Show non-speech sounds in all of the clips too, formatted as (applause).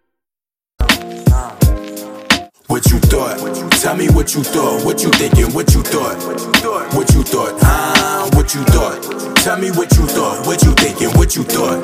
What you thought? Tell me what you thought. What you thinking? What you thought? What you thought? Huh? What you thought? Tell me what you thought. What you thinking? What you thought?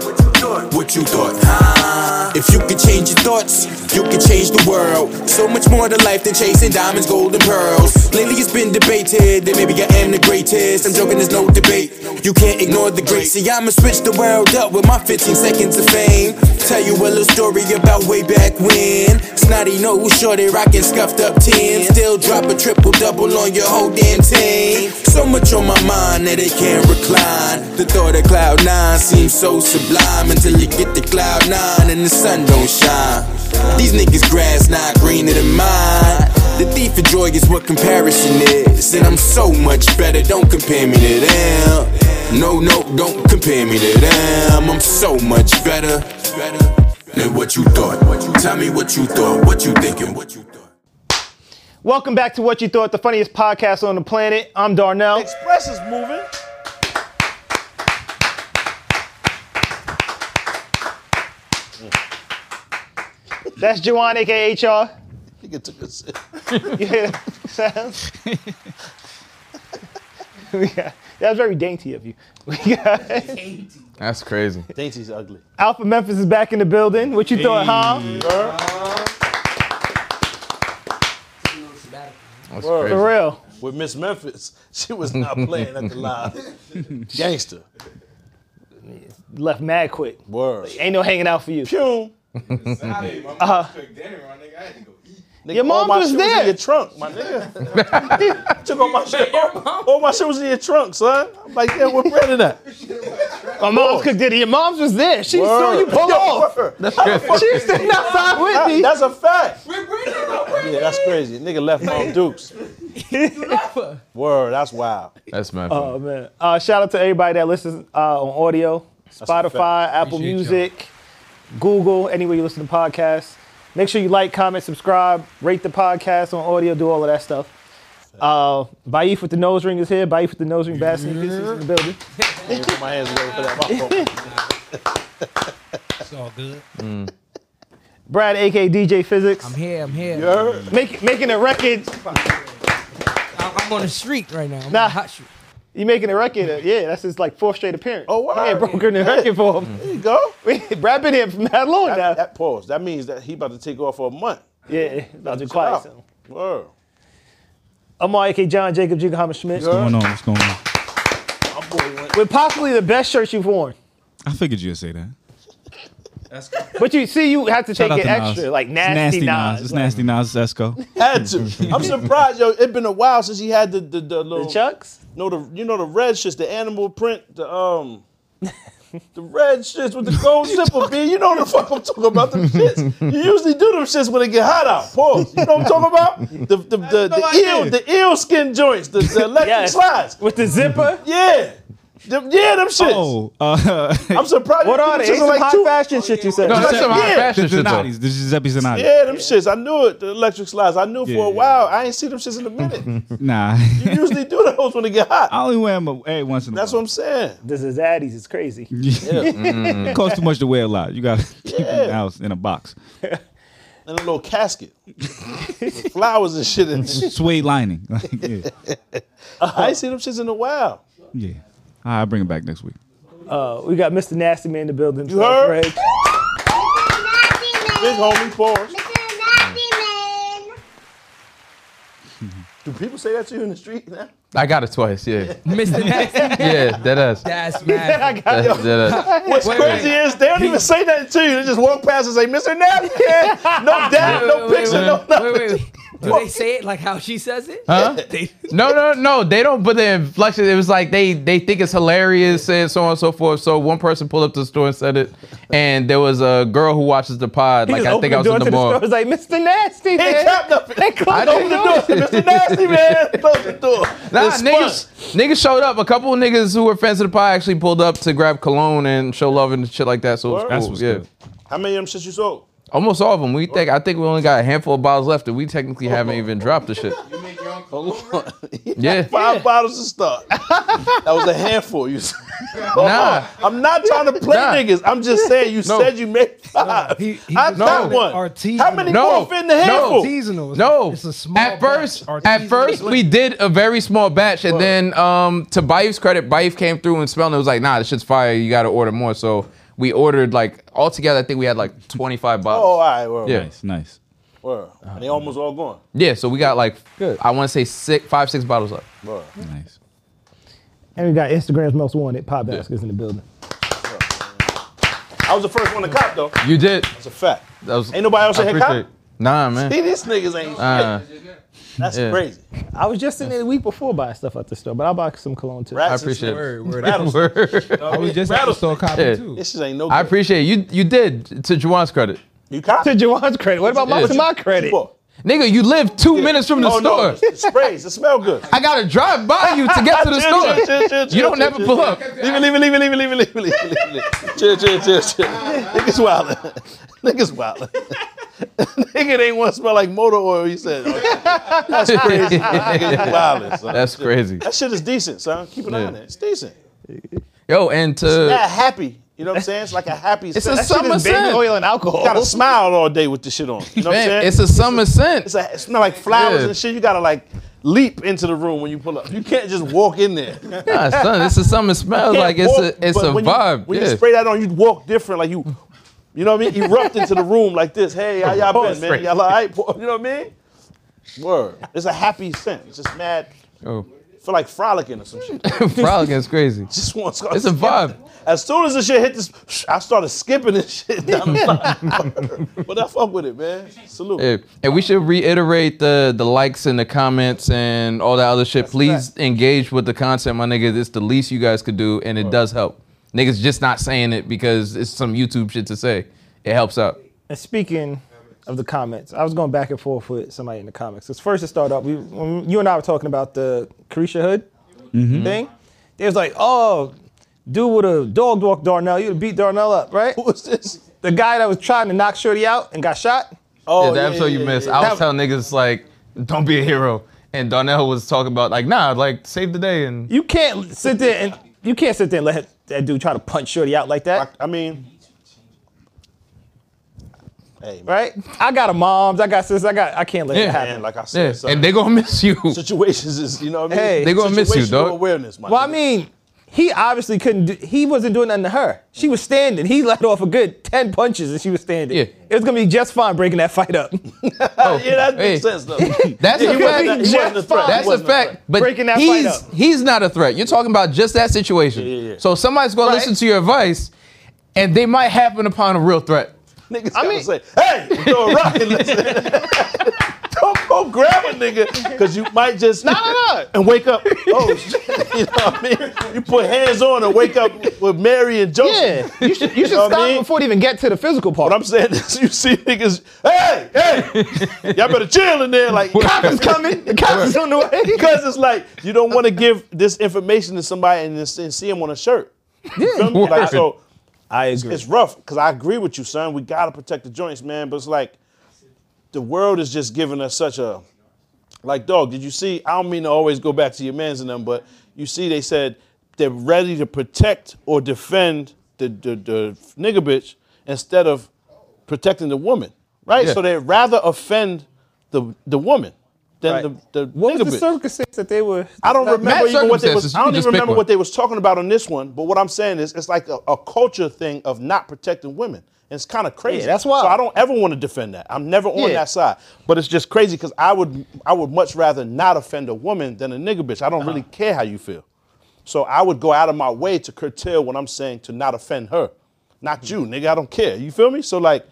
What you thought? Huh? If you could change your thoughts, you could change the world. So much more to life than chasing diamonds, gold, and pearls. Lately it's been debated that maybe I am the greatest. I'm joking, there's no debate. You can't ignore the great. See, I'ma switch the world up with my 15 seconds of fame. Tell you a little story about way back when. Snotty nose, shorty rockin' scuffed up 10. Still drop a triple double on your whole damn team. So much on my mind that it can't recline. The thought of cloud nine seems so sublime until you get to cloud nine and the sun don't shine. These niggas grass not greener than mine. The thief of joy is what comparison is. And I'm so much better, don't compare me to them. No, no, don't compare me to them. I'm so much better than what you thought. Tell me what you thought, what you thinking, what you thought. Welcome back to What You Thought, the funniest podcast on the planet. I'm Darnell. Express is moving. That's Juwan, aka HR. Nigga took a sip. Yeah, sounds. (laughs) we got, that was very dainty of you. We got (laughs) That's crazy. Daisy's ugly. Alpha Memphis is back in the building. What you thought, huh? That's Word. For crazy. real. With Miss Memphis, she was (laughs) not playing at the live. Gangster. Left mad quick. Word. Ain't no hanging out for you. Uh-huh. Pew. Nigga, Your all mom my was shit in there. your trunk, my nigga. (laughs) Took all my shit. All, all my shit was in your trunk, son. I'm like, yeah, what bread is that? (laughs) My mom's cooked it. Your mom's was there. She saw Word. you pull Yo, off. word. That's, She was sitting outside with me. that's a fact. Yeah, that's crazy. Nigga left (laughs) Mom Dukes. Word, that's wild. That's my Oh man! Uh, shout out to everybody that listens uh, on audio, a Spotify, Apple Appreciate Music, Google, anywhere you listen to podcasts. Make sure you like, comment, subscribe, rate the podcast on audio, do all of that stuff. Uh, Baif with the nose ring is here. Baif with the nose ring, bad sneakers, he's in the building. Ain't put my hands together (laughs) for that. My fault. It's all good. Brad, aka DJ Physics, Uh, I'm here. I'm here. You heard? Make, making a record. I'm, I'm on the street right now. I'm Nah. on the hot street. You making a record? uh, Yeah, that's his like fourth straight appearance. Oh, wow. Yeah, broken the record for him. There you go. Brad been here for mad long now. That, that pause. That means that he about to take off for a month. yeah, about to be quiet. So. Word. Amar, aka John Jacob Jingleheimer Schmidt. What's going on? What's going on? My boy went. with possibly the best shirt you've worn. I figured you'd say that. But you see, you have to Shout out take it to Nas. extra, like It's nasty, Nas. It's like, nasty Nas. It's Esco. Had to. I'm surprised, yo. It's been a while since he had the the, the little. the Chucks. No, the you know the red shits, the animal print, the um. The red shits with the (laughs) gold zipper, B. You know what the fuck I'm talking about. Them shits. You usually do them shits when it get hot out. Pause. You know what I'm talking about? The the the, the eel the eel skin joints, the, the electric Yes. slides. With the (laughs) zipper. Yeah, them, yeah, them shits. (laughs) Oh, uh, (laughs) I'm surprised. What you are took they? It's them like high two- fashion shit you said. No, that's Yeah. some high the fashion shit though. Zanottis, the Giuseppe Zanotti. Yeah, them shits. I knew it. The electric slides. I knew Yeah, for a yeah. while. I ain't seen them shits in a (laughs) minute. Nah, you usually do those when it get hot. (laughs) I only wear them every once in a That's what while. I'm saying. (laughs) This is Addies. It's crazy. It costs too much to wear a lot. You got to (laughs) keep them in the house in a box. In a little (laughs) casket with flowers and shit in (laughs) it. Suede lining. (laughs) Like, yeah. I ain't seen them shits in a while. yeah. All right, I'll bring it back next week. Uh, we got Mr. Nasty Man in the building. You heard? (laughs) Mr. Big homie, pause. Nappy Man. Do people say that to you in the street now? I got it twice. Yeah, Mr. Nasty. yeah, that ass. That, That's mad. that, ass. What's Wait, crazy wait. is they don't even say that to you. They just walk past and say, Mr. Napkin. (laughs) No dad, no Wait, wait, picture, wait. no nothing. Wait, wait, wait. Do they say it like how she says it? Huh? They- No, no, no. They don't put the inflection. It was like they they think it's hilarious and so on and so forth. So one person pulled up to the store and said it, and there was a girl who watches the pod. He Like just I opened think I was door in the to mall. store. It's like Mr. Nasty. He ain't man. trapped nothing. They closed I Open the door, Mr. Nasty Man. Close the door. Nah, It's niggas, fun. niggas showed up. A couple of niggas who were fans of the pie actually pulled up to grab cologne and show love and shit like that. So it was Word. cool. That's what's yeah. good. How many of them shit you sold? Almost all of them. We think I think we only got a handful of bottles left, and we technically haven't even dropped the shit. Yeah, Five bottles to start. that was a handful. You. said. nah. I'm not trying to play Nah. niggas. I'm just saying you No. said you made five. he- he I was got doing one. artisanal. How many No. more fit in the No. handful? Seasonal. It's- No, It's a small. at first, batch, at artisanal. first we did a very small batch, and then um, to Baif's credit, Baif came through and smelled. it. It was like, nah, this shit's fire. You got to order more. So we ordered like altogether. I think we had like 25 Oh, all bottles. right. Well, yeah, Nice, nice. well. And they almost all gone. yeah. So we got like I want to say six, five, six bottles left. Well, Nice. And we got Instagram's most wanted. Pop Baskets in the building. I was the first one to cop though. That's You did. a fact. That was, Ain't nobody else I in here appreciate cop. it. Nah, man. See, these niggas ain't Uh, shit. That's yeah. crazy. I was just in there the week before buying stuff at the store, but I bought some cologne too. I Rats and appreciate it. Word, word. rattles. (laughs) Word. I We just had to store copy Yeah. too. This shit ain't no. I good. appreciate it. you. You did to Juwan's credit, you cop. To Juwan's credit. What about Yeah. my, to my credit? Boy. nigga. You lived two minutes from the oh, store. No, it's- it's sprays. It smell (laughs) good. I gotta drive by you to get to (laughs) the Chill, store. chill, chill, chill, you chill, chill, don't never chill, pull chill. up. Leave it, leave it, leave it, leave it, leave it, leave it, leave it, leave it. Chill, chill, chill, chill. Niggas wildin'. Niggas wildin'. Nigga ain't want to smell like motor oil, he said. (laughs) That's (laughs) crazy. Niggas wildin', son. That's crazy. That shit is decent, son. Keep an eye on Yeah. it. It's decent. Yo, and Yeah, to happy. You know what I'm saying? It's like a happy it's a scent. That shit summer is Baby scent. oil and alcohol. You gotta smile all day with this shit on. You know what I'm Man, saying? it's a summer scent. It's a, it smell like flowers Yeah. and shit. You gotta like leap into the room when you pull up. You can't just walk in there. Nah, son, it's (laughs) a summer smell. can't Like it's walk, a it's but a when You, vibe. when yeah. you (laughs) spray that on, you walk different. Like you, you know what I mean? Erupt into the room like this. Hey, how y'all been, man? Y'all all right? (laughs) boy? You know what I mean? Word. It's a happy scent. It's just mad. Oh. Feel like frolicking or some shit. (laughs) Frolicking is crazy. Just want to It's a vibe. As soon as this shit hit this, (laughs) I started skipping this shit down the line. (laughs) but I fuck with it, man. Salute. Yeah. And we should reiterate the the likes and the comments and all that other shit. Please engage with the content, my niggas. It's the least you guys could do, and it does help. Niggas just not saying it because it's some YouTube shit to say. It helps out. And speaking of the comments, I was going back and forth with somebody in the comments. Because first to start off, we, when you and I were talking about the Carisha Hood thing. They was like, oh, dude would have dog walked Darnell. You'd have beat Darnell up, right? Who was this? The guy that was trying to knock Shorty out and got shot. Oh, yeah, the episode you missed. I was telling niggas like, don't be a hero. And Darnell was talking about like, nah, like save the day and You can't sit there and you can't sit there and let that dude try to punch Shorty out like that. I mean, hey, man, right? I got a mom's, I got sis, I got I can't let Yeah. it happen. man, like I said, yeah, son. and they gonna miss you. situations is, you know what I mean? Hey. They gonna miss you, Situational dog. awareness, my Well, I nigga. mean, he obviously couldn't. Do, he wasn't doing nothing to her. She was standing. He (laughs) let off a good ten punches, and she was standing. Yeah. It was gonna be just fine breaking that fight up. (laughs) yeah, that makes (laughs) Hey. sense, though. He That's a wasn't- fact. he wasn't a threat. He That's a wasn't fact. threat. But Breaking that fight he's up. he's not a threat. You're talking about just that situation. yeah, yeah. So somebody's gonna Right. listen to your advice, and they might happen upon a real throat. Niggas I mean, say, hey, you (laughs) throw a rock and listen. (laughs) Don't go grab a nigga, because you might just no, no, no. and wake up. Oh, (laughs) shit. you know what I mean? You put hands on and wake up with Mary and Joseph. you should you should know what I stop mean? before it even get to the physical part. But I'm saying this, (laughs) you see niggas, hey, hey, y'all better chill in there. Like, cop is coming. The cop is on the way. (laughs) Because it's like you don't want to give this information to somebody and, just- and see him on a shirt. Yeah, like, so I agree. it's rough because I agree with you, son. We gotta protect the joints, man. But it's like the world is just giving us such a like, dog. Did you see? I don't mean to always go back to your mans and them, but you see, they said they're ready to protect or defend the the, the nigga bitch instead of protecting the woman, right? Yeah. So they'd rather offend the the woman than Right. the, the what nigga was the bitch. circumstance that they were? I don't Mad remember even what they was. circumstances. I You don't just even pick remember one. what they was talking about on this one. But what I'm saying is, it's like a, a culture thing of not protecting women And it's kind of crazy. that's wild. So I don't ever want to defend that. I'm never on Yeah. that side. But it's just crazy because I would I would much rather not offend a woman than a nigga bitch. I don't really Uh-huh. care how you feel. So I would go out of my way to curtail what I'm saying to not offend her. Mm. Not you, nigga. I don't care. You feel me? So like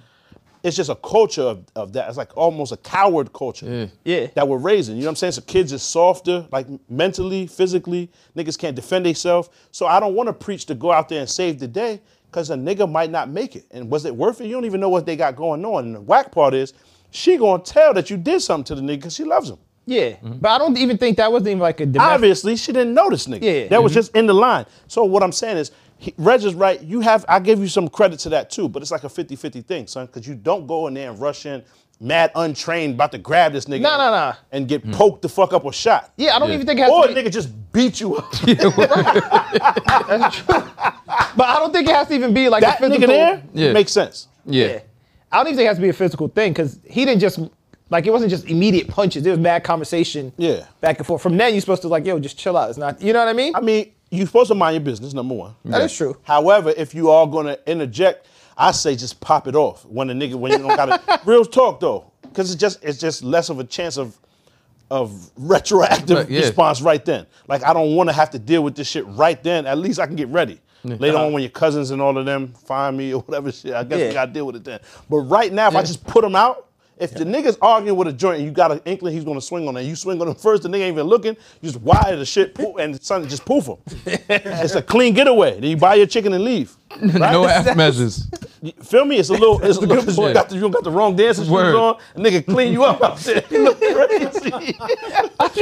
it's just a culture of, of that. It's like almost a coward culture Yeah. that we're raising. You know what I'm saying? So kids is softer, like mentally, physically. Niggas can't defend themselves. So I don't want to preach to go out there and save the day because a nigga might not make it. And was it worth it? You don't even know what they got going on. And the whack part is she gonna tell that you did something to the nigga because she loves him. Yeah, but I don't even think that wasn't even like a domestic. Obviously, she didn't know this nigga. Yeah. Mm-hmm. That was just in the line. So what I'm saying is, he, Reg is right. You have, I give you some credit to that too, but it's like a 50-50 thing, son, because you don't go in there and rush in mad untrained about to grab this nigga Nah, nah, nah. and Hmm. get poked the fuck up or shot. Yeah, I don't even think it has Or to a be. nigga just beat you up. But I don't think it has to even be like that a physical. nigga there (laughs) Yeah. makes sense. Yeah. Yeah. I don't even think it has to be a physical thing because he didn't just like it wasn't just immediate punches. There was mad conversation. Yeah. Back and forth. From then you're supposed to like, yo, just chill out. It's not. You know what I mean? I mean, you're supposed to mind your business, number one. That is true. However, if you are gonna interject, I say just pop it off when the nigga when you (laughs) don't gotta real talk though. Cause it's just it's just less of a chance of of retroactive But, yeah. (laughs) response right then. Like I don't wanna have to deal with this shit right then. At least I can get ready. Later on when your cousins and all of them find me or whatever shit, I guess Yeah. we gotta deal with it then. But right now, if I just put them out, if the nigga's arguing with a joint and you got an inkling he's gonna swing on it, you swing on him first, the nigga ain't even looking, you just wire the shit poof, and son, just poof him. it's a clean getaway. Then you buy your chicken and leave. Right? No (laughs) half measures. Feel me? It's a little. (laughs) It's a good point. You got the, you don't got the wrong dancing shoes Word. on. A nigga clean you up (laughs) out there. You look (laughs) crazy.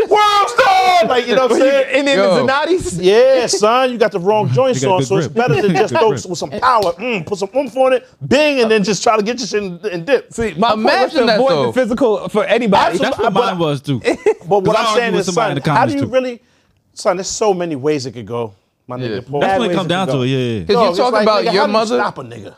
World star. Like you know what I'm saying? And then the Yo. Zanotti's. (laughs) Yeah, son, you got the wrong joints You got on, good so it's grip. better than just (laughs) Good throw grip. with some power, mm, put some oomph on it, bing, and then just try to get your shit and, and dip. See, my point was Imagine to that, avoid though. the physical for anybody. Absolutely. That's what But- mine (laughs) was too. But what 'Cause I I'm argue saying with is, somebody son, in the how do comments, you too. really, son? There's so many ways it could go, my Yeah. nigga. Paul. That's Mad when it ways comes down could to go. it. Yeah, yeah. Because you It's talking like, about nigga, how your do you mother. Stop a nigga.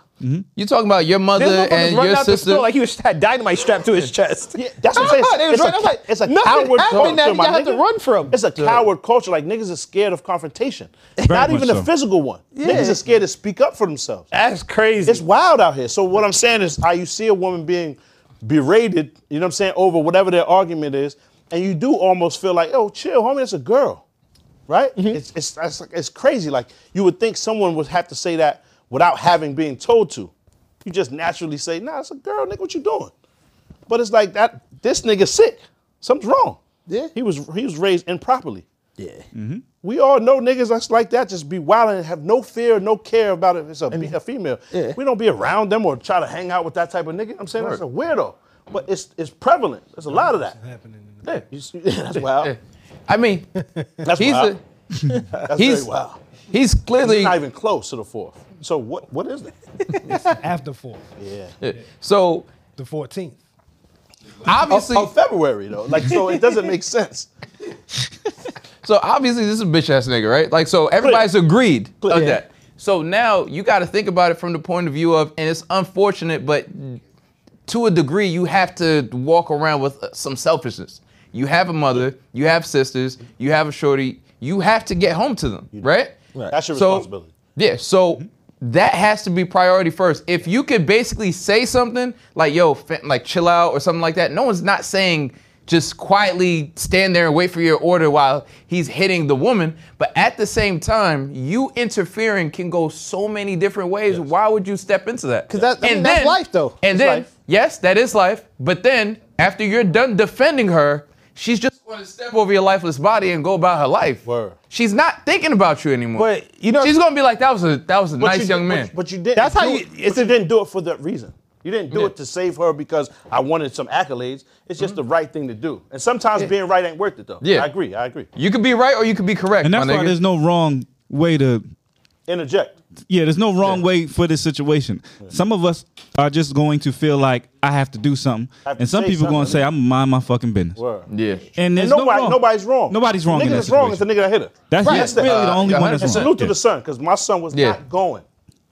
You talking about your mother This motherfucker's and running your out the sister. store like he was had dynamite strapped to his chest. Yeah, that's what I'm saying. (laughs) They was It's a- running. I'm like, it's a nothing happened coward that culture, you my had to nigga. rone from. It's a coward culture. Like niggas are scared of confrontation. Not much even so. a physical one. Niggas are scared to speak up for themselves. That's crazy. It's wild out here. So what I'm saying is, how you see a woman being berated, you know what I'm saying, over whatever their argument is, and you do almost feel like, oh, chill, homie, that's a girl, right? Mm-hmm. It's it's that's like, it's crazy. Like you would think someone would have to say that without having been told to. You just naturally say, nah, it's a girl, nigga. What you doing? But it's like that. This nigga sick. Something's wrong. Yeah. He was he was raised improperly. yeah. We all know niggas that's like that just be wild and have no fear, no care about if it's a, be- a female. Yeah. We don't be around them or try to hang out with that type of nigga. I'm saying that's a weirdo, but it's it's prevalent. There's a lot of that. Yeah, you see- (laughs) that's wild. I mean, That's he's wild. a, that's he's- very wild. he's clearly Not even close to the fourth. So what what is that? after four, Yeah. so the 14th. obviously. Of February though, like so it doesn't make sense. So obviously this is a bitch ass nigga, right? Like so everybody's agreed of Yeah. that. So now you got to think about it from the point of view of, and it's unfortunate, but to a degree you have to walk around with uh, some selfishness. You have a mother, you have sisters, you have a shorty, you have to get home to them, right? That's your So- responsibility. Yeah, so Mm-hmm. that has to be priority first. If you could basically say something like "yo, fa- like chill out" or something like that, no one's not saying just quietly stand there and wait for your order while he's hitting the woman. But at the same time, you interfering can go so many different ways. Why would you step into that? Because that- I mean, that's life, though. And It's then life. yes, that is life. But then after you're done defending her. She's just going to step over your lifeless body and go about her life. Word. She's not thinking about you anymore. But, you know- she's gonna be like, "That was a that was a But nice you young did- man." But, but you didn't. That's how do you- It, but you didn't do it for that reason. You didn't do it to save her because I wanted some accolades. It's just the right thing to do. And sometimes being right ain't worth it though. Yeah. I agree. I agree. you could be right or you could be correct. And that's my why nigga. there's no wrong way to. Interject. Yeah, there's no wrong way for this situation. Some of us are just going to feel like I have to do something, Have to and some say people going to something. say I'm mind my fucking business. Word. yeah. And there's And nobody, no wrong. nobody's wrong. Nobody's wrong The in nigga that that's wrong is the situation. nigga that hit her. That's, Right. yeah, really Uh, the only one And that's wrong. salute to Yeah. the son, because my son was Yeah. not going.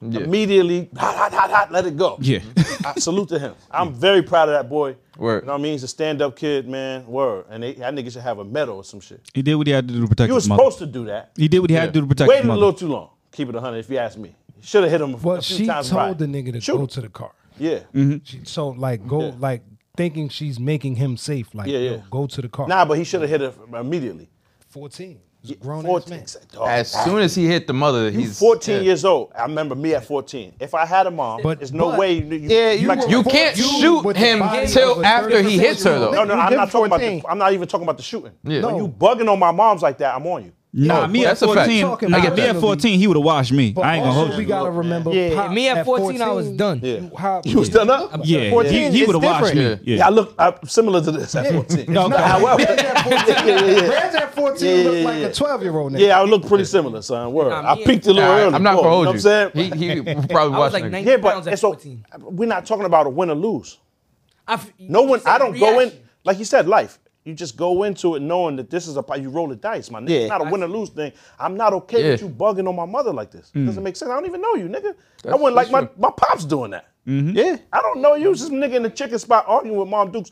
Yeah. Immediately, hot, hot, hot, hot, let it go. Yeah. (laughs) I salute to him. I'm very proud of that boy. Word. You know what I mean? He's a stand-up kid, man. Word. And they, that nigga should have a medal or some shit. He did what he had to do to protect You were his mother. supposed to do that. He did what he had to do to protect his Waited a mother. little too long. Keep it 100 if you ask me. Should have hit him. a- Well, a few she times told right. the nigga to Shoot. go to the car. Yeah. Mm-hmm. She, so like go Yeah. like thinking she's making him safe. Like Yeah, yeah. yo, go to the car. Nah, but he should have hit her immediately. fourteen. He's a grown ass 14 man. dog, As soon as he hit the mother, you he's 14 yeah. years old. I remember me at 14. If I had a mom, But- there's no but- way you, you Yeah, you, flex- you can't You shoot with the him body of till a after he hits her 36-year-old. though. No, no, I'm give not talking about. The, 14. I'm not even talking about the shooting. Yeah. When you bugging on my mom's like that, I'm on you. Nah, me at that's a fact. 14. Talking Nah, about me at that. 14, he would have washed me. I ain't gonna also hold We you. gotta remember. Yeah. Pop, Me at 14, I was done. Yeah. you- how- You was done up. Yeah, 14 he, he is would have washed me. different. Yeah. Yeah, I look I'm similar to this at 14. okay. However, (laughs) yeah, yeah, yeah. Brands at 14 Yeah, yeah, look like yeah. a 12 year old nigga. Yeah, I look pretty similar, son. Word. Nah, I me- peaked a little Nah, early. I'm not before, gonna hold know you. what I'm saying? He, he (laughs) probably I was watching. like it. 19 Yeah, but pounds at and so 14. we're not talking about a win or lose. I f- No you one. said I don't go in reaction. like you said. Life. You just go into it knowing that this is a you roll the dice, my nigga. It's not a win or lose thing. I'm not okay with Yeah. Mm. you bugging on my mother like this. Doesn't make sense. I don't even know you, nigga. I wouldn't like my, that's Mm-hmm. my pops doing that. Yeah, I don't know you. It's This nigga in the chicken spot arguing with Mom Dukes.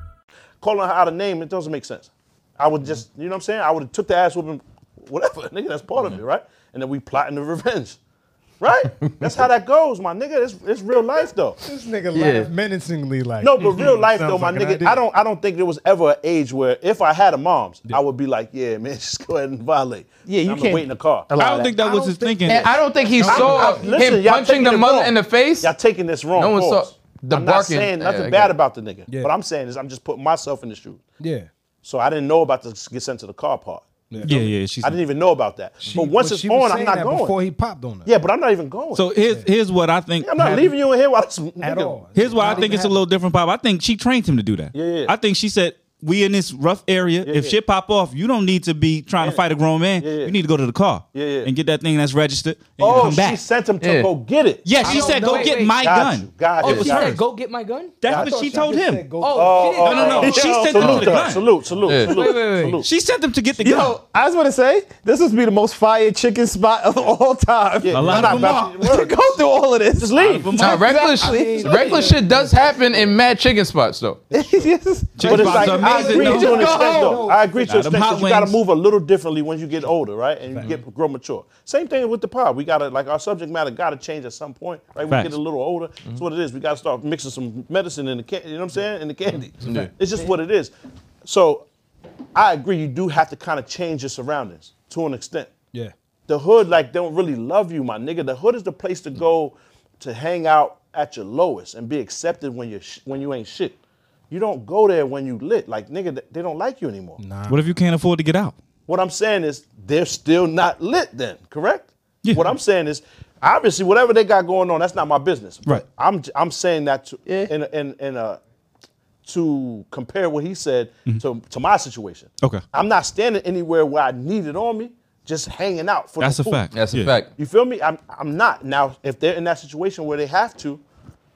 calling her out a name, it doesn't make sense. I would just, you know what I'm saying? I would have took the ass whooping, whatever, (laughs) nigga. That's part of it, right? And then we plotting the (laughs) revenge, right? that's how that goes, my nigga. It's, it's real life though. This nigga Yeah. laughed menacingly like. No, but real life Sounds though, my like an nigga. idea. I don't, I don't think there was ever an age where if I had a mom's, I would be like, yeah, man, (laughs) just go ahead and violate. Yeah, you I'm can't waiting the car. I don't think that was his thinking. And I don't think he I'm- saw I'm- listen, him y'all punching taking the it mother wrong. in the face. Y'all taking this wrong. No one course. saw the I'm barking. not saying Yeah, nothing I get bad it. about the nigga. Yeah. What I'm saying is, I'm just putting myself in the shoes. Yeah. So I didn't know about the get sent to the car part. yeah, yeah. She's I didn't even know about that. She- but once well, it's she on, was I'm saying not that going. Before he popped on her. Yeah, but I'm not even going. So here's here's what I think. I'm not happened. leaving you in here while this At nigga- Oh, all. Here's why I Not think even it's a little different, Pop. I think she trained him to do that. Yeah, yeah. I think she said, "We in this rough area. if yeah. shit pop off, you don't need to be trying to fight a grown man. Yeah, yeah. You need to go to the car Yeah, yeah. and get that thing that's registered and Oh, come she back." sent him to Yeah. go get it. yeah, she don't said, know. "Go Wait, get wait. my Got gun." you, got Oh, you, It was she got hers. said, go get my gun? That's what thought she told just him. said go- Oh, she Oh, didn't oh, know. no, no, oh, she oh, sent him to salute, the though. gun. salute, salute, Yeah. salute, Wait, wait, wait. salute. She sent them to get the gun. Yo, I just want to say this would be the most fire chicken spot of all time. Yeah, A lot I'm of not them about to (laughs) to- go through all of this. Just leave. But Now, reckless, Exactly. reckless shit does happen in mad chicken spots though. (laughs) Yes. Chicken it's pox like, I amazing, agree though. to an Just go extent, though. home. I agree to Nah, an them extent. 'cause hot You got to wings. move a little differently when you get older, right? And you get grow mature. Same thing with the pod. We got to, like, our subject matter got to change at some point, right? We Facts. get a little older. That's what it is. We got to start mixing some medicine in the candy, you know what I'm saying? In the candy. It's just what it is. So I agree, you do have to kind of change your surroundings to an extent. Yeah. The hood, like, don't really love you, my nigga. The hood is the place to go to hang out at your lowest and be accepted when you sh- when you ain't shit. You don't go there when you lit. Like, nigga, th- they don't like you anymore. What if you can't afford to get out? What I'm saying is they're still not lit then, correct? What I'm saying is obviously whatever they got going on, that's not my business. But Right. I'm j- I'm saying that to in a- in in a to compare what he said to, to my situation. Mm-hmm. Okay. I'm not standing anywhere where I need it on me, just hanging out for That's the a food. fact. That's Yeah. a fact. You feel me? I'm I'm not. Now if they're in that situation where they have to,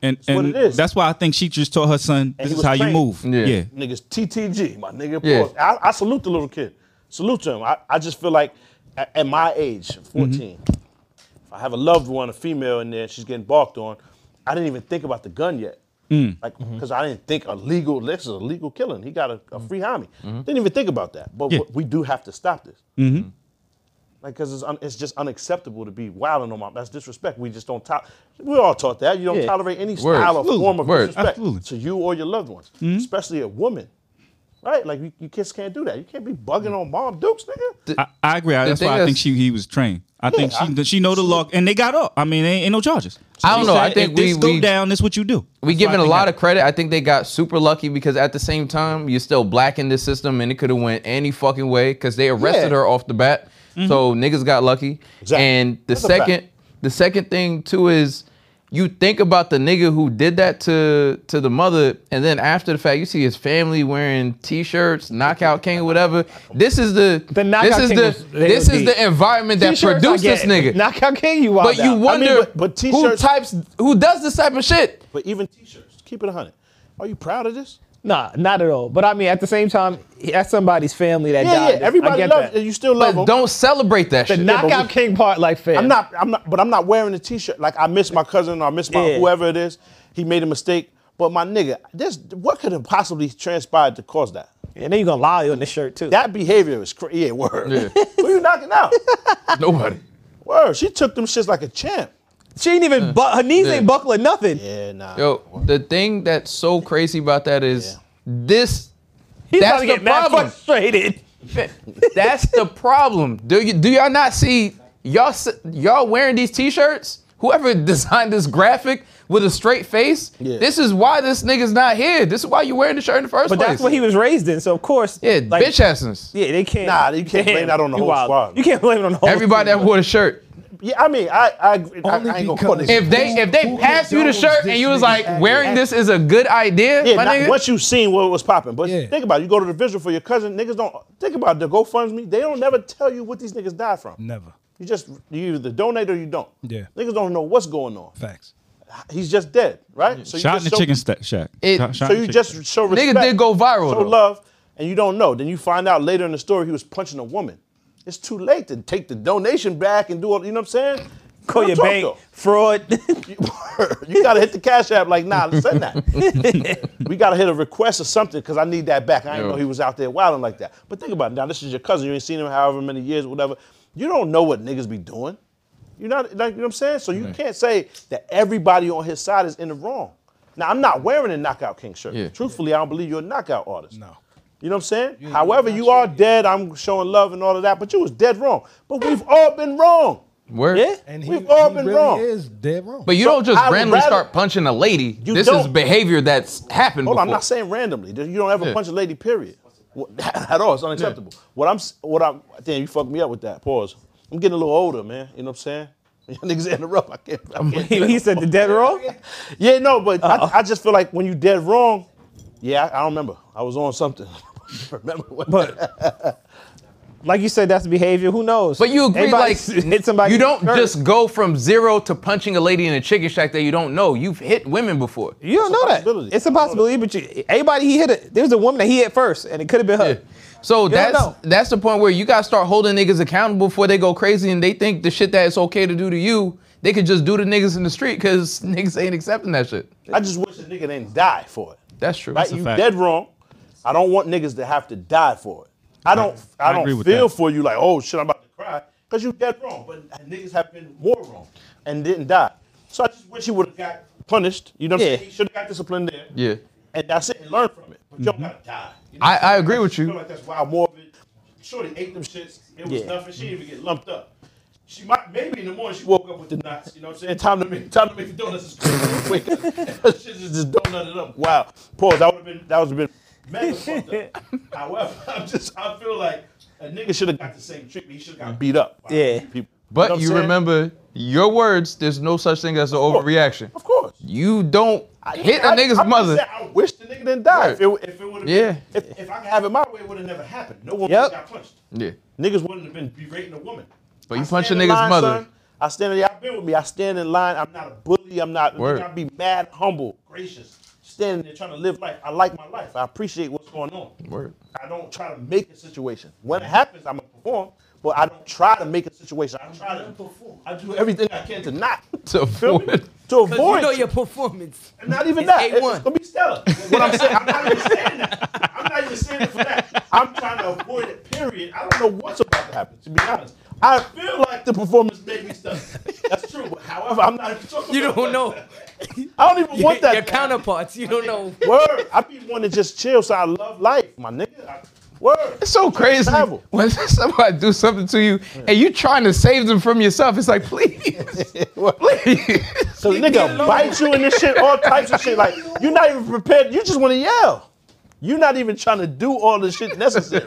And, what and it is. that's why I think she just told her son, And "This he is was how you trained. move." Yeah. niggas TTG, my nigga. Yeah. Pause. I, I salute the little kid. Salute to him. I, I just feel like at, at my age, 14, if I have a loved one, a female in there, she's getting barked on, I didn't even think about the gun yet. Like, because I didn't think a legal, this is a legal killing. He got a, a free homie. Didn't even think about that. But Yeah. we- we do have to stop this. Like, because it's, un- it's just unacceptable to be wilding on my. That's disrespect. We just don't top. We're all taught that. You don't Yeah. tolerate any Word. style or Absolutely. form of Word. disrespect Absolutely. to you or your loved ones, Mm-hmm. especially a woman. Right? Like, you, you kids can't do that. You can't be bugging on Mom Dukes, nigga. I, I agree. that's thing why I think is- she he was trained. I think she I- she know the law, and they got up. I mean, ain't, ain't no charges. I She don't know. I said, think if this we- go we- down. This what you do. We That's why giving I a think lot I- of credit. I think they got super lucky because at the same time, you're still black in this system, and it could have went any fucking way because they arrested Yeah. her off the bat. So niggas got lucky. Exactly. And the That's a fact. second, the second thing too is you think about the nigga who did that to to the mother, and then after the fact, you see his family wearing T-shirts, Knockout King, or whatever. This is the, this Knockout is King the was- they this was is deep. the environment that T-shirts, produced I this get it. nigga. Knockout King, you wild But you out. wonder but- but who T-shirts- types who does this type of shit. But even t-shirts, keep it a hundred. Are you proud of this? Nah, not at all. But I mean, at the same time, that's somebody's family that Yeah, died. yeah. Everybody I get loves that. you. Still love them. Don't celebrate that The shit. knockout but we- king part, like fair. I'm not. I'm not. But I'm not wearing a T-shirt. Like I miss my cousin or I miss my Yeah. whoever it is. He made a mistake. But my nigga, this what could have possibly transpired to cause that? And then you gonna lie on the shirt too. That behavior is crazy. Yeah, word. Yeah. (laughs) Who you knocking out? (laughs) Nobody. word. She took them shits like a champ. she ain't even. bu- her knees Yeah. ain't buckling nothing. Yeah, nah. Yo, the thing that's so crazy about that is Yeah. this. He's that's about to get the mad problem. frustrated. (laughs) That's the problem. Do you do y'all not see y'all s- y'all wearing these t-shirts? Whoever (laughs) designed this graphic with a straight face, Yeah. this is why this nigga's not here. This is why you wearing the shirt in the first But place. that's what he was raised in, so of course, Yeah, like, bitch assness. Yeah, they can't. Nah, you can't blame that on the you whole wild. squad. You can't blame it on the whole. Everybody that squad. wore the shirt. Yeah, I mean, I, I, I, I Only ain't gonna call because- this. If they if they Who passed you the condones shirt this and you was nigga's like act- wearing this is a good idea, Yeah, my not- nigga. once you seen what was popping, but Yeah. think about it. You go to the visual for your cousin, niggas don't think about it, the GoFundMe. They don't never tell you what these niggas died from. Never. You just you either donate or you don't. Yeah. Niggas don't know what's going on. Facts. He's just dead, right? So Shot in just the show- chicken sta- shack. It- Shot- shot So in you the just show Nigga respect. did go viral, Show though. love, and you don't know. Then you find out later in the story he was punching a woman. It's too late to take the donation back and do all. You know what I'm saying? call Real your talk, bank though. fraud. (laughs) (laughs) you gotta hit the cash app like nah send (laughs) that we gotta hit a request or something because i need that back i didn't Yeah. know he was out there wilding like that but think about it now this is your cousin you ain't seen him however many years whatever you don't know what niggas be doing you not like you know what i'm saying so you can't say that everybody on his side is in the wrong now i'm not wearing a knockout king shirt Yeah. truthfully i don't believe you're a knockout artist No. you know what I'm saying? However, you are dead. I'm showing love and all of that, but you was dead wrong. But we've all been wrong. Word. Yeah. And We've all been really wrong. is dead wrong. But you So don't just I would randomly rather- start punching a lady. You This is don't. behavior that's happened Hold before. on, I'm not saying randomly. You don't ever Yeah. punch a lady, period. What- (laughs) At all, it's unacceptable. What I'm, s- what I'm, damn, you fucked me up with that. Pause. I'm getting a little older, man. You know what I'm saying? (laughs) Y'all niggas interrupt. I can't. I (laughs) can't he, he said the (laughs) dead roll. yeah, no, but I, I just feel like when you dead wrong, yeah, I, I don't remember. I was on something. (laughs) remember what? But like you said, that's behavior. Who knows? But you agree, Anybody like s- (laughs) (laughs) hit somebody. You in the don't shirt. just go from zero to punching a lady in a chicken shack that you don't know. You've hit women before. You don't It's a know possibility. that. It's a I don't know that. possibility, but you, anybody he hit it. There was a woman that he hit first, and it could have been her. So don't that's know. that's the point where you gotta start holding niggas accountable before they go crazy and they think the shit that it's okay to do to you, they could just do to niggas in the street because (laughs) niggas ain't accepting that shit. I just wish the nigga didn't die for it. That's true. Right? You fact. dead wrong. I don't want niggas to have to die for it. I don't. I, I agree don't with feel that. for you like, oh shit, I'm about to cry, cause you dead wrong. But niggas have been more wrong and didn't die. So I just wish he would have got punished. You know what Yeah. I'm saying? He should have got disciplined there. Yeah. And that's it. And learn from it. But you don't gotta die. You know I, what I'm I agree saying? with I feel you. like that's wild morbid. Shorty ate them shits. It was Yeah. nothing. She didn't even get lumped up. She might maybe in the morning she woke up with the knots. You know what I'm saying? Time to make time to make the donuts is crazy. (laughs) Wake up. That shit is just donutted up. Wow. Pause. That would have been that would have been mega fucked up. However, (laughs) I'm just I feel like a nigga should have got the same treatment. He should have got beat up. by Yeah. people. You know what But I'm you saying? remember your words, there's no such thing as an overreaction. Of course. You don't hit a I- nigga's I'm just mother. saying, I wish the nigga didn't die. If it, if it would have Yeah. been, if, if I could have it my way, it would have never happened. No one Yep. would've got punched. Yeah. Niggas wouldn't have been berating a woman. But you I punch stand a in nigga's line, mother. son. I stand in y'all been with me. I stand in line. I'm not a bully. I'm not Word. I be mad, humble, gracious. Standing there trying to live life. I like my life. I appreciate what's going on. Word. I don't try to make a situation. When it happens, I'm gonna perform, but I don't try to make a situation. I try to perform. I do everything I can to (laughs) not To Feel me? avoid. to avoid you know you. your performance. And Not even It's that. It- It's A1. gonna be stellar. What I'm saying, I'm not even saying that. I'm not even saying it for that. I'm trying to avoid it. Period. I don't know what's about to happen. To be honest, I feel like the performance made me stellar. That's true. But however, I'm not even talking. You about don't it know. like (laughs) that. I don't (laughs) even want that. Your to happen. counterparts, you don't know. Word. I be wanting to just chill, so I love life, my nigga. I- Word. It's so crazy Travel. when (laughs) somebody do something to you and you trying to save them from yourself. It's like, please, (laughs) please. So nigga bite you and this shit, all types of shit. Like you're not even prepared. You just want to yell. You're not even trying to do all the shit necessary.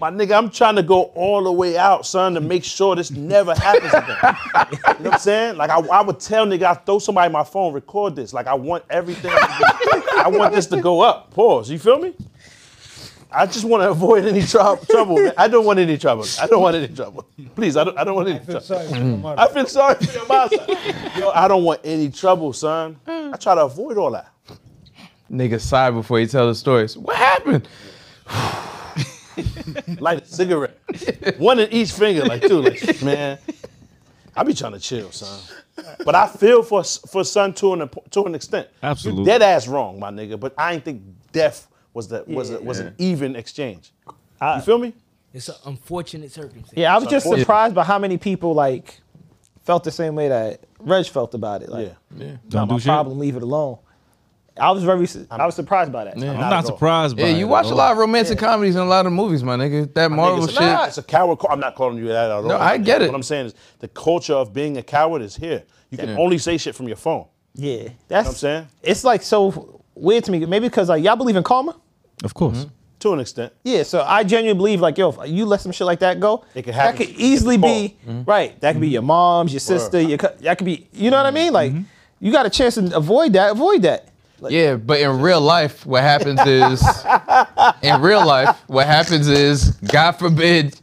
My nigga, I'm trying to go all the way out, son, to make sure this never happens again. you know what I'm saying? Like, I, I would tell nigga, I throw somebody my phone, record this. Like, I want everything. to be- I want this to go up. Pause. You feel me? I just want to avoid any trou- trouble. man. I don't want any trouble. I don't want any trouble. Please, I don't, I don't want any trouble. I feel sorry for your mother. (laughs) Yo, I don't want any trouble, son. I try to avoid all that. Nigga sigh before he tell the stories. What happened? Light a cigarette. One in each finger, like two. Like, (laughs) man, I be trying to chill, son. But I feel for for son to an to an extent. Absolutely. You dead ass wrong, my nigga. But I ain't think death was the was a, was an even exchange. you feel me? It's an unfortunate circumstance. Yeah, I was just Unfortunate. surprised by how many people like felt the same way that Reg felt about it. Like, yeah. yeah. not Don't my do shit. problem. Leave it alone. I was very, su- I was surprised by that. I'm not surprised by Yeah, it you at watch a all. lot of romantic comedies and a lot of movies, my nigga. That Marvel Oh, Niggas, shit. Nah, it's a coward. cul- I'm not calling you that at all. No, I get it. What I'm saying is the culture of being a coward is here. You can Yeah. only say shit from your phone. Yeah, that's what I'm saying? It's like so weird to me. Maybe because like y'all believe in karma. Of course. Mm-hmm. To an extent. Yeah, so I genuinely believe like yo, if you let some shit like that go, It could that happen could to you. easily be Mm-hmm. right. That could be your mom's, your sister, your co- that could be you know what I Mm-hmm. mean. Like you got a chance to avoid that. Avoid that. Yeah, but in real life, what happens (laughs) is, in real life, what happens is, God forbid,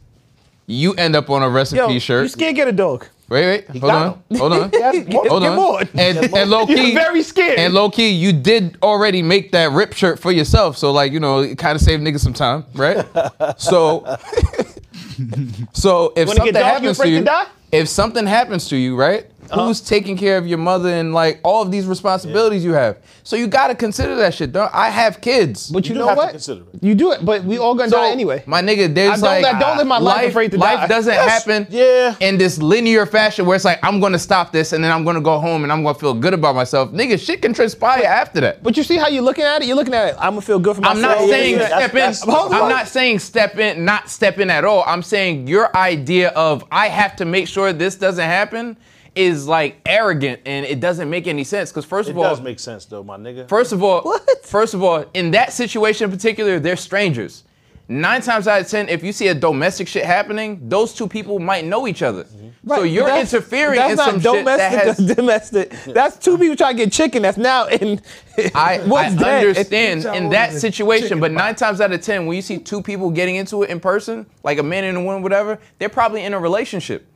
you end up on a Yo, recipe you shirt. scared to get a dog. Wait, wait, hold got on, (laughs) hold on, more- hold get on. more. And, and low key, You're very scared. And low key, you did already make that rip shirt for yourself, so like you know, it kind of saved niggas some time, (laughs) right? So, so if Wanna get something dark, you happens to afraid to you, die? if something happens to you, right? Uh-huh. Who's taking care of your mother and like all of these responsibilities you have? So you gotta consider that shit. Dog. I have kids. But you, do know have to what? consider it. You do it, but we all gonna die anyway. My nigga, I there's don't like let- don't live my life afraid to die. Life (laughs) doesn't happen yeah. in this linear fashion where it's like I'm gonna stop this and then I'm gonna go home and I'm gonna feel good about myself. Nigga, shit can transpire after that. but you see how you're looking at it? You're looking at it. I'm gonna feel good for myself. I'm not Yeah, saying yeah, yeah. step that's- in. that's- I'm not saying step in, not step in at all. I'm saying your idea of I have to make sure this doesn't happen is like arrogant and it doesn't make any sense. Because first It of all, does make sense though, my nigga. First of all, First of all, in that situation in particular, they're strangers. Nine times out of ten, if you see a domestic shit happening, those two people might know each other. So Mm-hmm. Right, you're that's- interfering that's in not some shit that domestic, has. that's (laughs) domestic. That's two people trying to get chicken. That's now in. (laughs) I, I what's dead? understand in that is a situation, chicken but nine times out of ten, when you see two people getting into it in person, like a man and a woman, whatever, they're probably in a relationship.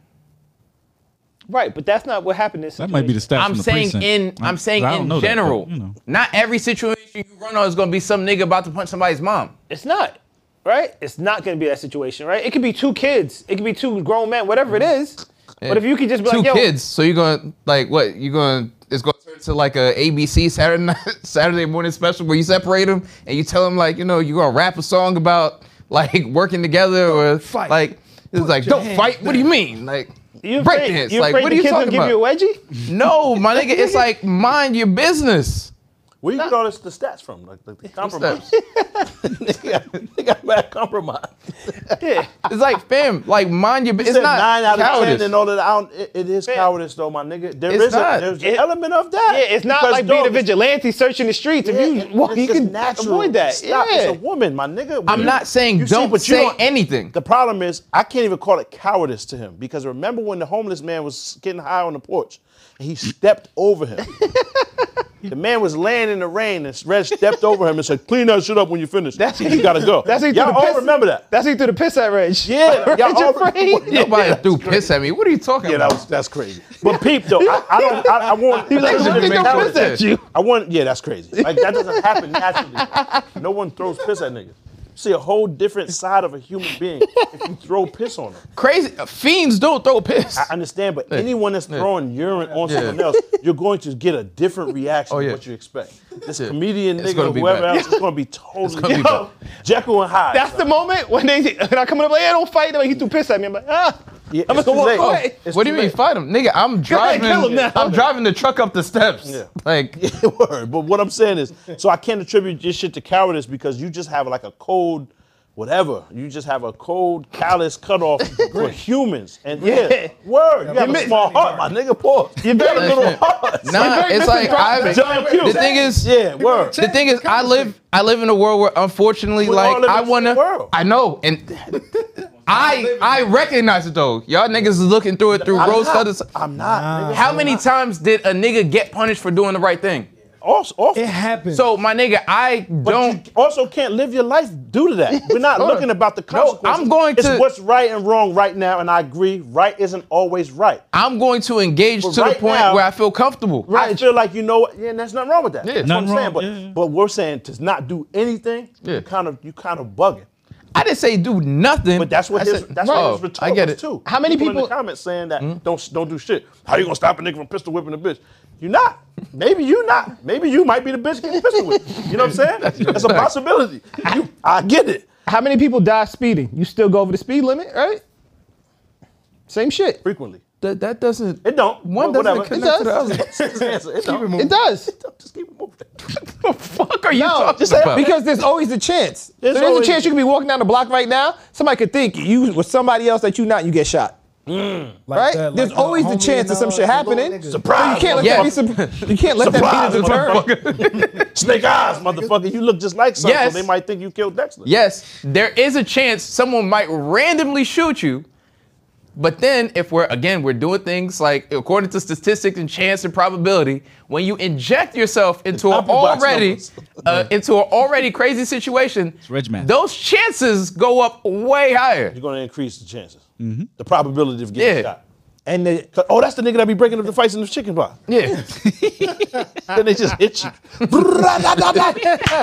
Right, but that's not what happened. In this That might be the situation. stat I'm from the saying precinct. in I- I'm saying I don't know in that, but, general. you know. Not every situation you run on is gonna be some nigga about to punch somebody's mom. It's not. Right? It's not going to be that situation. Right? It could be two kids. It could be two grown men. Whatever it is. But if you could just be two like, yo, kids. So you're gonna like what? You're gonna it's gonna turn to like a ABC Saturday night, (laughs) Saturday morning special where you separate them and you tell them like you know you're gonna rap a song about (laughs) like working together or fight. like it's like your don't hands fight. What do you mean like? you break afraid, dance. You Like, afraid what the are you kids talking gonna about? give you a wedgie? No, my nigga, it's like mind (laughs) your business. Where you get all this, the stats from? Like, like the compromise. nigga, they got bad compromise. Yeah. It's like fam, like mind your It's business. It's not nine out of cowardice. ten and all of that. I don't, it, it is Man. cowardice though, my nigga. There is It's a, not. there's It- an element of that. Yeah, it's not Because, like being a dog, vigilante searching the streets. yeah, if it- you (laughs) walk, it's you just can natural. avoid that. Stop. Yeah. It's a woman, my nigga. I'm not saying You see, don't but you say don't- anything. The problem is, I can't even call it cowardice to him because remember when the homeless man was getting high on the porch and he stepped (laughs) over him. the man was laying in the rain and Red stepped over him and said, "Clean that shit up when you finish. That's you gotta go." That's how you threw y'all the all piss. remember that. That's how you threw the piss at Reg. Yeah, Reg y'all all afraid. remember- Nobody threw piss at me. What are you talking Yeah, that about? was that's crazy. But peep though, I, I don't. I, I want. He was like, That's "Why a they big throw difference. piss at you?" I want. Yeah, that's crazy. Like that doesn't happen naturally. No one throws piss at niggas. See a whole different side of a human being if you throw piss on them. Crazy fiends don't throw piss. I understand, but anyone that's throwing urine on Yeah. someone else, you're going to get a different reaction (laughs) Oh, than yeah. what you expect. This Yeah. comedian It's nigga, gonna be whoever bad. else, is going to be totally gonna be Yo, Jekyll and (laughs) Hyde. That's the moment when they when I come up like, yeah, don't fight. They're Like, he threw piss at me. I'm like, ah. Yeah, I'm it's gonna too walk late. Oh, away. It's what do too you mean late. fight him, nigga? I'm ahead, driving. kill him now. I'm driving the truck up the steps. Yeah. Like Word. But what I'm saying is, so I can't attribute this shit to cowardice because you just have like a cold whatever. You just have a cold, callous cutoff for humans. And yeah, Yeah. word, you have a Admit- small heart, my nigga. Pause. You got a little heart. (laughs) Nah, it's like I. John Q. The thing is, yeah, word. (laughs) The thing is, I live. I live in a world where, unfortunately, We all like live in I the same wanna. I know, (laughs) and I I recognize it though. Y'all niggas is looking through it through I'm rose not. colors. I'm not. nigga. How many times did a nigga get punished for doing the right thing? Also, also, it happens. So my nigga, I don't. You also can't live your life due to that. We're not (laughs) Sure. looking about the No, I'm consequences. going it's to- what's right and wrong right now, and I agree. Right isn't always right. I'm going to engage But to right the point now- where I feel comfortable. I feel like you know what, yeah, and there's nothing wrong with that. Yeah. That's Nothing what I'm wrong, saying. But but yeah. we're saying to not do anything, Yeah. you kind of you kind of bugging. I didn't say do nothing. But That's what his that's what his retort I get was it. too. How many in the people- Hmm? comments saying that don't don't do shit? How you gonna stop a nigga from pistol whipping a bitch? You not. Maybe you not. Maybe you might be the bitch getting pistol whipped. You know what (laughs) I'm saying? That's a possibility. You, I get it. How many people die speeding? You still go over the speed limit, right? Same shit. Frequently. That that doesn't. It don't. One but doesn't whatever. connect to the other. That's the answer. (laughs) It don't. It does. Just keep it moving. What the fuck are you talking just about? Because there's always a chance. There's There's, so there's always- a chance you could be walking down the block right now. Somebody could think you with somebody else that you not, you get shot. right? that, like there's the always the homie chance of and some all, shit the happening. little niggas. So you can't let that Yeah. be sur- You can't let Surprise, that be the deterrent. Snake eyes, motherfucker. You look just like something. Yes. So they might think you killed Dexter. Yes, there is a chance someone might randomly shoot you. But then, if we're again, we're doing things like according to statistics and chance and probability. When you inject yourself into an Apple Box already numbers. uh, into an already crazy situation, Reg math. those chances go up way higher. You're gonna increase the chances, the probability of Yeah. getting shot. Mm-hmm. And the, 'Cause, Oh, that's the nigga that be breaking up the fights in the chicken pot. Yeah, Then they just (laughs) hit you.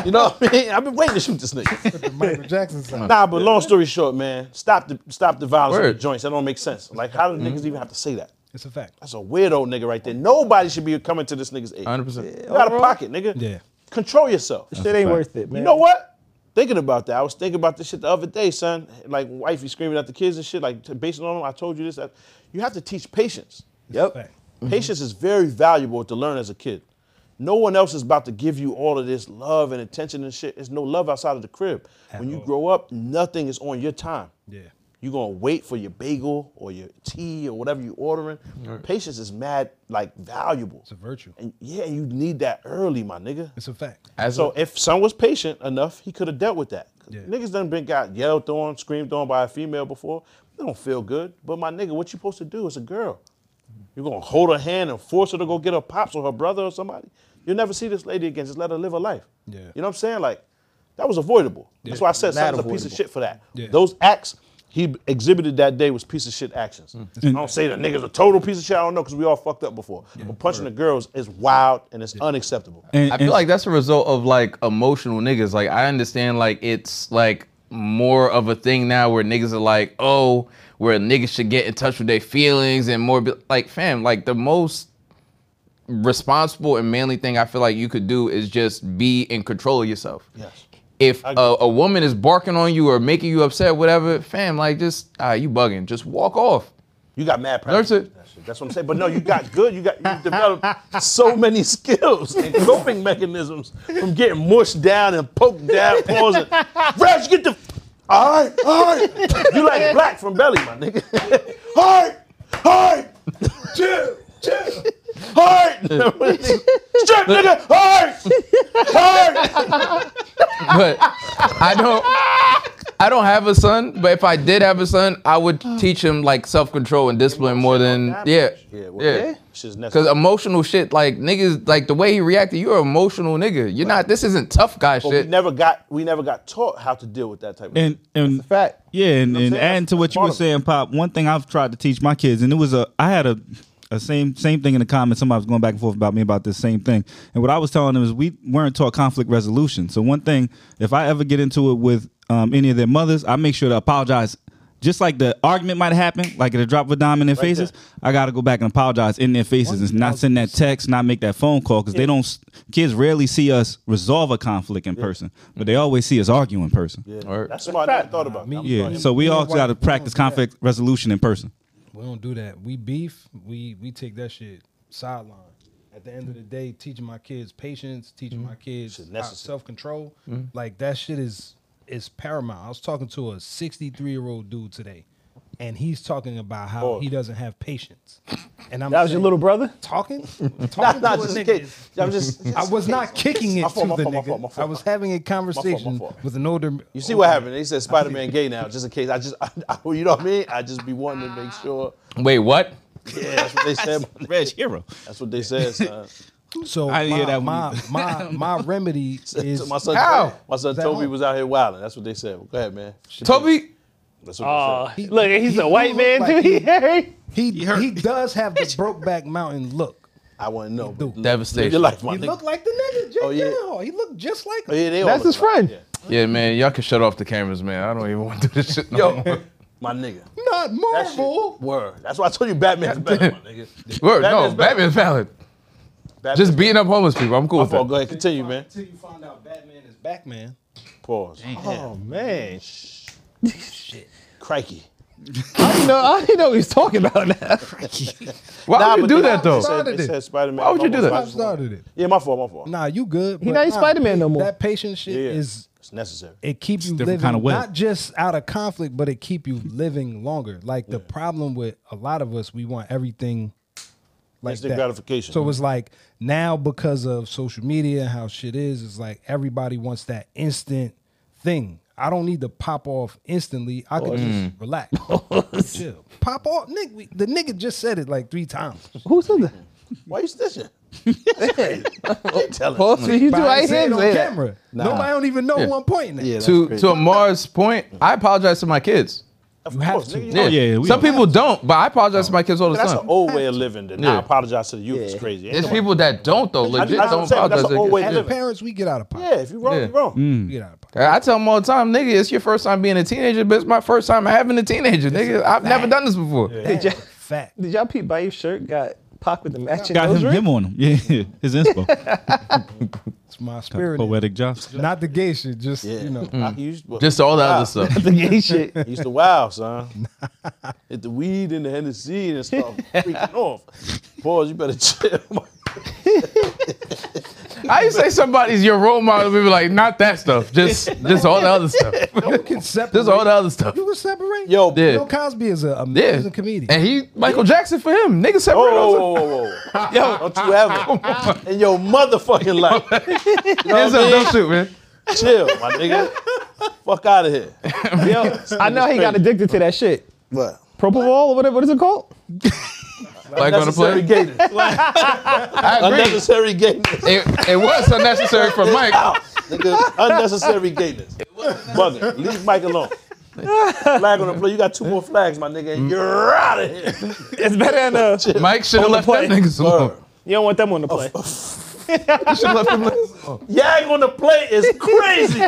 you know what I mean? I've been waiting to shoot this nigga. Michael Jackson sound. Nah, but long story short, man, stop the stop the violence with Word. Mm-hmm. the joints. That don't make sense. Like, how do niggas even have to say that? It's a fact. That's a weirdo nigga right there. Niggas should be coming to this nigga's aid. hundred percent. You out of pocket, nigga. Yeah. Control yourself. shit ain't worth it, man. You know what? Thinking about that, I was thinking about this shit the other day, son. Like wifey screaming at the kids and shit. Like t- based on them, I told you this. That you have to teach patience. Yep. Mm-hmm. Patience is very valuable to learn as a kid. No one else is about to give you all of this love and attention and shit. There's no love outside of the crib. when you grow up, nothing is on your time. Yeah. You're gonna wait for your bagel or your tea or whatever you ordering. Patience is mad, like valuable. It's a virtue. And yeah, you need that early, my nigga. It's a fact. As So a- if son was patient enough, he could have dealt with that. Yeah. Niggas done been got yelled on, screamed on by a female before. They don't feel good. But my nigga, what you supposed to do as a girl? You're gonna hold her hand and force her to go get her pops or her brother or somebody. You'll never see this lady again. Just let her live her life. Yeah. You know what I'm saying? Like, that was avoidable. That's why I said Not son's a piece of avoidable. shit for that. Yeah. Those acts he b- exhibited that day was piece of shit actions. Mm. I don't say that niggas a total piece of shit. I don't know because we all fucked up before. But punching the girls is wild and it's unacceptable. And- I and- feel like that's a result of like emotional niggas. Like I understand like it's like more of a thing now where niggas are like, oh, where niggas should get in touch with their feelings and more be- like fam, like the most responsible and manly thing I feel like you could do is just be in control of yourself. Yes. If a, a woman is barking on you or making you upset, whatever, fam, like just ah, you bugging, just walk off. You got mad practice. Nurse it. That shit. That's what I'm saying. But no, you got good. You got you developed so many (laughs) skills and coping mechanisms from getting mushed down and poked down, paws (laughs) and Reg, get the all right, all right. You like black from belly, my (laughs) nigga. all right, all right, chill, chill. All (laughs) right, strip nigga. All right, all right. but I don't. I don't have a son, but if I did have a son, I would teach him like self control and discipline more than (laughs) yeah, Yeah, well, yeah. Shit's Because necessary. emotional shit, like niggas, like the way he reacted, you're an emotional nigga. You're not. This isn't tough guy But we shit. never got we never got taught how to deal with that type of and and fact. Yeah, and, I'm and saying? adding to That's what you were part of it. saying, Pop. One thing I've tried to teach my kids, and it was a I had a a same same thing in the comments. Somebody was going back and forth about me about this same thing, and what I was telling them is we weren't taught conflict resolution. So one thing, if I ever get into it with um, any of their mothers, I make sure to apologize. Just like the argument might happen, like at a drop of a dime in their faces, I gotta go back and apologize in their faces and not send that text, not make that phone call, because they don't. s- Kids rarely see us resolve a conflict in person, but they always see us argue in person. Or- That's smart. I never thought about that. I'm Yeah, sorry. so we Yeah, all why- got to practice conflict resolution in person. We don't do that. We beef. We we take that shit sideline. At the end of the day, Mm-hmm. teaching my kids patience, teaching my kids Shit necessary. self control. Like that shit is is paramount. I was talking to a 63 year old dude today, and he's talking about how Pause. he doesn't have patience. And I'm That was your saying- little brother? talking. Nah, talking nah, to a just nigga. kidding. I'm just- (laughs) I was not kicking it My fault, to my the fault, my nigga. fault, my fault. I was having a conversation fault. with an older. You see what happened? They said Spider Man gay now, just in case. I just, (laughs) I, I- you know what I mean? I just be wanting to make sure. Wait, what? Yeah, that's what they (laughs) said. Reg Hero. That's what they said, son. So I didn't my, hear that one my, either. my my remedy is my son, how my son Is that Toby home? was out here wilding. That's what they said. Go ahead, man. Toby, That's what Uh, they said. look, he's he- a white he man looked (laughs) like too. he- Harry. He he does have the Brokeback Mountain look. I want to know. do. but Devastation. Live (laughs) your life, my He nigga. looked like the nigga. Jake Oh, yeah. Gyllenhaal. He looked just like. Oh, yeah, they all That's look his alike. friend. Yeah. yeah, man, y'all can shut off the cameras, man. I don't even want to do this shit no more. Yo, my nigga. Not That shit- Marvel. Word. That's why I told you (laughs) Batman's better, my nigga. Word, Batman's better. no, Batman's valid. Batman's Just beating up homeless people. I'm cool My with that. fault. Go ahead, continue, man. Until you find out Batman is back, man. Pause. Oh man. Crikey. I didn't know. I didn't know what he's talking about now. Why Nah, would you but do they- that though? They said, Started they it. said Spider-Man. Why would you do that? I started it. Yeah, my fault, my fault. Nah, you good. He not in Spider-Man no more. That patient shit Yeah, yeah. is It's necessary. it keep you different living kind of web. not just out of conflict, but it keep you living longer. Like the problem with a lot of us, we want everything like Instant that. gratification. So it's like now because of social media and how shit is, it's like everybody wants that instant thing. I don't need to pop off instantly. I can Mm. just relax, chill, pop off. Nick, we, the nigga just said it like three times. Who's in there? Why you snitching? They telling. Pause. You do. But I didn't say it didn't on say that. camera. Nobody don't even know who I'm pointing at. Yeah, that's to crazy. to Amar's point, I apologize to my kids. Of You have course, to. nigga, you Yeah, know- yeah, we some don't- people don't, but I apologize to my kids all the That's time. an old way of living. Then I Yeah. apologize to the youth. It's crazy. Ain't There's no- people that don't though. Legit that's what I'm don't saying, but that's apologize. an to their old kids. way of As living. parents, we get out of pocket. Yeah, if you wrong, Yeah. Mm. you wrong. We get out of pocket. I tell them all the time, nigga, it's your first time being a teenager, but it's my first time having a teenager, nigga. I've never done this before. Did y'all, Fact. did y'all peep Baif's shirt? Got Pac with the matching Got him, nose ring? him on him. Yeah, (laughs) his inspo. (laughs) It's my spirit. Poetic jobs. Not the gay shit, just Yeah. you know. I used, to- Just all the Wow. other stuff. The gay shit. I used to wow, son. Hit the weed and the Hennessy and start freaking off. Pause, you better chill. (laughs) I used to say somebody's your role model, we be like, not that stuff. Just just all the other stuff. You can separate. just all the other stuff. You can separate. Yo, Yeah. Bill Cosby is an Yeah. amazing comedian. And he Michael Jackson for him. Nigga separate Whoa, oh, whoa, whoa, whoa. Yo, don't you ever in your motherfucking life. You know Hands what I mean? up, don't shoot, Oh, man. Chill, my nigga. Fuck out of here. Yo, I know he got addicted to that shit. What? Propofol or whatever. What is it called? Like on the Unnecessary play. gayness. I agree. Unnecessary gayness. It, it was unnecessary for Mike. (laughs) Ow, nigga, unnecessary gayness. Brother, leave Mike alone. Flag on the floor. You got two more flags, my nigga, and you're out of here. It's better than uh. Mike should have left that niggas alone. You don't want them on the play. He should have left him alone. Yag on the plate is crazy.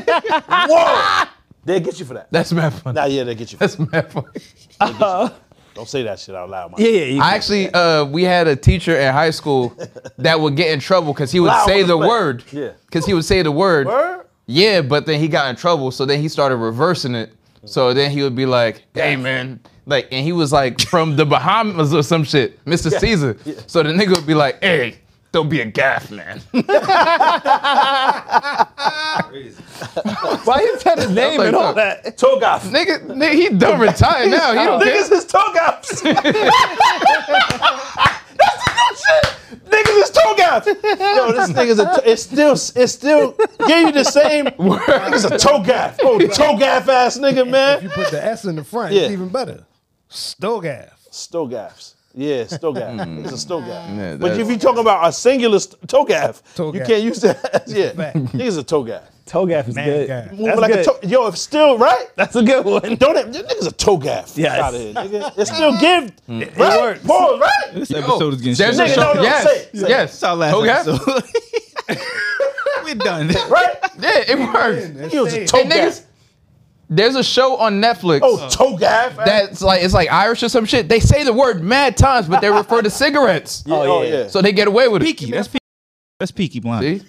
(laughs) Whoa. They'll get you for that. (laughs) That's mad funny. Nah, yeah, they'll get you for that. That's mad funny. Don't say that shit out loud, my Yeah, yeah. You, (laughs) I actually, uh, we had a teacher at high school that would get in trouble because he would Loud say on the the plate. word. Yeah. Because he would say the word. Word? Yeah, but then he got in trouble, so then he started reversing it. So then he would be like, "Hey, man." Like, and he was like from the Bahamas or some shit, Mr. Caesar. So the nigga would be like, "Hey, don't be a gaff, man." (laughs) why you said his name like, and all look. that? Toe off. nigga, nigga, he done retired now. He don't care. Niggas is toe (laughs) (laughs) gaffs. That's the new shit. Niggas is toe gaffs. Yo, this nigga's a. It's still. It's still. Give you the (laughs) same. Nigga's a toe gaff. Oh, toe gaff ass nigga, If man. you put the S in the front, Yeah. it's even better. Stogaff. Still gaffs. Yeah, still gaff. Hmm. It's a still gaff. Yeah, but that's- if you talking about a singular st- toe gaff, Toe you gaff. can't use that. (laughs) yeah, Fact. niggas a toe gaff. Togaf is Man, good. yeah. That's, Moving like good. a toe. Yo, if still right. That's a good one. Don't that, that nigga's a toe gaff. Yes. Out of here, nigga. It still give. It, right? works. Pause, right? This episode is getting shut There's Nigga, a down. no, no, show. yes, say it, say it. yes. It's our last Okay. episode. (laughs) We're done. (laughs) Right? (laughs) Yeah, it worked. He was a toe And gaff. niggas, there's a show on Netflix. Oh, toe gaff. that's like it's like Irish or some shit. They say the word mad times, but they refer to cigarettes. oh, yeah. So they get away with Peaky. That's Peaky. That's Peaky Blind. it. See?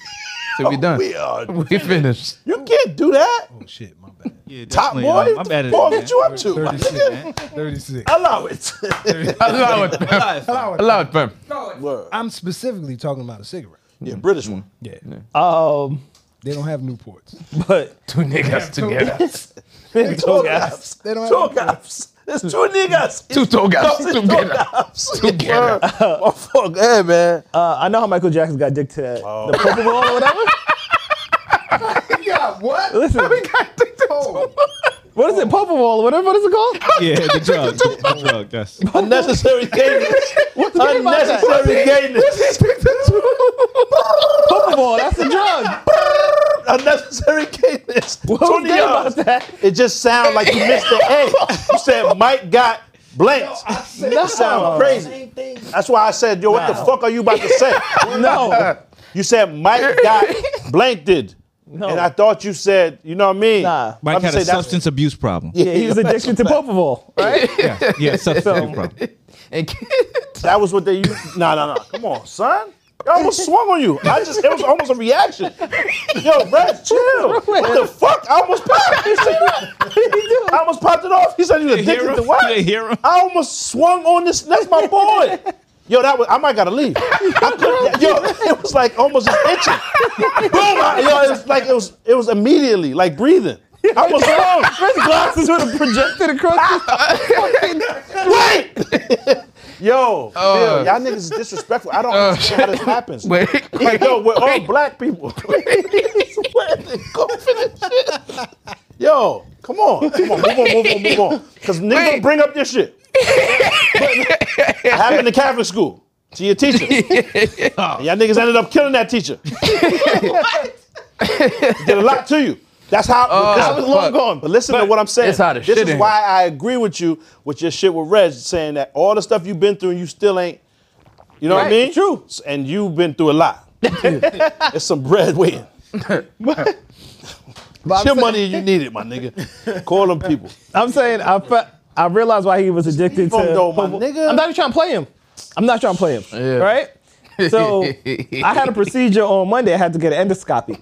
So we done. We are. We finished. You can't do that. Oh shit, my bad. Yeah, Top definitely. uh, boy. I'm mad at Pause, it. what you up to? my nigga? (laughs) 36. Allow it. Allow it, fam. Allow it, fam. Word. I'm specifically talking about a cigarette. Yeah, British one. Yeah. Um, They don't have Newports. But Two niggas together. Two gaps. They don't Two have gaps. It's two niggas. Two toe guys It's together. gaps. Together. Oh, fuck, hey, man. (laughs) uh, I know how Michael Jackson got dick to that. Oh. The purple ball or (laughs) whatever. Yeah, what? Listen, what is it? Purple ball or whatever. What is it called? Yeah, the drug. the drug, (laughs) yes. Unnecessary gayness. game about that? Unnecessary gayness. Purple ball. That's the drug. (laughs) Unnecessary gayness. What was Twenty gay about yards. that? It just sounds like you missed the (laughs) A. You said Mike got blank. No. That sounds crazy. That's why I said, yo, what the fuck are you about to say? (laughs) No. (laughs) You said Mike (laughs) got blanked. did. And I thought you said, you know what I mean? Nah. Mike I'm had say a that's- substance abuse problem. Yeah, he was addicted to purple ball. Right. Yeah, (laughs) yeah substance abuse problem. And That was what they used. Nah, nah, nah. Come on, son. I almost swung on you. I just, it was almost a reaction. Yo, Brad, chill. What the fuck? I almost popped. You see that? I almost popped it off. He said you addicted to what? You hear him? I almost swung on this. That's my boy. (laughs) Yo, that was, I might gotta leave. (laughs) I couldn't- yo, it was like almost just itching. (laughs) Boom! I, yo, it was like it was it was immediately like breathing. I (laughs) was wrong. Glasses with a projected across. the- Wait. (laughs) yo, Uh. Bill, y'all niggas is disrespectful. I don't understand how this happens. wait, Like, yo, we're all black people. Swear to God, finish it. Yo, come on. Come on, move on, move on, move on. Because niggas don't bring up this shit. It happened in Catholic school to your teacher. And y'all niggas ended up killing that teacher. Did a lot to you. That's how that was long fuck. gone. But listen to what I'm saying. it's how the this shit is in why I agree with you with your shit with Reg saying that all the stuff you've been through and you still ain't, you know what I Right, mean? True. And you've been through a lot. It's some bread waiting. It's your money you need it, my nigga. Call them people. I'm saying I fe- I realized why he was addicted to. him though, my purple- nigga. I'm not even trying to play him. I'm not trying to play him. Right. So I had a procedure on Monday. I had to get an endoscopy.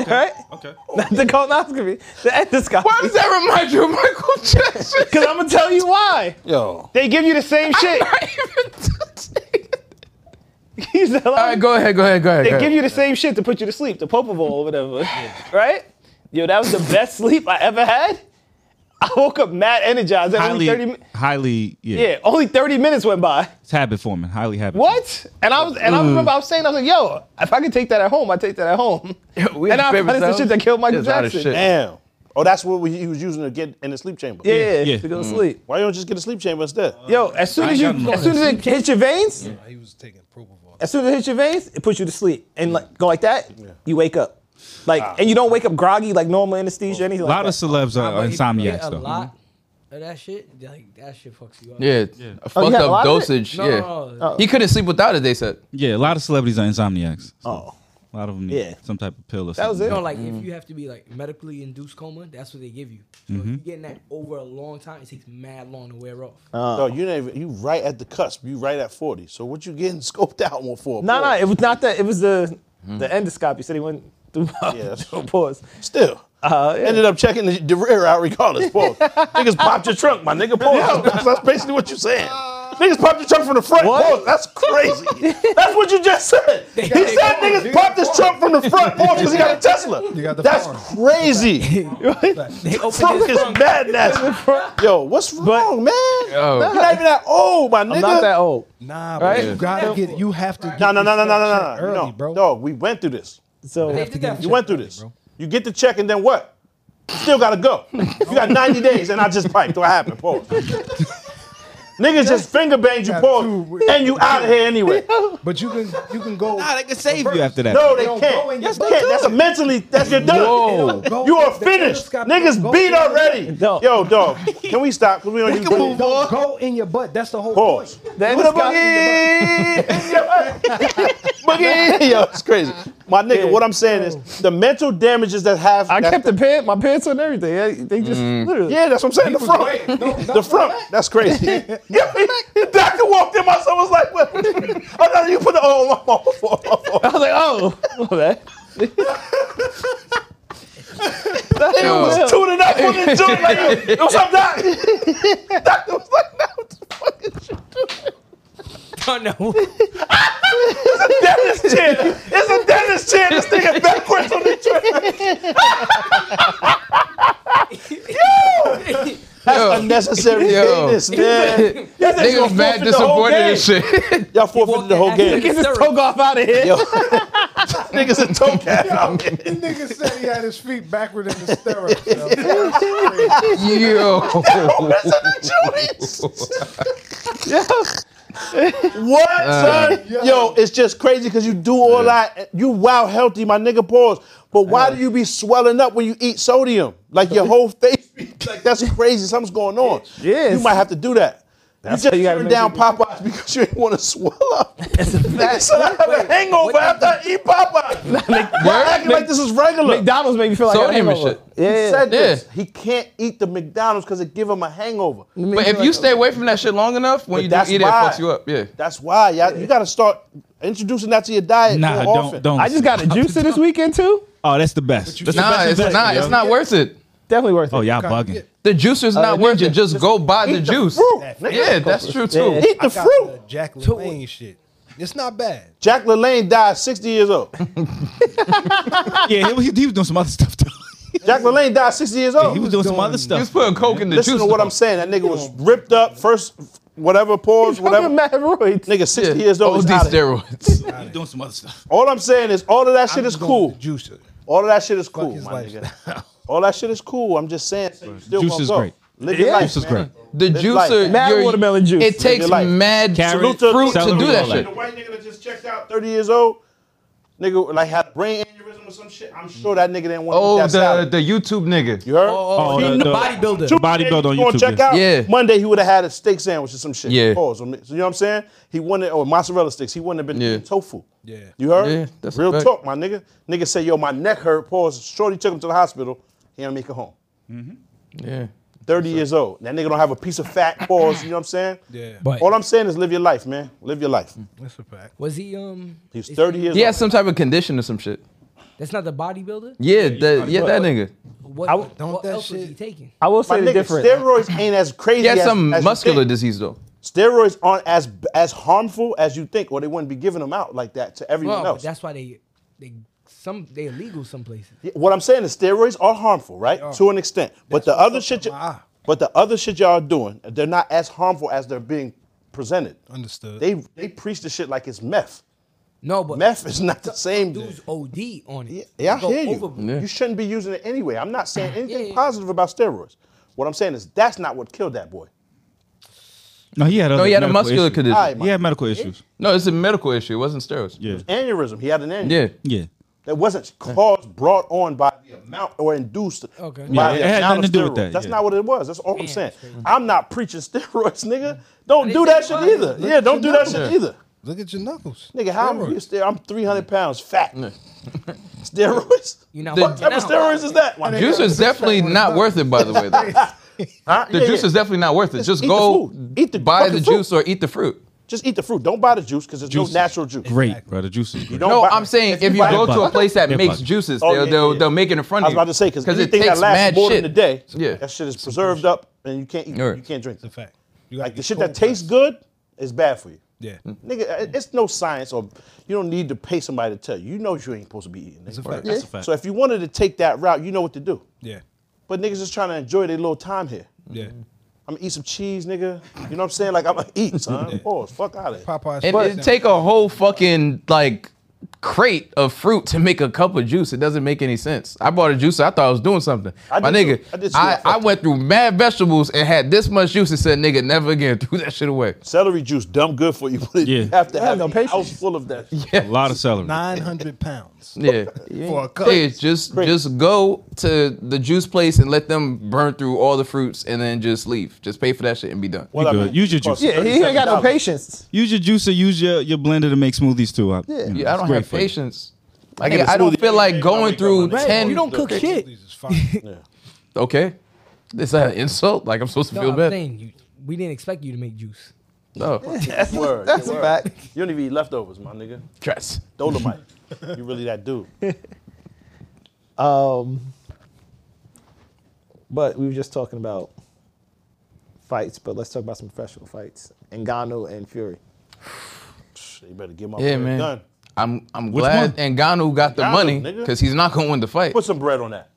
Okay. (laughs) Right? Okay. Not the colonoscopy, the endoscopy. Why (laughs) does that remind you of Michael Jackson? Because (laughs) I'm gonna tell you why. Yo. They give you the same shit. (laughs) He's like, All right, go ahead, go ahead, go ahead. They go give ahead. you the same shit to put you to sleep, the Popo Bowl or whatever. Right? Yo, that was the best sleep I ever had. I woke up mad energized. And only Highly, 30, mi- highly, yeah. yeah, only 30 minutes went by. It's habit forming. Highly habit. What? And I was, and I remember I was saying, I was like, yo, if I could take that at home, I take that at home. we and in I favorite found the sounds? shit that killed Michael It's out of Jackson. shit. Damn. Oh, that's what we- he was using to get in the sleep chamber. Yeah, yeah. to go to sleep. Why you don't just get a sleep chamber instead? Yo, as soon as you, got as soon as it hits your veins, He was taking propofol. as soon as it hits your veins, it puts you to sleep. And like go like that, you wake up. Like, and you don't wake up groggy like normal anesthesia or anything A lot like of that. celebs are, are But if you get insomniacs a though. lot of that shit, like that shit fucks you up. Yeah, a Oh, you fucked had a up lot of it? dosage. No, yeah, no, no. he couldn't sleep without it. They said. Yeah, a lot of celebrities are insomniacs. So Oh. A lot of them need Yeah. some type of pill or That was something. it. No, like if you have to be like medically induced coma, that's what they give you. So if you're getting that over a long time, it takes mad long to wear off. No, you didn't even, you right at the cusp. You right at 40. So what you getting (laughs) scoped out on for? No, no, Boy, it was not that. It was the the endoscopy. Said he went through (laughs) Yeah, that's- pause. Uh, Still. Ended up checking the, the rear out regardless. Pause. niggas popped your trunk, my nigga. Pause. That's, that's basically what you're saying. Niggas popped your trunk from the front. Pause. That's crazy. That's what you just said. He said niggas popped his trunk from the front. Pause because he got a Tesla. got the That's farm. crazy. They open Trunk this is mad nasty. Yo, what's wrong, man? You're not even that old, my nigga. I'm not that old. Nah, but you gotta get. You have to. Get No, no, no, no, no, no, no, no, Early, no, bro. No, we went through this. So did that You went through this. You get the check and then what? You still gotta go. You (laughs) got 90 days and I just piped. What happened? Pause. Niggas just finger banged you, got pause, two- and you out of here (laughs) anyway. But you can. You can go. Nah, they can save you after that. No, they don't go can't. in Yes, your can't. That's a mentally. That's your done. Whoa. Go (laughs) You are in the finished. endoscopy. Niggas Go beat in the- already. No. Yo, (laughs) dog. Can we stop? Cause we don't use Don't bullshit. go in your butt. That's the (laughs) whole Pause. point. the With a endoscopy. (laughs) boogie. boogie. Yo, it's crazy. My nigga, what I'm saying Oh. is the mental damages that have. I that- kept the pants, my pants on and everything. Yeah, They just literally. Yeah, that's what I'm saying. The front. the front. That's crazy. yeah, he- the doctor walked in. My son was like, what? (laughs) oh, no, you put the. Oh, my, (laughs) I was like, oh, my bad. was tuning up on the joint like, yo, what's up, doc? doctor was like, no, what the fuck is you doing? Oh, (laughs) no. It's a dentist chair. It's a dentist chair. This nigga backwards on the chair. Yo. Unnecessary Yo. gayness, man. Niggas mad disappointed and shit. Y'all forfeited the whole game. Get Get this toke off out of here. Yo, niggas a toe cap out here. Nigga said he had his feet backward in the stirrups. yo. Yo. (laughs) What, son? Yo, it's just crazy because you do all that. You wow healthy, my nigga. Pause. But why do you be swelling up when you eat sodium? Like (laughs) your whole face, be- like that's crazy. Something's going on. Yes. you might have to do that. you why just you gotta turn make down it- Popeyes because you didn't want to swell up. (laughs) That's a fact. Son, I have a hangover after I (laughs) eat Popeyes. Why acting like this is regular? McDonald's made me feel like I Sodium and hangover. shit. Yeah, He yeah. said this. Yeah. He can't eat the McDonald's because it give him a hangover. But if you stay away from that shit long enough, when But you do that's eat it, it why. fucks you up. Yeah. That's why y'all, you got to start introducing that to your diet Nah, more don't often. don't. I just got (laughs) a juicer this weekend too. Oh, that's the best. That's the Nah, best it's investment, not. yo. It's not worth it. Definitely worth it. Oh, y'all bugging. The juicer's not worth it. Just go buy the Eat the juice. fruit, nigga. Yeah, that's true Yeah. too. Eat the Got fruit. the Jack LaLanne shit. It's not bad. Jack LaLanne died 60 years (laughs) old. (laughs) Yeah, he, was- he was doing some other stuff too. (laughs) Jack LaLanne died 60 years old. he was doing some other You was stuff. putting coke in the Listen juice. to what I'm saying. That nigga was ripped up first, whatever, pause, Fucking whatever. Matt Royds. Nigga, 60 Yeah. years old. OD is outta here. steroids. He was doing some other Oh, stuff. All I'm saying is all of that shit I'm is just going cool. with the Juicer. All of that shit is cool, his my lifestyle. nigga. (laughs) All that shit is cool. I'm just saying. so you still Juice gonna is go. great. Live your life, Juice is man. great. The It's like juicer, mad you're- watermelon juice. It takes Your life. mad Carrot, fruit to celery, do that all shit. that. The white nigga that just checked out, 30 years old, nigga like had a brain aneurysm or some shit. I'm sure that nigga didn't want to eat Oh, that the salad. the YouTube nigga. you heard? Oh, the, bodybuilder. the bodybuilder on He gonna YouTube. check yeah. out. Yeah. Monday he would have had a steak sandwich or some shit. Yeah. Pause. on me. So you know what I'm saying? He wouldn't or mozzarella sticks. He wouldn't have been Yeah. eating tofu. Yeah. You heard? Yeah, that's a Real fact. talk, my nigga. Nigga say, yo, my neck hurt. Pause. Shorty took him to the hospital. He don't make it home. Yeah. 30 years old. That nigga don't have a piece of fat. Pause. You know what I'm saying? Yeah. But- All I'm saying is live your life, man. Live your life. That's a fact. Was he um? He's 30 years Mm. He old. has some type of condition or some shit. That's not the bodybuilder. Yeah, the, yeah, that nigga. What, I- don't Don't what that else was shit- he taking? I will say My the nigga, difference. steroids ain't as crazy. He has as, some as you muscular think. disease though. Steroids aren't as as harmful as you think, or they wouldn't be giving them out like that to everyone Well, else. that's why they they some they illegal some places. What I'm saying is steroids are harmful, right? To an extent. But the other shit, my eye. y- but the other shit y'all are doing, they're not as harmful as they're being presented. Understood. They they preach the shit like it's meth. No, but Meth is not the same. dudes OD on it. Yeah, I They go hear you. overboard. You shouldn't be using it anyway. I'm not saying anything yeah. positive about steroids. What I'm saying is that's not what killed that boy. No, he had No, he had a medical muscular issues. condition. All right, He had medical issues. No, it's a medical issue. It wasn't steroids. Yeah. Aneurysm. He had an aneurysm. Yeah. Yeah. That wasn't caused, brought on by the amount or induced Okay. by Yeah, the it had amount nothing of to do with steroids. that, That's yeah. not what it was. That's all I'm Man, saying. that's crazy. I'm not (laughs) preaching steroids, nigga. Don't I do didn't that say shit it was. either. Look yeah, at don't your do that shit numbers. either. Look at your knuckles. Nigga, how am I Steroids. steroids? I'm 300 pounds fat. (laughs) Steroids? You're not what working type of out. steroids is that? My Juice is definitely not worth it, by (laughs) the way. Though. huh? The Yeah, juice yeah. is definitely not worth it. Just Just eat the go fruit. Eat the buy the fucking fruit. juice or eat the fruit. Just eat the fruit. Don't buy the juice because there's Juice is no natural juice. Great, bro. The juice is great. don't No, buy- I'm saying if you buy- go They're to a bugging. place that They're makes bugging. juices, Oh, they'll, yeah, they'll, yeah. they'll make it in front I of was you. about to say because it anything takes that lasts mad more shit. than a day, Yeah. that shit is preserved up and you can't eat. Alright. You can't drink. It's a fact. You gotta Like the get shit that cold tastes pressed. good is bad for you. Yeah. Nigga, it- it's no science, or you don't need to pay somebody to tell you. You know you ain't supposed to be eating. That's a fact. That's a fact. So if you wanted to take that route, you know what to do. Yeah. But niggas just trying to enjoy their little time here. Yeah. I'm gonna eat some cheese, nigga. You know what I'm saying? Like I'm gonna eat, son. Pause. Fuck out of here. Popeye's. And it take a whole fucking like crate of fruit to make a cup of juice. It doesn't make any sense. I bought a juicer. I thought I was doing something. I My did nigga, too. I did too. I, I went through mad vegetables and had this much juice and said, nigga, never again. (laughs) Threw that shit away. Celery juice, dumb good for you, (laughs) but Yeah. you have to have have no a patience. house full of that. shit. A lot of celery. 900 pounds. Yeah. For a cup. Nigga, just just go to the juice place and let them burn through all the fruits and then just leave. Just pay for that shit and be done. Well, I good. mean, Use your it costs juice. Yeah, he ain't got no $37. patience. Use your juicer. Use your, your blender to make smoothies too. I, yeah. Yeah, I don't have patience. Like, a I don't smoothie feel like every day. going through Right, ten. you don't cook shit. These is fine. Okay, is that an insult? Like I'm supposed to No, feel I'm bad? saying you, we didn't expect you to make juice. No, (laughs) Word, That's word. a fact. You don't even eat leftovers, my nigga. dress. Dolomite. you really that dude. Um, but we were just talking about fights, but let's talk about some professional fights. Ngannou and Fury. You better get my Yeah, man. man. done. I'm I'm glad Ngannou got the Ngannou, money nigga. because he's not gonna win the fight. Put some bread on that.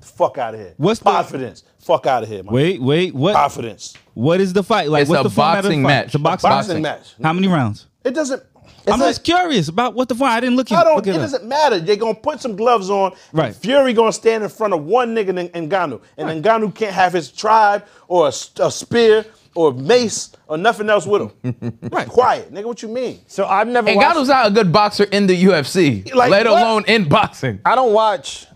Fuck out of here. What's the- confidence? Fuck out of here, man. Wait, wait, what? Confidence. What is the fight like? It's what's a the format of the boxing fight? match. It's a boxing, Boxing match. How many rounds? It doesn't. I'm it's just curious about what the format. I didn't look. I don't. look It up. doesn't matter. They're gonna put some gloves on. Right. Fury gonna stand in front of one nigga in in Ngannou, and Ngannou can't have his tribe or a, s- a spear or a mace or nothing else with him. right. Quiet, nigga. What you mean? So I've never watched. Ngannou's not a good boxer in the UFC, Like, let what? alone in boxing. I don't watch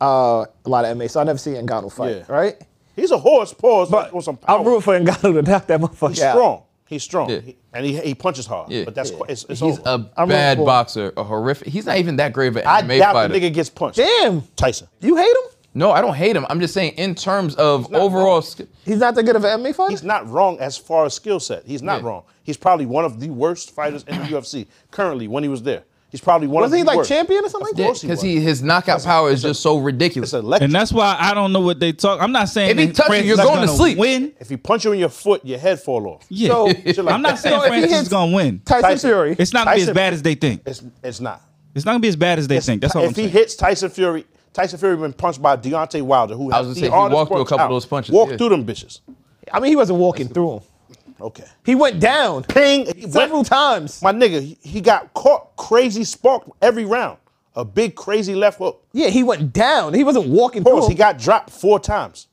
uh, a lot of MMA, so I never see Ngannou fight. Yeah. Right? He's a horse. Pause. but on some power. I'm rooting for Ngannou to knock that motherfucker He's out. strong. He's strong. Yeah. He- and he, he punches hard. Yeah. But that's qu- it's, it's He's over. a I'm bad rooting for- boxer, a horrific. He's not even that great of an I MMA doubt fighter. the nigga gets punched. Damn, Tyson. you hate him? No, I don't hate him. I'm just saying in terms of overall. sk- He's not that good of an MMA fighter? He's not wrong as far as skill set. He's not Yeah. wrong. He's probably one of the worst fighters (clears throat) in the UFC currently when he was there. He's probably one was of he the like worst. champion or something? Yeah, like course he because was. he, his knockout power is just so ridiculous. It's electric. And that's why I don't know what they talk. I'm not saying If he that touch you, Francis you're is going to gonna sleep. Win. if he punch you in your foot, your head fall off. Yeah. (laughs) So- I'm not So saying if he Francis is hits- gonna win. that? Tyson, Tyson. Fury. It's not gonna be as Tyson- bad as they think. It's it's not. It's not gonna be as bad as they think. That's all if I'm he saying. hits Tyson Fury, Tyson Fury been punched by Deontay Wilder, who I was has gonna the say, he hardest walked through a worked couple of out. those punches, Walked yeah. through them bitches. I mean, he wasn't walking through him. Okay. He went down Ping. he several went- times. My nigga, he- he got caught crazy spark every round. A big crazy left hook. Yeah, he went down. He wasn't walking Pause. through. He got dropped four times.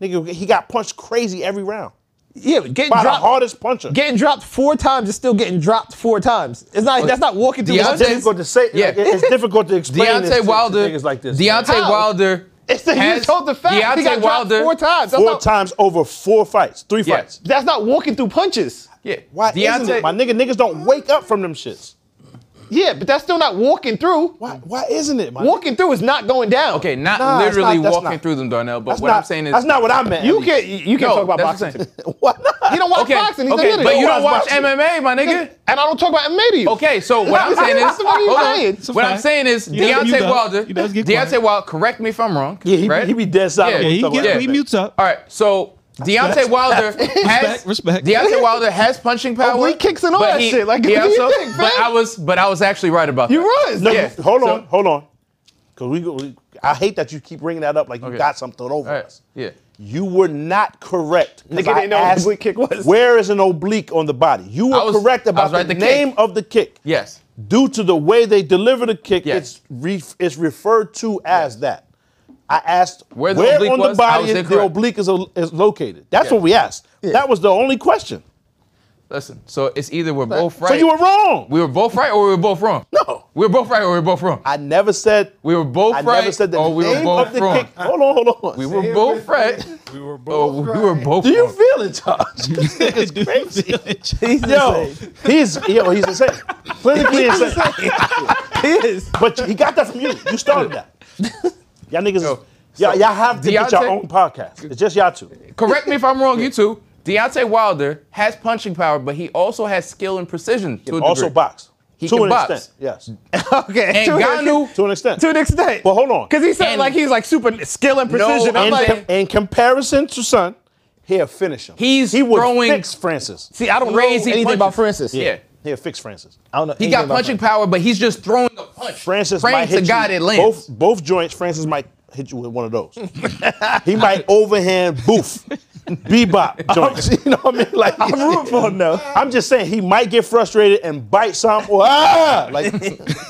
Nigga, he got punched crazy every round. yeah, getting By dropped. the hardest puncher. Getting dropped four times is still getting dropped four times. It's not. That's not walking through. Deontay- it's difficult to say. Yeah. like, it- it's difficult to explain. this to- Deontay to Wilder, niggas like this. Deontay How? Wilder, It's the, you has- told the fact. he Deontay got dropped Wilder- four times. That's four not, times over four fights, three Yeah. fights. That's not walking through punches. yeah, Why Deontay, isn't it? My nigga, niggas don't wake up from them shits. Yeah, but that's still not walking through. Why? Why isn't it? My Walking through is not going down. Okay, not Nah, it's literally not- that's walking not- through them, Darnell. But That's what not, I'm saying is that's not what I meant. You at can you can No, talk about that's what I'm boxing. saying. least. (laughs) Why not? He don't watch okay, boxing. He's okay, an idiot. but you don't watch boxing. MMA, (laughs) my nigga. and I don't talk about MMA to you. Okay, so (laughs) what I'm saying is, That's what he's hold on. saying. It's a What I'm fact. saying is, He does- he Deontay does- Wilder, he does get Deontay quiet. Wilder. Correct me if I'm wrong. Yeah, he, right? he be dead Yeah. solid. Yeah, when he talk about gets- that he man. mutes up. All right, so Deontay Wilder has (laughs) Respect, respect. Deontay Wilder has punching power, Oblique Oh, kicks and all but that shit. Like, he what do (laughs) you also- think, but fam? I was, but I was actually right about You that. was. No, Yeah. hold So- on, hold on. Cause we, we, I hate that you keep bringing that up like you Okay. got something over All right, us. yeah. You were not correct. 'Cause Nigga didn't I know what an asked, oblique kick was. Where is an oblique on the body? You I were was- correct I about was right, the, the kick. name of the kick. Yes. Due to the way they deliver the kick, Yes. it's, re, it's referred to as that. I asked Where where, the oblique on was, the I was body the incorrect. oblique is, is located. That's Yeah. what we asked. That was the only question. Listen, so it's either we're both right. So you were wrong. We were both right, or we were both wrong. No. we were both right, or we were both wrong. I never said we were both I right, never said the or Oh, we were name both of the wrong. kick. Hold on, hold on. We were both right. We were both. Or we were both. Do you wrong. feel it, (laughs) Josh? This nigga's crazy. yo, he's yo, he's insane. Clinically insane. He is. but (laughs) he got that from you. You started (laughs) that. Y'all niggas, Yo, y'all, y'all have to get Deontay- your own podcast. It's just y'all two. Correct me if I'm wrong, you two. Deontay Wilder has punching power, but he also has skill and precision. to a Also degree. box. He to can an box. extent, yes. Okay. And Ngannou- (laughs) To an extent. To an extent. But hold on. Because he said And- like he's like super skill and precision. I'm in, like, com- in comparison to Son, he'll finish him. He's he would throwing- fix Francis. see, I don't know Crazy anything punches. about Francis. Yeah. He'll fix Francis. I don't know. He got punching power, but he's just throwing a punch. Francis Praying might hit to God you. it lands. Both both joints, Francis might hit you with one of those. he (laughs) might overhand boof, bebop joints. you know what I mean? Like (laughs) I'm rooting for him, (laughs) though. I'm just saying he might get frustrated and bite some or ah, (laughs) like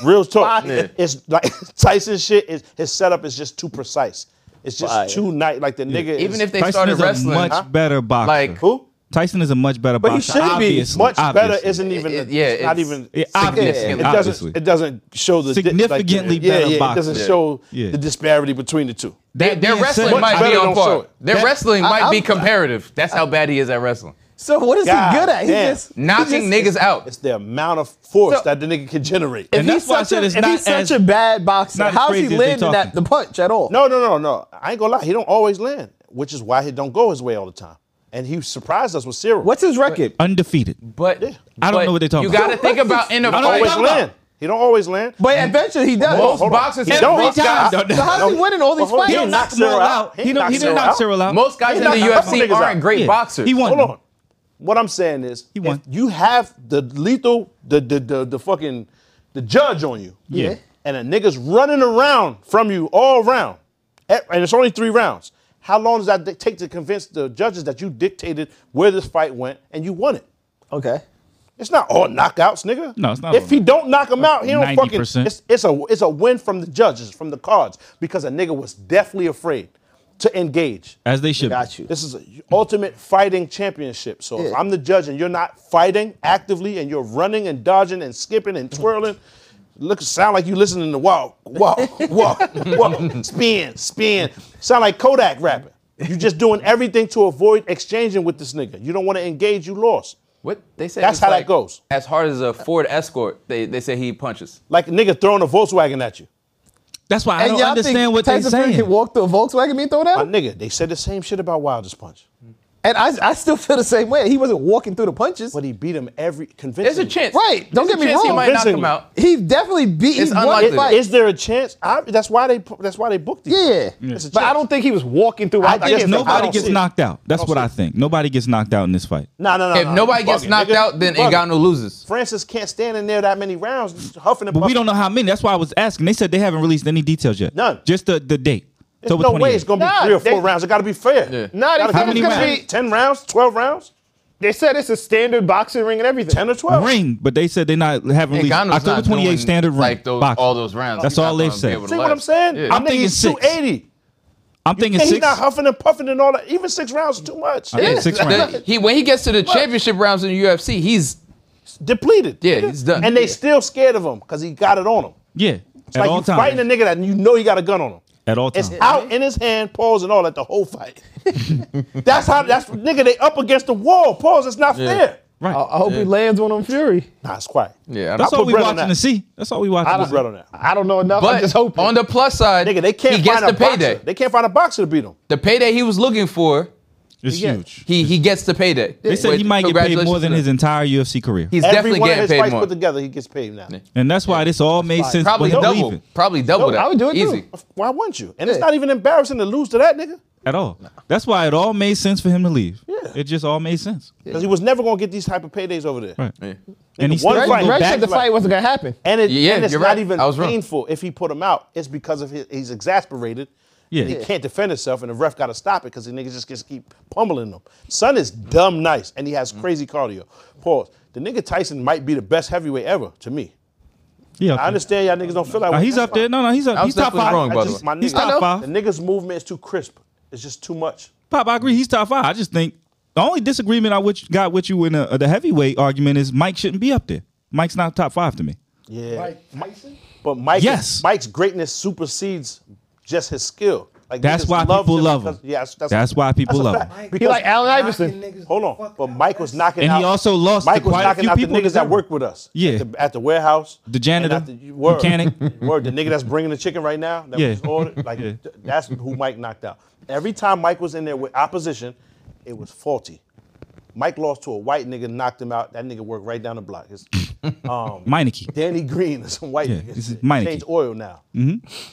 real talk. Fire. It's like (laughs) Tyson shit. Is his setup is just too precise. It's just Fire. too nice. Like the nigga. is- Even if they Tyson started is a wrestling, much huh? better boxer. like who Tyson is a much better he boxer. should be. obviously, much better obviously. isn't even. It- yeah, yeah, not it's even. Yeah, It obviously, Yeah, doesn't. obviously. It doesn't show the di- like, Significantly yeah, better yeah, It boxer. doesn't show Yeah. the disparity between the two. their, That their being wrestling said- might better be on don't show par. it. Their That- wrestling I- might be I'm- comparative. That's how bad he is at wrestling. So what is God he good at? He damn. just Knocking he niggas just- out. It's the amount of force So- that the nigga can generate. If And he's that's why I such said a it's if not he's such as- a bad boxer, not as how's he crazy as they landing at talking. the punch at all? no, no, no, no. I ain't gonna lie. He don't always land, which is why he don't go his way all the time. And he surprised us with Cyril. What's his record? Undefeated. But I don't but know what they talking You got to about. think about (laughs) in a He don't always fight. land. He don't always land. But eventually he does. Most Hold on. boxers He have don't. Most both guys- guys- So how's he winning all these Hold fights? on. He He don't don't knock knock Cyril Cyril out. out. He don't. He Cyril didn't knock out. Cyril out. Most guys He in the knocked a couple UFC niggas aren't out. great Yeah. boxers. He won. Hold on. What I'm saying is, He if won. you have the lethal, the the the, the fucking the judge on you. Yeah. And a nigga's running around from you all round. e, And it's only three rounds. How long does that take to convince the judges that you dictated where this fight went and you won it? Okay. It's not all knockouts, nigga. No, it's not If all he don't knock him out, he don't fucking. 90%. It's, it's a it's a win from the judges, from the cards, because a nigga was deathly afraid to engage. As they should. be. Got you. This is an ultimate fighting championship. So if Yeah. I'm the judge and you're not fighting actively and you're running and dodging and skipping and twirling, look, sound like you listening to wow, (laughs) wow, wow, wow, spin, spin. Sound like Kodak rapping. You just doing everything to avoid exchanging with this nigga. You don't want to engage, you lost. What they say? That's it's how that like goes. As hard as a Ford Escort, they they say he punches. Like a nigga throwing a Volkswagen at you. That's why I don't y'all understand think what they're Tyson Fury saying. Can walk through a Volkswagen being thrown My at him? nigga, they said the same shit about Wilder's punch. And I, I still feel the same way. He wasn't walking through the punches. But he beat him every convincingly. There's a chance. Right, don't get There's a me chance He wrong. might knock him Convincingly. out. He definitely beat. It's he won unlikely. the fight. Is there a chance? I, that's why they. That's why they booked these. Yeah. It's a But I chance. don't think he was walking through. I I, just- guess I Nobody don't gets see it. knocked out. That's don't what see I it. think. Nobody gets knocked out in this fight. No, no, no. If no, nobody you gets bugging, knocked nigga. out, then You bugging. Ngannou loses. Francis can't stand in there that many rounds, huffing and But puffing. we don't know how many. That's why I was asking. They said they haven't released any details yet. None. Just the, the date. There's October no way 28th. it's gonna be Nah, three or four they- rounds. It gotta be fair. Yeah. Nah, they Gotta said be it's fair. gonna be- ten rounds, twelve rounds, they said it's a standard boxing ring and everything. ten or twelve. ring, but they said they not haven't And released Gannon's October not doing, 28th standard ring. Like those, boxing. all those rounds. That's He's not all they've gonna be said. able to See last. what I'm saying? Yeah. I'm That thinking nigga's six. 280. I'm thinking And he's six. not huffing and puffing and all that. Even six rounds is too much. Yeah, six The- rounds. he when he gets to the championship rounds in the UFC, he's Depleted. Yeah, nigga. he's done. And they Yeah. still scared of him because he got it on him. Yeah. It's At like all you fighting a times. nigga that you know you got a gun on him. At all It's times. out in his hand, pause and all at the whole (laughs) fight. that's how that's nigga, they up against the wall. Pause, it's not fair. Right. I hope he lands one on Fury. Nah, it's quiet. yeah. I That's don't- all put we bread on watching that. to see. That's all we I watching. was to see. red on that. I don't know enough. I'm just But hoping. on the plus side, Nigga, they can't he gets find a the payday. boxer. They can't find a boxer to beat him. The payday he was looking for, It's Yeah. huge. he he gets the payday. They said he might get paid more than his entire UFC career. He's Every definitely one of his getting paid fights more. put together, he gets paid now. And that's why this all made sense. Probably when he double. leaving Probably double that. I would do it too. Easy. Why wouldn't you? And it's not even embarrassing to lose to that nigga. at all. That's why it all made sense for him to leave. Yeah. It just all made sense. Because he was never gonna get these type of paydays over there. Right. Yeah. And he One still fight, go right, back. said the fight wasn't gonna happen. And, it, Yeah, and it's you're not right. even I was wrong. painful if he put him out. It's because of his, he's exasperated. Yeah. And he can't defend himself, and the ref got to stop it because the niggas just, just keep pummeling them. Son is dumb nice, and he Mm-hmm. has crazy cardio. Pause. The nigga Tyson might be the best heavyweight ever to me. Yeah. I understand y'all niggas don't feel that Nah, way. he's That's up there. fine. No, no, he's up. I was He's top definitely five. wrong, by That's the just way. my He's nigga. top five. The niggas' movement is too crisp. It's just too much. Pop, I agree. He's top five. I just think the only disagreement I which got with you in the, the heavyweight argument is Mike shouldn't be up there. Mike's not top five to me. Yeah. Tyson? But Mike, Yes. Mike's greatness supersedes just his skill. Like That's niggas why loved people love because- him. Yeah, that's, That's why people a love fact. him. Because- like Allen Iverson. Hold on, but Mike was knocking And out. he also lost to Mike was quite a knocking few out the people in his niggas that era. work with us. Yeah. at the, at the warehouse. The janitor, and at the- word, mechanic. (laughs) word, the nigga that's bringing the chicken right now. That Yeah. was ordered. Like Yeah. th- that's who Mike knocked out. Every time Mike was in there with opposition, it was faulty. Mike lost to a white nigga, knocked him out. That nigga worked right down the block. (laughs) It's, um, Meineke. Danny Green is some white Yeah, nigga. this is Mm. Meineke. Change oil now.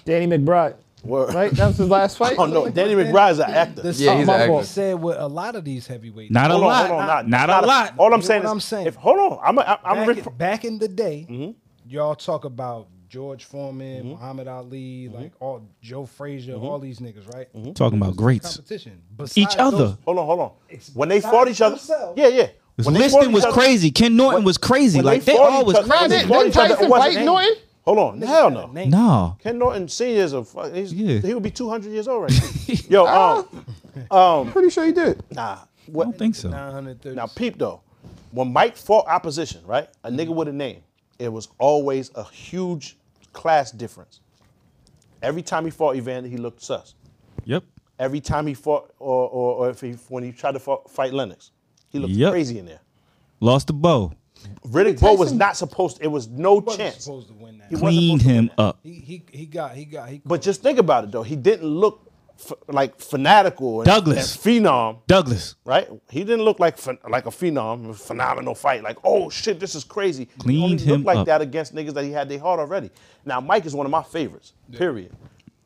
Danny McBride. Word. (laughs) Right? That was his last fight. Oh no, Danny McBride's an actor. Yeah, The yeah, Oh, he's my an fault. actor. said with a lot of these heavyweights. Not a Hold on, lot. hold on, not, not, a lot. All I'm You saying is, know what I'm saying? If, hold on, I'm, I'm, I'm Mm-hmm. back, Rick- back in the day, y'all talk about George Foreman, Mm-hmm. Muhammad Ali, like all Joe Frazier, all these niggas, right? Mm-hmm. Talking about greats. Competition. Each Besides other. those- Hold on, hold on. It's when they besides fought each other, themselves. yeah, yeah. When they fought Liston each was other- crazy. Ken Norton was crazy. when Like they fought all each was other- when they crazy. fought didn't each other, it Tyson wasn't fight name. Norton? Hold on, hell no. Name. No. Ken Norton Senior is a fuck. He's, Yeah. He would be 200 years old right (laughs) now. Yo, um, Pretty sure he did. nah. I don't think so. 930. Now peep though, when Mike fought opposition, right, a nigga with a name, it was always a huge class difference. Every time he fought Evander, he looked sus. Yep. Every time he fought, or, or, or if he when he tried to fought, fight Lennox, he looked Yep. crazy in there. Lost the bow. Riddick Bowe was not supposed. It was no wasn't chance. supposed to win that. He wasn't Cleaned supposed to win him that. up. He, he he got he got he. But just think about it though. He didn't look f- like fanatical and, Douglas. and phenom, Douglas. right? He didn't look like phen- like a phenom, a phenomenal fight. Like oh shit, this is crazy. he only Cleaned him looked like up. that against niggas that he had their heart already. Now Mike is one of my favorites. Period.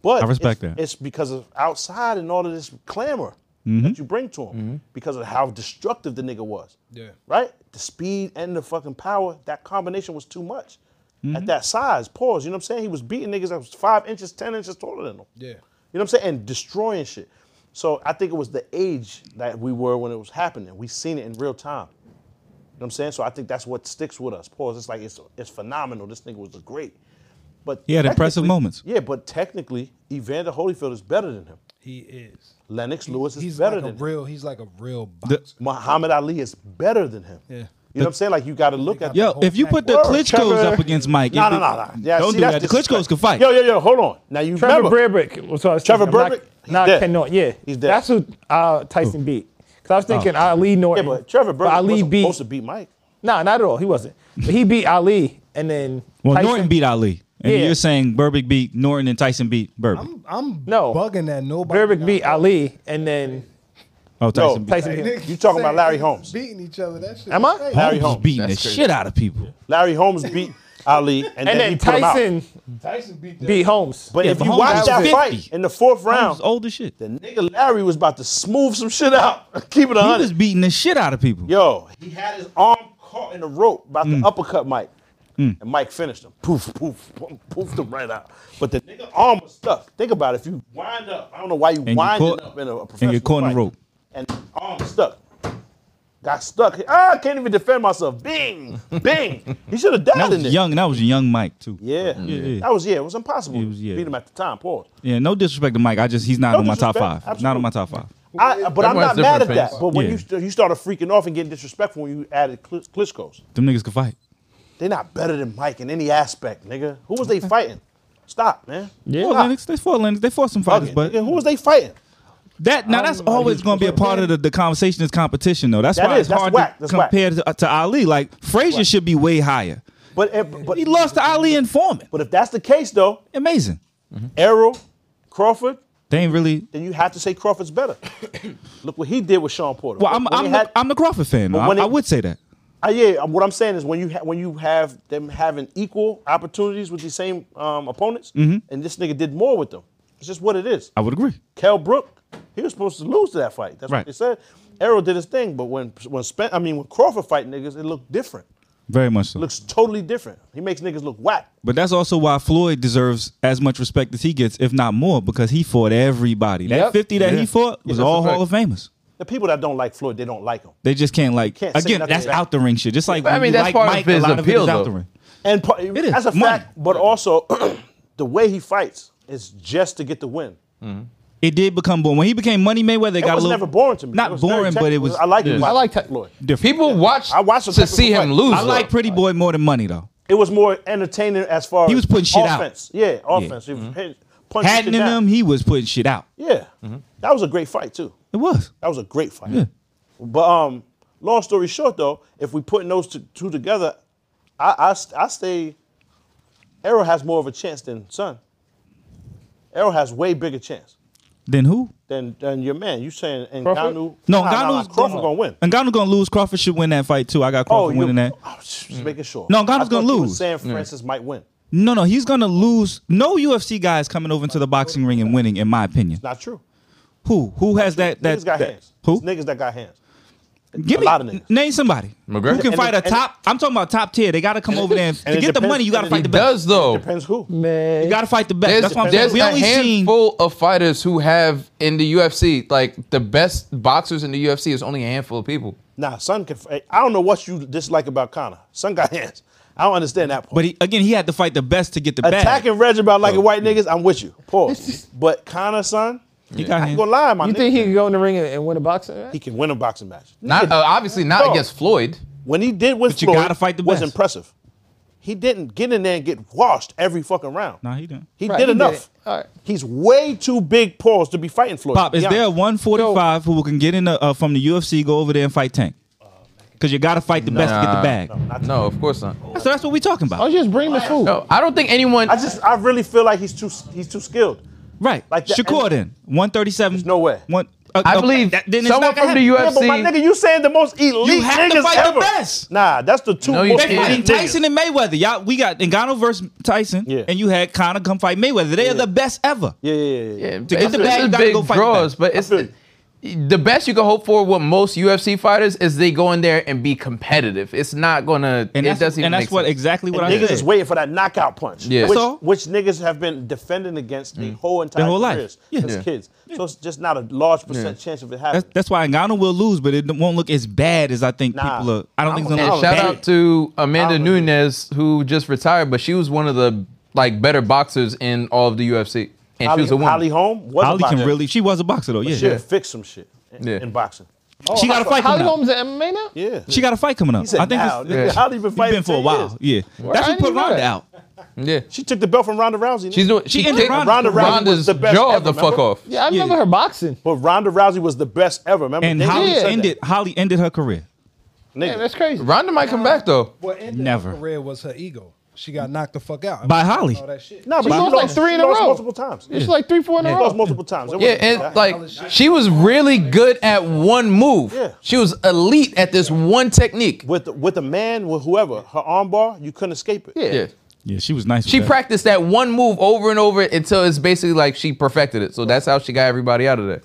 But I respect it's, that. It's because of outside and all of this clamor Mm-hmm. that you bring to him because of how destructive the nigga was. Yeah. Right? The speed and the fucking power, that combination was too much. Mm-hmm. at that size. Pause. You know what I'm saying? He was beating niggas that was five inches, ten inches taller than him. Yeah. You know what I'm saying? And destroying shit. So I think it was the age that we were when it was happening. We seen it in real time. You know what I'm saying? So I think that's what sticks with us. Pause. It's like it's it's phenomenal. This nigga was a great. But He had impressive technically- moments. Yeah, but technically, Evander Holyfield is better than him. He is. Lennox Lewis is He's better like a than him. real. He's like a real boxer. The- Muhammad Ali is better than him. Yeah. You know what I'm saying? Like you got to look at Yo, whole if you put the Word, Klitschko's Trevor. up against Mike, No, it'd no, no, be- no. Yeah, don't see, do that's that. The Klitschko's disrespect. can fight. Yo, yo, yo, hold on. Now you Trevor remember. Burbick was who I was Trevor thinking. I'm Burbick? He's Not, not dead. Ken Norton. Yeah, He's dead. Oh. That's who uh, Tyson beat. Because I was thinking Ali Yeah, Norton. but Trevor Burbick Ali wasn't beat. supposed to beat Mike. Nah, not at all. He wasn't. But he beat Ali, and then Well, Tyson- Norton beat Ali, and Yeah. you're saying Burbick beat Norton and Tyson beat Burbick. I'm, I'm No. bugging that nobody. Burbick got- (laughs) beat Ali, and then Oh, Tyson beat. Tyson. beat. You talking about Larry Holmes? Beating each other. That shit. Am I? crazy. Larry Holmes was Holmes. beating the That's crazy. shit out of people. Larry Holmes beat Ali, and, And then he put him out. Tyson Tyson beat that. beat Holmes. But Yeah, if but you Holmes watch was that 50. fight in the fourth Holmes round, was old as shit. the nigga Larry was about to smooth some shit out. (laughs) Keep it He on. was beating the shit out of people. Yo, he had his arm caught in the rope about Mm. to uppercut Mike. And Mike finished him. Poof, poof, poof, poofed him right out. But the nigga arm was stuck. Think about it. If you wind up, I don't know why you you wind caught- it up in a, a professional and you're caught in the fight. rope. And the arm was stuck. Got stuck. Ah, I can't even defend myself. (laughs) Bing, bing. He should have died That in was there. young. That was young Mike too. Yeah. yeah. That was, yeah, it was impossible. It to was- yeah. Beat him at the time. Pause. Yeah, no disrespect to Mike. I just he's not No on my top five. disrespect. Not on my Absolutely. top five. I, but I'm not Everyone's mad at different, that. Vince. But when Yeah. you, st- you started freaking off and getting disrespectful when you added Kli- Klitschko's. Them niggas could fight. They're not better than Mike in any aspect, nigga. Who was they fighting? Stop, man. Yeah, Lennox, they fought Lennox. They fought some Fuck fighters, it, but nigga. who was they fighting? that now that's always going to be a part of the, the conversation is competition though. That's That why is, it's that's hard whack, to that's whack. compare to, to Ali. Like Frazier should be way higher. But if, but He lost to Ali and Foreman. But if that's the case, though, Amazing. Errol Crawford, They ain't really. then you have to say Crawford's better. (coughs) Look what he did with Sean Porter. Well, I'm When he I'm, had- the, I'm the Crawford fan. though. But when I, I it- would say that. Uh, yeah, what I'm saying is when you ha- when you have them having equal opportunities with these same um, opponents, Mm-hmm. and this nigga did more with them. It's just what it is. I would agree. Kel Brook, he was supposed to lose to that fight. That's Right. what they said. Errol did his thing, but when when Spen- I mean when Crawford fight niggas, it looked different. Very much so. Looks totally different. He makes niggas look whack. But that's also why Floyd deserves as much respect as he gets, if not more, because he fought everybody. That Yep. 50 that he Yeah. fought was that's a all fact. Hall of Famers. The people that don't like Floyd, they don't like him. They just can't like Can't say again. nothing That's about out the ring shit. Just like But I when mean, you that's like part of Mike, his a lot appeal, of it is out though. the ring. And pa- is. that's a Money. fact. But also, (clears throat) the way he fights is just to get the win. It did become boring when he became Money Mayweather. It, It got was a little never boring to me. Not It was very boring, but it technical. was. I like Yeah. it. I like Floyd. different. People watch I watched the to see technical him fight. lose. I like Pretty Boy more than Money though. It was more entertaining as far He as was putting shit out. offense. Yeah, offense. He was Mm-hmm. hit- punching shit Hatton and down. him, he was putting shit out. Yeah, Mm-hmm. that was a great fight too. It was. That was a great fight. But um, long story short, though, if we putting those two, two together, I, I st- I stay. Arrow has more of a chance than Son. Arrow has way bigger chance Then who? than than your man. You saying and Crawford? Ngannou? No, Nah, nah, nah, Ngannou's Crawford gonna win. Ngannou gonna lose. Crawford should win that fight too. I got Crawford you- winning that. oh, just making sure. No, I Ngannou's thought gonna you were lose. Saying Francis might win. No, no, he's gonna lose. No UFC guy is coming over into the boxing ring and winning, in my opinion. Not true. Who? Who has that? That, niggas got that- hands. Who? It's niggas that got hands. Give a me lot of niggas. name somebody McGregor. who can And it- fight a and it- top. I'm talking about top tier. They gotta come over there and, and to it get the depends- money. You gotta and it fight the best. does though. Depends who. Man. You gotta fight the best. There's, That's what I'm there's saying. We a only seen handful of fighters who have in the UFC, like the best boxers in the UFC is only a handful of people. Nah, Son can. fight. I don't know what you dislike about Connor. Son got hands. I don't understand that part. But he, again, he had to fight the best to get the bag. Attacking Reggie about Oh. liking white niggas, I'm with you. (laughs) Pause. but Connor, son, He got I ain't hands. gonna lie, my You nigga. think he could go in the ring and, and win a boxing match? he can win a boxing match? Not uh, obviously not No. against Floyd. When he did with But you Floyd, gotta fight the was best. impressive. He didn't get in there and get washed every fucking round. Nah, he didn't. He Right, did he did enough. it. All right. He's way too big pause to be fighting Floyd. Pop, to is be there a honest. 145 who can get in the, uh, from the UFC, go over there and fight Tank? Oh, Because you gotta fight the best to get the bag. No, of course not. So that's what we talking about, Oh, just bring the food. No, I don't think anyone. I just, I really feel like he's too, he's too skilled. right? Like Like that- Shakur then 137. no way. One. uh, I uh, believe that- then it's someone not gonna from the happen. Yeah, but my UFC. nigga, you saying the most elite You have to niggas fight the ever. best. Nah, that's the two No, you most can't. They Yeah. fighting elite Tyson niggas. and Mayweather. Y'all, we got Ngannou versus Tyson, Yeah. and you had Conor come fight Mayweather. They are the best ever. Yeah, yeah, yeah, yeah. Yeah, get it's the a- bag, it's you a gotta big go fight the draws, bag. but it's feel you. the best you can hope for with most UFC fighters is they go in there and be competitive. It's not gonna. And it that's- doesn't. and even that's make what- sense. exactly what And I niggas said. is waiting for that knockout punch, Yeah. which, That's all. which niggas have been defending against the whole entire Their whole life. careers Yeah. as Yeah. kids. So it's just not a large percent chance of it happening. That's, that's why Ngannou will lose, but it won't look as bad as I think Nah. people are. I don't think it's gonna And look shout bad. out to Amanda Nunes who just retired, but she was one of the like better boxers in all of the UFC, and she was a woman. Holly Holm was Holly a boxer. can really. She was a boxer though. Yeah, She fix some shit in, Yeah. in boxing. Oh, she got a fight Holly coming up. Holmes at MMA now? Yeah. She got a fight coming up. He said, I think "Now, it's, nigga, yeah. Holly been it's fighting been for a 10 while. years." Yeah, that's I what didn't put know Ronda that. out. yeah, She took the belt from Ronda Rousey. nigga. she's doing. She She, ended kicked Ronda- Ronda, Ronda Rousey was Ronda's the best jaw ever, the fuck remember? off. Yeah, I Yeah. remember her boxing. but Ronda Rousey was the best ever. Remember, And They Holly said that. ended. Holly ended her career. Yeah, that's crazy. Ronda might come back though. What ended Never. her career was her ego. She got knocked the fuck out By Holly. Oh, All that shit. Mm. No, but She she lost like lost three she in a lost row. Multiple times. It's like three, four in a She lost row. multiple times. It Yeah, wasn't and that. like she was really good at one move. Yeah. She was elite at this one technique. with with a man with whoever her armbar, you couldn't escape it. Yeah. Yeah, she was nice. She with that. practiced that one move over and over until it's basically like she perfected it. So that's how she got everybody out of there.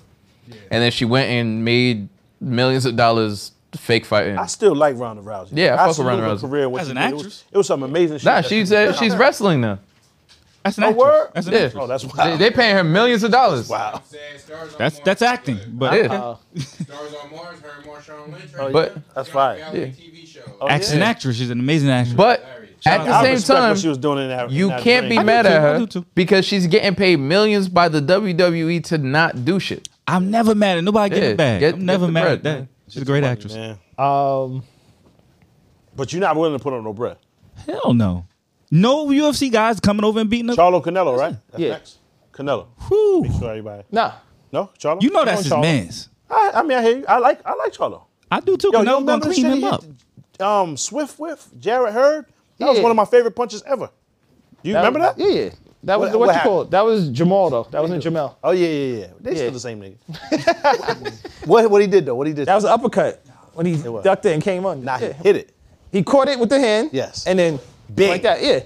And then she went and made millions of dollars fake fighting. I still like Ronda Rousey. Yeah, I fuck with salute Ronda her Rousey. Career when As she an did. It actress? was, it was some amazing shit. Nah, that she she's did. uh, she's wrestling now. That's an Oh, actress. word? That's an Yeah. actress. Oh, that's (laughs) They, wild. they paying her millions of dollars. wow. That's that's acting. But Yeah. Stars on Mars, Harry Marshawn Lynch. But That's fine. TV show. acts an actress. She's an amazing actress. but Shout at the out to her. I same respect time, what she was doing in that. you in that can't be ring. mad too, at I her do too. because she's getting paid millions by the WWE to not do shit. I'm never mad at nobody Yeah, getting bad. get- I'm never get the mad bread, at that. man. She's a great actress. Man. Um, But you're not willing to put on no breath. Hell no. No UFC guys coming over and beating her. Charlo Canelo, right? That's Yeah. next. Canelo. Whew. Make sure everybody. nah. No, Charlo. You know Come that's on, his Charlo. man's. I, I mean, I hear you. I like I like Charlo. I do too. Yo, Yo, you I'm gonna remember the clean shit him he up. did, um, Swift with Jared Hurd. That was Yeah. one of my favorite punches ever. You remember that? Yeah, yeah. That was What- what, what you call it? That was Jamal though. That wasn't Jamal. Oh yeah, yeah, yeah. They Yeah. still the same nigga. (laughs) what what he did though? What he did? That was an uppercut when he was. ducked it and came on. Nah, yeah. he hit it. He caught it with the hand. Yes. And then Big. like that. Yeah.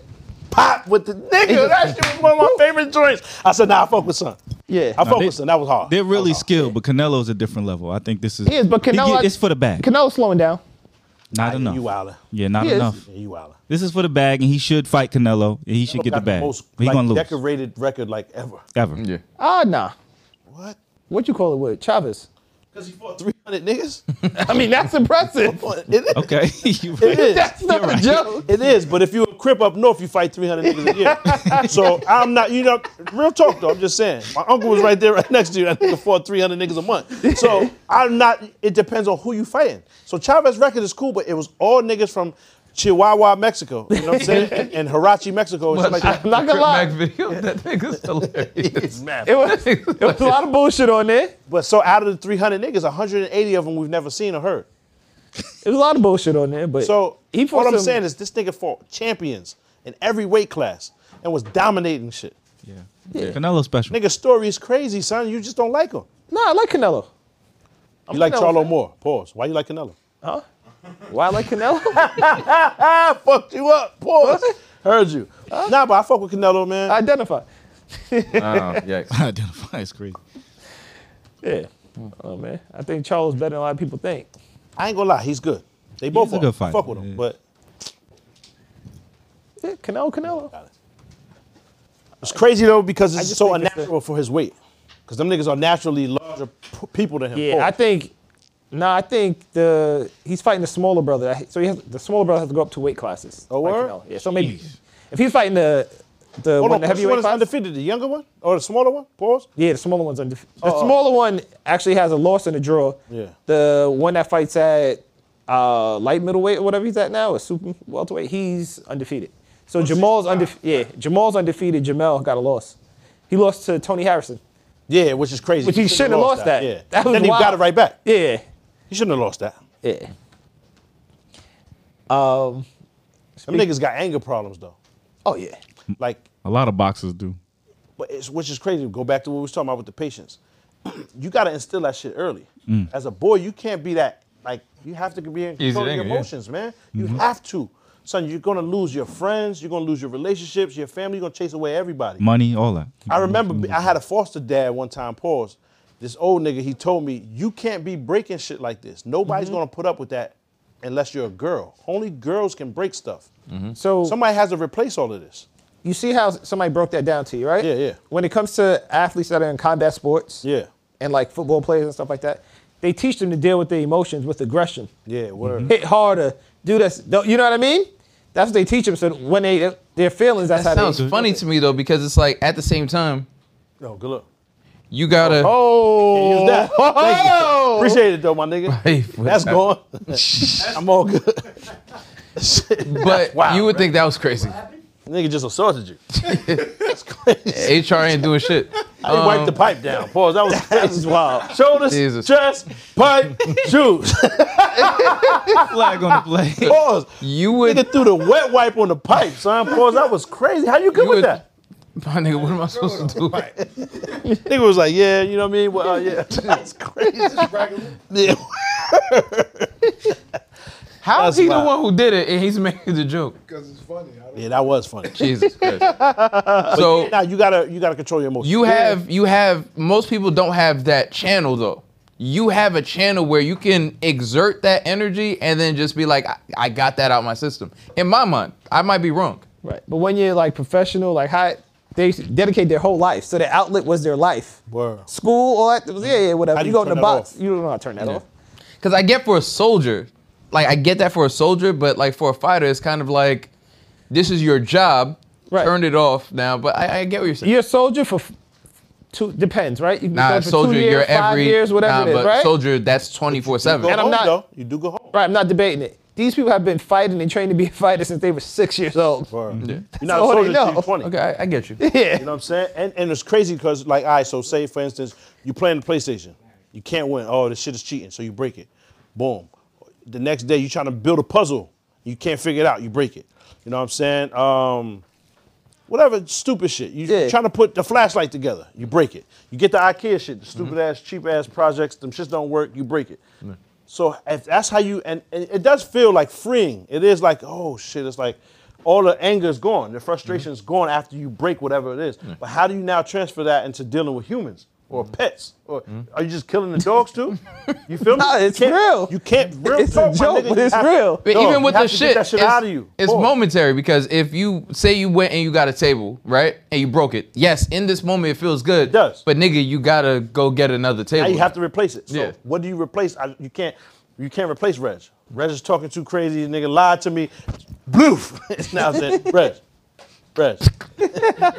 Pop with (laughs) the nigga. That shit was one of my favorite joints. I said, Nah, I fuck with son. Yeah. I fuck they- with son. That was hard. They're really skilled, but Canelo's a different level. I think this is. He is, but Canelo- get- it's for the bag. Canelo's slowing down. not enough. You wildin'. Yeah, not He is. enough. Yeah, you wildin'. This is for the bag, and he should fight Canelo. and He should get Got the bag. most But he like, gonna lose decorated record like ever. ever. Yeah. Ah, nah. What? What you call it with Chavez? Because he fought 300 (laughs) niggas? I mean, that's (laughs) impressive. it is. Okay. (laughs) You It is. that's not a (laughs) joke. It is, but if you a crip up north, you fight 300 niggas a (laughs) year. so I'm not, you know, real talk though, I'm just saying. My uncle was right there, right next to you, and I could afford 300 niggas a month. So I'm not, it depends on who you fighting. So Chavez record is cool, but it was all niggas from Chihuahua, Mexico, you know what I'm saying? (laughs) and, and Harachi, Mexico, and shit like that. I'm not gonna Mac lie. video. (laughs) That nigga's hilarious. It was, it was a lot of bullshit on there. It But so out of the 300 niggas, 180 of them we've never seen or heard. was a lot of bullshit on there. But So he what fought I'm some- saying is this nigga fought champions in every weight class and was dominating shit. Yeah. Canelo special. Nigga's story is crazy, son. You just don't like him. nah, I like Canelo. You like Canelo Charlo fan. more. Pause. Why you like Canelo? Why I like (laughs) Canelo? I fucked you up. Pause. Heard you. Nah, but I fuck with Canelo, man. I identify. Oh, yikes. (laughs) Identify is crazy. Yeah. Oh man, I think Charles better than a lot of people think. I ain't gonna lie, he's good. They both He's a are. good I fighter, Fuck with him, yeah. but Yeah, Canelo, Canelo. it's crazy though because it's just so think it's unnatural for his weight. Because them niggas are naturally larger p- people than him. Yeah, Pause. I think. Nah, I think the he's fighting the smaller brother. I- So he has, the smaller brother has to go up two weight classes. Oh, like word? Canelo. Yeah. So maybe if he's fighting the the, Hold one, on, the which one heavyweight is class, undefeated? The younger one or the smaller one? Pause. yeah, the smaller one's undefe- The Oh, oh. smaller one actually has a loss and a draw. Yeah. The one that fights at uh, light middleweight or whatever he's at now, or super welterweight, he's undefeated. So Oh, Jamal's undefeated. Yeah, Jamal's undefeated. Jamel got a loss. He lost to Tony Harrison. Yeah, which is crazy. Which he shouldn't have lost that. Yeah. That was then he wild. got it right back. Yeah. He shouldn't have lost that. Yeah. Um, Them niggas got anger problems though. Oh yeah. Like A lot of boxers do. But it's, which is crazy. Go back to what we was talking about with the patience. (clears throat) you got to instill that shit early. As a boy, you can't be that. Like you have to be in control of anger, your yeah. emotions, man. You have to. Son, you're gonna lose your friends. You're gonna lose your relationships, (laughs) your family. You're gonna chase away everybody. Money, all that. I remember I had a foster dad one time. Pause. This old nigga, he told me, you can't be breaking shit like this. Nobody's gonna put up with that unless you're a girl. Only girls can break stuff. So somebody has to replace all of this. You see how somebody broke that down to you, right? Yeah, yeah. When it comes to athletes that are in combat sports, yeah, and like football players and stuff like that, they teach them to deal with their emotions with aggression. Yeah, word. Hit harder, do this. don't- You know what I mean? That's what they teach them. So when they their feelings, that's That how (laughs) sounds they. funny to me though, because it's like at the same time, No, good luck. you gotta. Oh, (laughs) Can't use that. Thank you. Appreciate it though, my (laughs) nigga. That's gone. I'm all good. But you would think that was crazy. Nigga just assaulted you. HR ain't doing shit. He wiped the pipe down. Pause. That was (laughs) that was wild. Shoulders, Um, Jesus. chest, (laughs) pipe, shoes. Flag on the play. Pause. You would, Nigga threw the wet wipe on the pipe, son. Pause. That was crazy. How you good You with would- that? (laughs) my nigga. What am I supposed to do? Nigga was like, yeah, you know what I mean? Well, uh, (laughs) yeah. (laughs) That's crazy. yeah. How is That's he the wild. one who did it and he's making the joke? Because it's funny. I don't yeah, that was funny. (laughs) Jesus Christ. So Now you gotta you gotta control your emotions. you have you have most people don't have that channel though. You have a channel where you can exert that energy and then just be like, I, I got that out my system. In my mind, I might be wrong. Right. But when you're like professional, like how they dedicate their whole life, so the outlet was their life. Word. School, all that. Yeah, yeah, whatever. How do you you go in turn the that box. off? You don't know how to turn that off. Because I get for a soldier, like I get that for a soldier, but like for a fighter, it's kind of like, this is your job. Right. Turn it off now. But I, I get what you're saying. You're a soldier for f- two depends, right? You can be Nah, soldier for soldier, two years, you're five every years, whatever nah, it is, but right? soldier, that's twenty four go seven. and I'm home, not- though. You do go home. Right. I'm not debating it. These people have been fighting and trained to be a fighter since they were six years old. Word. You're That's not a all they soldier till know. you're 20. Okay, I, I (laughs) get you. You know what I'm saying? And and it's crazy because like, all right, so say for instance, you playing the PlayStation, you can't win. Oh, this shit is cheating, so you break it. Boom. The next day you trying to build a puzzle, you can't figure it out, you break it. You know what I'm saying? Um, whatever stupid shit. You Yeah. trying to put the flashlight together, you break it. You get the IKEA shit, the Mm-hmm. stupid ass, cheap ass projects, them shits don't work, you break it. So if that's how you and, and it does feel like freeing. It is like, oh shit, it's like all the anger is gone, the frustration is Mm-hmm. gone after you break whatever it is. But how do you now transfer that into dealing with humans or Mm-hmm. pets? Or are you just killing the dogs too? You feel me? (laughs) Nah, You it's can't- real. You can't real It's a talk, my joke, nigga, but you it's have- real. But Dog, even with you the have to get shit, that shit it's, out of you. it's Pause. momentary because if you say you went and you got a table, right, and you broke it, yes, in this moment it feels good. It does. But nigga, you gotta go get another table. Now you have to replace it. So Yeah. what do you replace? I, you can't you can't replace Reg. Reg is talking too crazy. The nigga lied to me. Bloof. (laughs) now then, Reg. Reg. (laughs) Reg.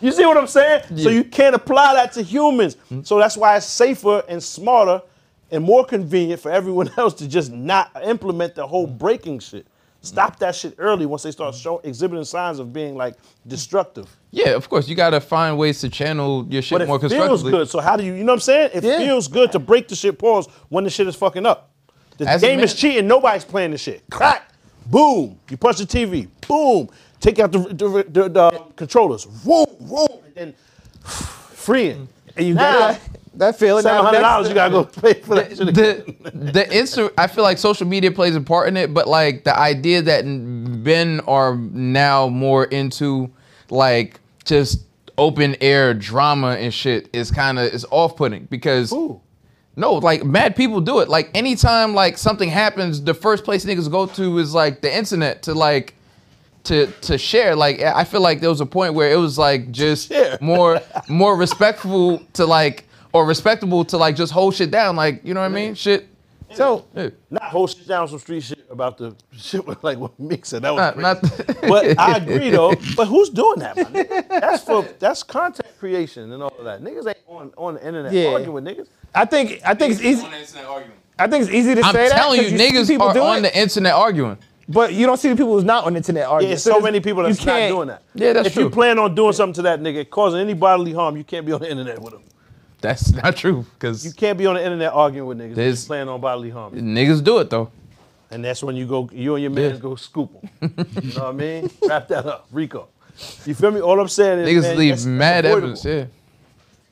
You see what I'm saying? So you can't apply that to humans. Hmm? So that's why it's safer and smarter and more convenient for everyone (laughs) else to just not implement the Hmm. whole breaking shit. Stop that shit early once they start show, exhibiting signs of being like destructive. Yeah, of course, you gotta find ways to channel your shit But it more feels constructively. good. So how do you, you know what I'm saying? It Yeah. feels good to break the shit pause when the shit is fucking up. The As a game man- is cheating. Nobody's playing the shit. Crack. Boom. You punch the TV. Boom. Take out the the, the, the controllers. Whoom, whoom. And then (sighs) freeing. And you Nah, that feeling. now seven hundred dollars. next- You gotta go (laughs) pay for that shit. again. the the insta I feel like social media plays a part in it, but like the idea that men are now more into like just open air drama and shit is kind of is off putting because no, like mad people do it. Like anytime like something happens, the first place niggas go to is like the internet to like to to share. Like I feel like there was a point where it was (laughs) like just more more respectful to like or respectable to like just hold shit down. Like you know what I mean? Shit. So Yeah. Not whole shit down some street shit about the (laughs) shit with like what Mick said. That was Not, crazy. (laughs) not (laughs) But I agree though. But who's doing that? My nigga? That's for that's content creation and all of that. Niggas ain't on, on the internet Yeah. arguing with niggas. I think I think it's easy. I think it's easy to I'm say that. telling 'cause you, see niggas people are do on it, the internet arguing. but you don't see the people who's not on the internet arguing. There's so many people that's not doing that. Yeah, that's if true. you plan on doing something to that nigga, causing any bodily harm, you can't be on the internet with him. That's not true You because can't be on the internet arguing with niggas. There's- There's plan on bodily harm, niggas do it though. and that's when you go, you and your man Yeah. go scoop them. you know what I mean? Wrap that up, Rico. You feel me? All I'm saying is, Niggas man, leave that's- that's mad avoidable. evidence. Yeah.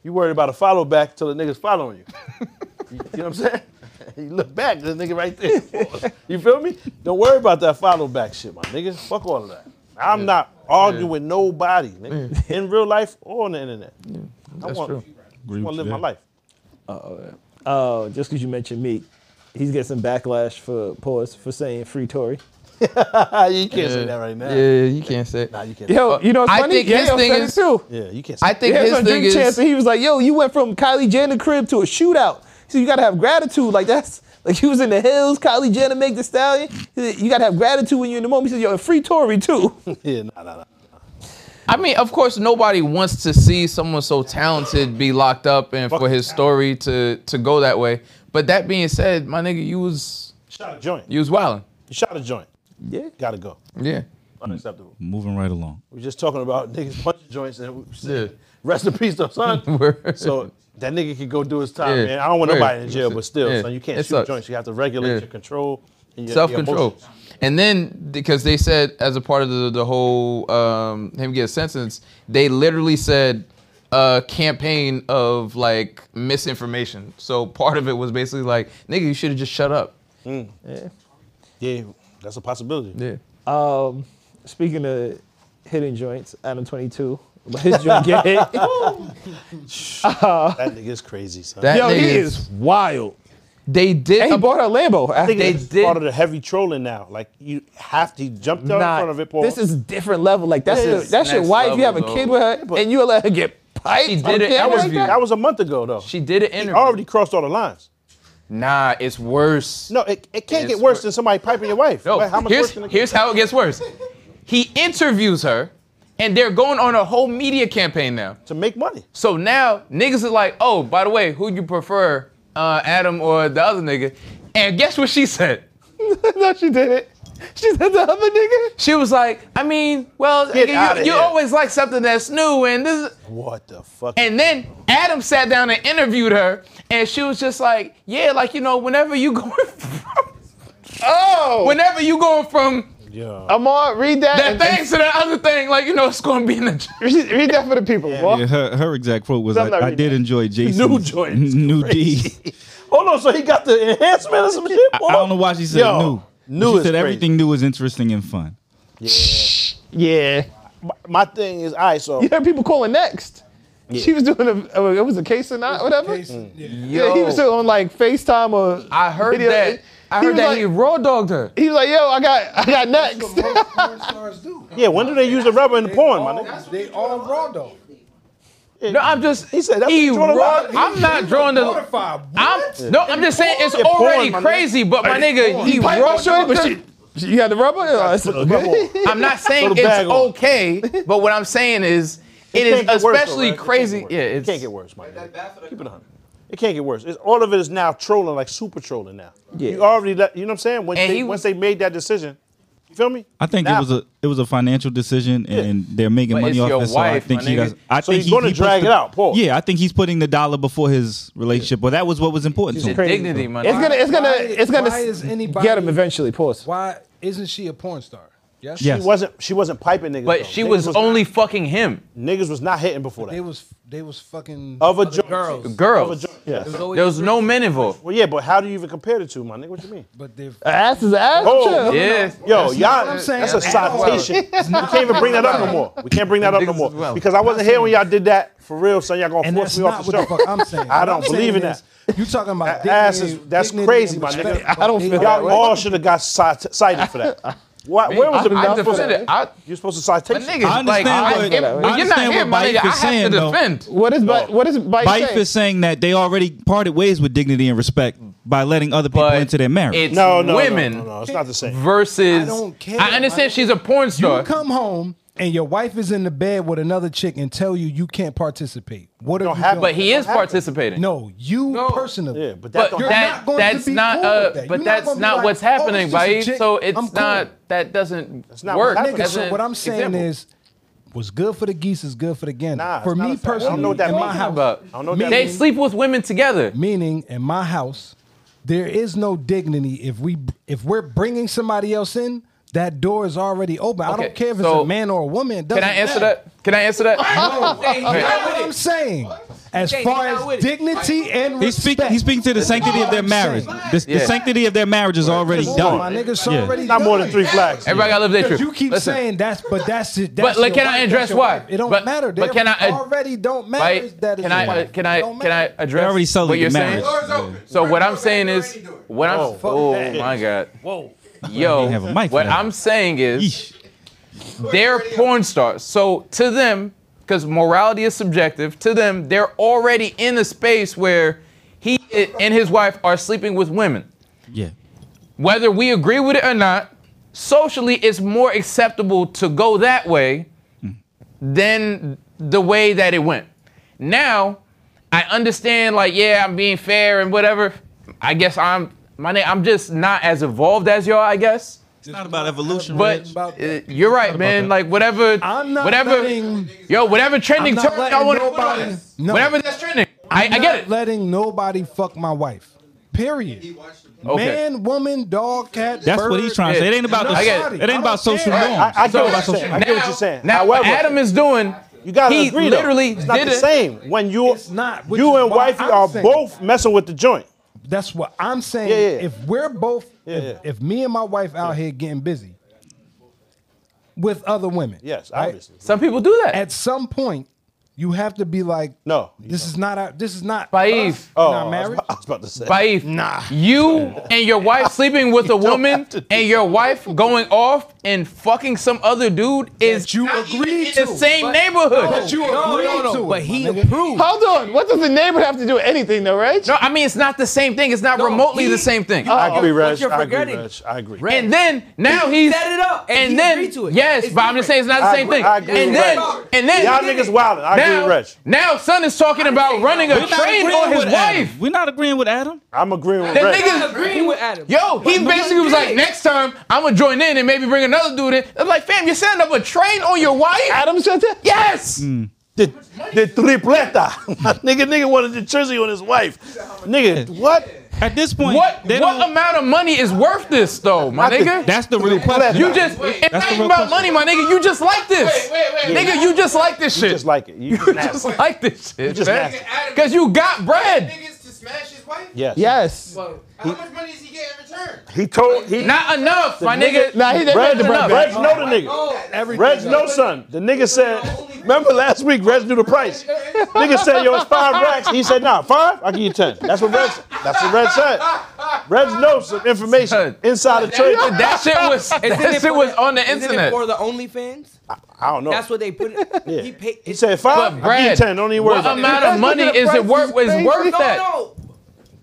You worried about a follow back till the niggas following you. you, you know what I'm saying? (laughs) You look back, the nigga right there. You feel me? Don't worry about that follow back shit, my nigga. Fuck all of that. I'm not arguing with nobody, nigga. In real life or on the internet. I that's want, true. I want to live my life. Oh, Uh, just because you mentioned Meek, he's getting some backlash for pause for saying free Tory. yeah. Ah, you can't say that right now. Yeah, you can't say. Nah, you can't. Yo, you know, it's Uh, I funny. think yeah, his yo, thing said it is- too. Yeah, you can't. I think yeah, his son, thing Drink is. Champs, and he was like, "Yo, you went from Kylie Jenner crib to a shootout. So you gotta have gratitude. Like that's like he was in the hills. Kylie Jenner make the stallion. He said, You gotta have gratitude when you're in the moment." He said, "Yo, and free Tory too." Yeah, nah, nah, nah. I mean, of course, nobody wants to see someone so talented be locked up and for his story to to go that way. But that being said, my nigga, you was Shot a joint. you Mm. was wilding. You shot a joint. Yeah. Gotta go. Yeah. Unacceptable. Moving right along. We just talking about (laughs) niggas punching joints and we Yeah. said, rest in peace, though, son. (laughs) Word. so that nigga could go do his time, Yeah. man. I don't want Word. nobody in jail, Listen. but still, Yeah. son, you can't It shoot sucks. joints. You have to regulate Yeah. your control. and your- your self control. emotions. And then because they said as a part of the, the whole um, him get sentenced, they literally said a campaign of like misinformation. So part of it was basically like, nigga, you should have just shut up. Yeah, that's a possibility. Yeah. Um, speaking of hitting joints, Adam 22, let his joint get hit. (laughs) That nigga's crazy, son. That Yo, nigga he is wild. They did. And he a- bought a Lambo. I think They it's did- part of the heavy trolling now. Like you have to jump out Nah, in front of it, Paul. This is a different level. Like that's This your, is that's your next wife. you have a level, kid though. with her, and you let her get piped. She did on camera it. That was like beautiful. that was a month ago though. she did an He interview. already crossed all the lines. Nah, it's worse. No, it, it can't It's get worse wor- than somebody piping your wife. No, Like, how much here's, worse can it get? here's how it gets worse. He interviews her, and they're going on a whole media campaign now. to make money. So now niggas are like, oh, by the way, who you prefer, uh, Adam or the other nigga? And guess what she said? (laughs) no, she did it. She said the other nigga. She was like, I mean, well, Get nigga, outta you, you here. always like something that's new, and this. Is... What the fuck? And then Adam sat down and interviewed her, and she was just like, yeah, like you know, whenever you (laughs) going, from, Oh, whenever you going from yeah. Amar, read that. that and- thing to that other thing, like you know, it's gonna be in the. (laughs) read, read that for the people. Amar. Yeah, her, her exact quote was, I'm I, not I reading did that. enjoy Jason's New joint is (laughs) new D. Hold on, so he got the enhancement or some shit? I I don't know why she said Yo, new. new she is said crazy. everything new is interesting and fun. Yeah. My thing is, all right, so You heard people calling next. She was doing a, oh, it was a case or not, whatever. Yeah, he was still on like FaceTime or. I heard video. that. I He heard was that like- he raw dogged her. He was like, "Yo, I got, I got next." yeah, when do they use the rubber in the porn, my nigga? That's what they all raw dog. No, I'm just. He said that's he what you raw. drawing the line. I'm not drawing the. Mortified. I'm, no, I'm just saying it's Yeah, porn, already my nigga. crazy, but my nigga, he Pipe raw was short, but she, she- you got the rubber. Oh, it's (laughs) Put (laughs) the rubber on. I'm not saying Throw the it's bag on. okay, but what I'm saying is it is can't get worse, though, especially right? It can't get crazy. worse. Yeah, it it's can't get worse, Mike. Keep it on. It can't get worse. It's, all of it is now trolling, like super trolling now. You already, let, you know what I'm saying? When And they, he was- once they made that decision, you feel me? I think Now- it was a it was a financial decision, and they're making But money it's off your it. So I wife, think my he nigga. does. I So think he's gonna he puts drag the- it out, Paul. Yeah, I think he's putting the dollar before his relationship. Well, that was what was important to the him. dignity, man. It's gonna, it's gonna, it's gonna Why is anybody- get him eventually. Pause. Why isn't she a porn star? Yes. Yes. She wasn't, she wasn't piping niggas. though. but she Niggas was only Not, fucking him. niggas was not hitting before They that. was they was fucking Other other joints. girls. Girls. Other joint- yeah. There's always There was no men involved. Well, yeah, but how do you even compare the two, my nigga? What you mean? But they're Ass is ass. Oh, chill. Yeah. Yo, y'all, what I'm saying. that's a That's not allowed. citation. (laughs) We can't even bring that up no more. We can't bring that up no Niggas as more well. because I wasn't here when y'all did that for real. Son, y'all gonna and force that's me off the not what the show. fuck I'm saying. (laughs) I What don't I'm believe in saying that. is, You talking about (laughs) That ass dignity- is- that's dignity crazy, and my nigga. respect, I don't but feel they- that Y'all way. all should have got cit- cited for that. Why, where was the I not for defended. that. it. I, You're supposed to cite but nigga, like, understand I, what- if, I when you're not understand here, what my nigga, Mike I have is saying, to though. defend. What is, Bi- what is Bife Bife saying? is saying that they already parted ways with dignity and respect by letting other people But into their marriage. It's No, no, women no, no, no, it's not the same. versus. I don't care. I understand I- she's a porn star. You come home and your wife is in the bed with another chick and tell you you can't participate. What are don't you have- doing? But he That is don't happen. participating. No, you No. personally. Yeah, but that But don't You're happen. that, not going to that's be not cool uh with that. but You're not that's gonna not, be like, what's "Oh, it's happening, just a right? chick. So it's I'm cool." not that doesn't That's not work. what happened. Nigga, as so an what I'm saying example. is, what's good for the geese is good for the gander. Nah, it's for not me a fact. I don't know personally, what that in my means. How house, about I don't know what that they means. sleep with women together. meaning in my house, there is no dignity if we if we're bringing somebody else in. That door is already open. I Okay, don't care if it's so- a man or a woman. Can it doesn't I (laughs) answer (laughs) matter. that? Can I answer that? That's what I'm saying. as Can't far get out with as it. dignity and respect. He's speaking. He's speaking to the sanctity of their marriage. The, the Yeah. sanctity of their marriage is already Come on, done. my nigga's Yeah. already Not more than done. three flags. Everybody gotta live their Because truth. You keep Listen. saying that's, but that's it. But That's like, your can I wife, address that's your why? wife. It don't But- matter. But They can I uh, already don't matter? Right? That is can I uh, your wife. can I can I address already sold what the you're marriage. saying? So what I'm saying is what I'm Oh, oh, fuck that. my god. Whoa. Yo, didn't have a mic for what that. I'm saying is they're porn stars. So to them, because morality is subjective, to them, they're already in a space where he and his wife are sleeping with women. Yeah. Whether we agree with it or not, socially it's more acceptable to go that way than the way that it went. Now, I understand, like, yeah, I'm being fair and whatever. I guess I'm my name. I'm just not as evolved as y'all, I guess. It's not about evolution, But uh, you're right, man. Like whatever, I'm not whatever, letting- yo, whatever trending I'm not term I letting want nobody- to, No. whatever that's trending, I, I'm I not get it. Letting nobody fuck my wife. Period. Okay. Man, woman, dog, cat. That's what he's trying to say. It ain't about the, I get it. it. ain't about social norms. I, I It's all get what about you're social saying. I get what Now- you're saying. now, However, what Adam is doing, you gotta he agree. though. literally it's not did the it. same when you not, which you is and why wifey I'm are saying- both messing with the joint. That's what I'm saying. Yeah, yeah. If we're both, if, yeah. if me and my wife out here getting busy with other women, Yes, right? obviously. (laughs) Some people do that. At some point, you have to be like, No. this is not our, this is not Baif. us Oh, in I our was (laughs) marriage. about- I was about to say. Baif, Nah. you and your wife (laughs) sleeping with a woman and your wife going off and fucking some other dude is you not even agreed in the to, same neighborhood. But you agree to it, But my he nigga. approved. Hold on. What does the neighbor have to do with anything, though, Reg? no, I mean it's not the same thing. It's not No, remotely he- the same thing. I agree, Reg. you're I agree, forgetting. Reg. I agree. And then now He he's set it up, and he then agreed to it. yes, It's but I'm just saying it's not the I same agree- thing. I agree and with then Reg. and then Y'all niggas wildin'. I agree now, with Reg. Now son is talking about running a We're not train agreeing on his with Adam. wife. We're not agreeing with Adam. I'm agreeing with That Reg. nigga- agreeing with Adam. Yo, he basically was like, next time I'm gonna join in and maybe bring another dude in. I'm like, fam, you're setting up a train on your wife? Adam said that? Yes. the, the tripleta. (laughs) nigga, nigga wanted the jersey on his wife. Nigga, what? At this point, What they what don't- amount of money is worth this though, my I think nigga? that's the real question. you just it's That's not the even real about money, question. my nigga. You just like this. Nigga, you just like this shit. Just like it. You (laughs) You nasty. just like this shit, just man. nasty. Because you got bread. yes. Yes. How much money does he get in return? He told he Not enough, my nigga. Nah, he didn't Reg, the enough. Reg, know the nigga. Reg know son. The nigga said, remember last week Reg knew the price. nigga said, yo, it's five racks. He said, nah, five? I'll give you ten. That's what Reg said. That's what Reg said. Reg knows some information Son. inside the trade. that shit was that shit was on the internet. for the OnlyFans? I don't know. That's what they put. (laughs) Yeah. He paid. he said five. But I'll give you Brad, ten. Don't even worry what about it. amount of money is it worth? Is worth No, that? no.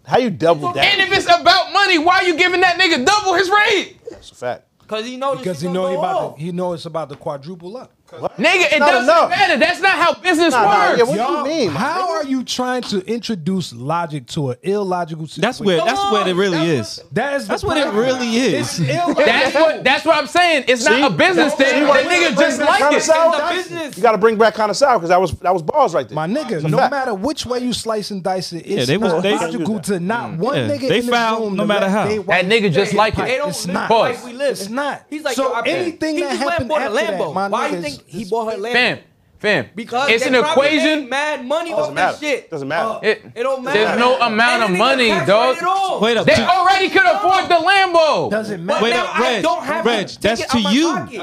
How you double that? And if it's about money, why you giving that nigga double his rate? That's a fact. Because he knows Because he know he about to, he know it's about to quadruple up. Nigga, it not doesn't enough. matter. That's not how business Nah, nah, works. yeah, what do you mean? How are you trying to introduce logic to an illogical situation? That's where. That's where it really is. That is the That's what it problem. really It's is. illogical. That's what that's what I'm saying. It's not a business thing. why That we nigga bring just back like Connor it. Sauer? It's a business. You got to bring back Connor Sauer because that was that was balls right there. My nigga, no fact. matter which way you slice and dice it, it's they was- not they- Mm. logical to not one Yeah, nigga they in foul the room no to matter let how. they That wipe nigga their just like pipe. it. They don't It's live not. Pause. like we live. It's not. He's like, so yo, I bet. anything he that just went happened bought a after that, Lambo. my Why nigga, you is- think he bought her Lambo? Fam, fam. Because it's they an probably equation. made mad money doesn't off matter. that shit. Uh, Doesn't matter. It, It don't matter. There's no amount of And it ain't money, tax dog. rate at all. Wait up. They to- already could afford the Lambo. doesn't But matter. Wait now up, I Reg. don't have Reg, to that's take it out to my you. pocket.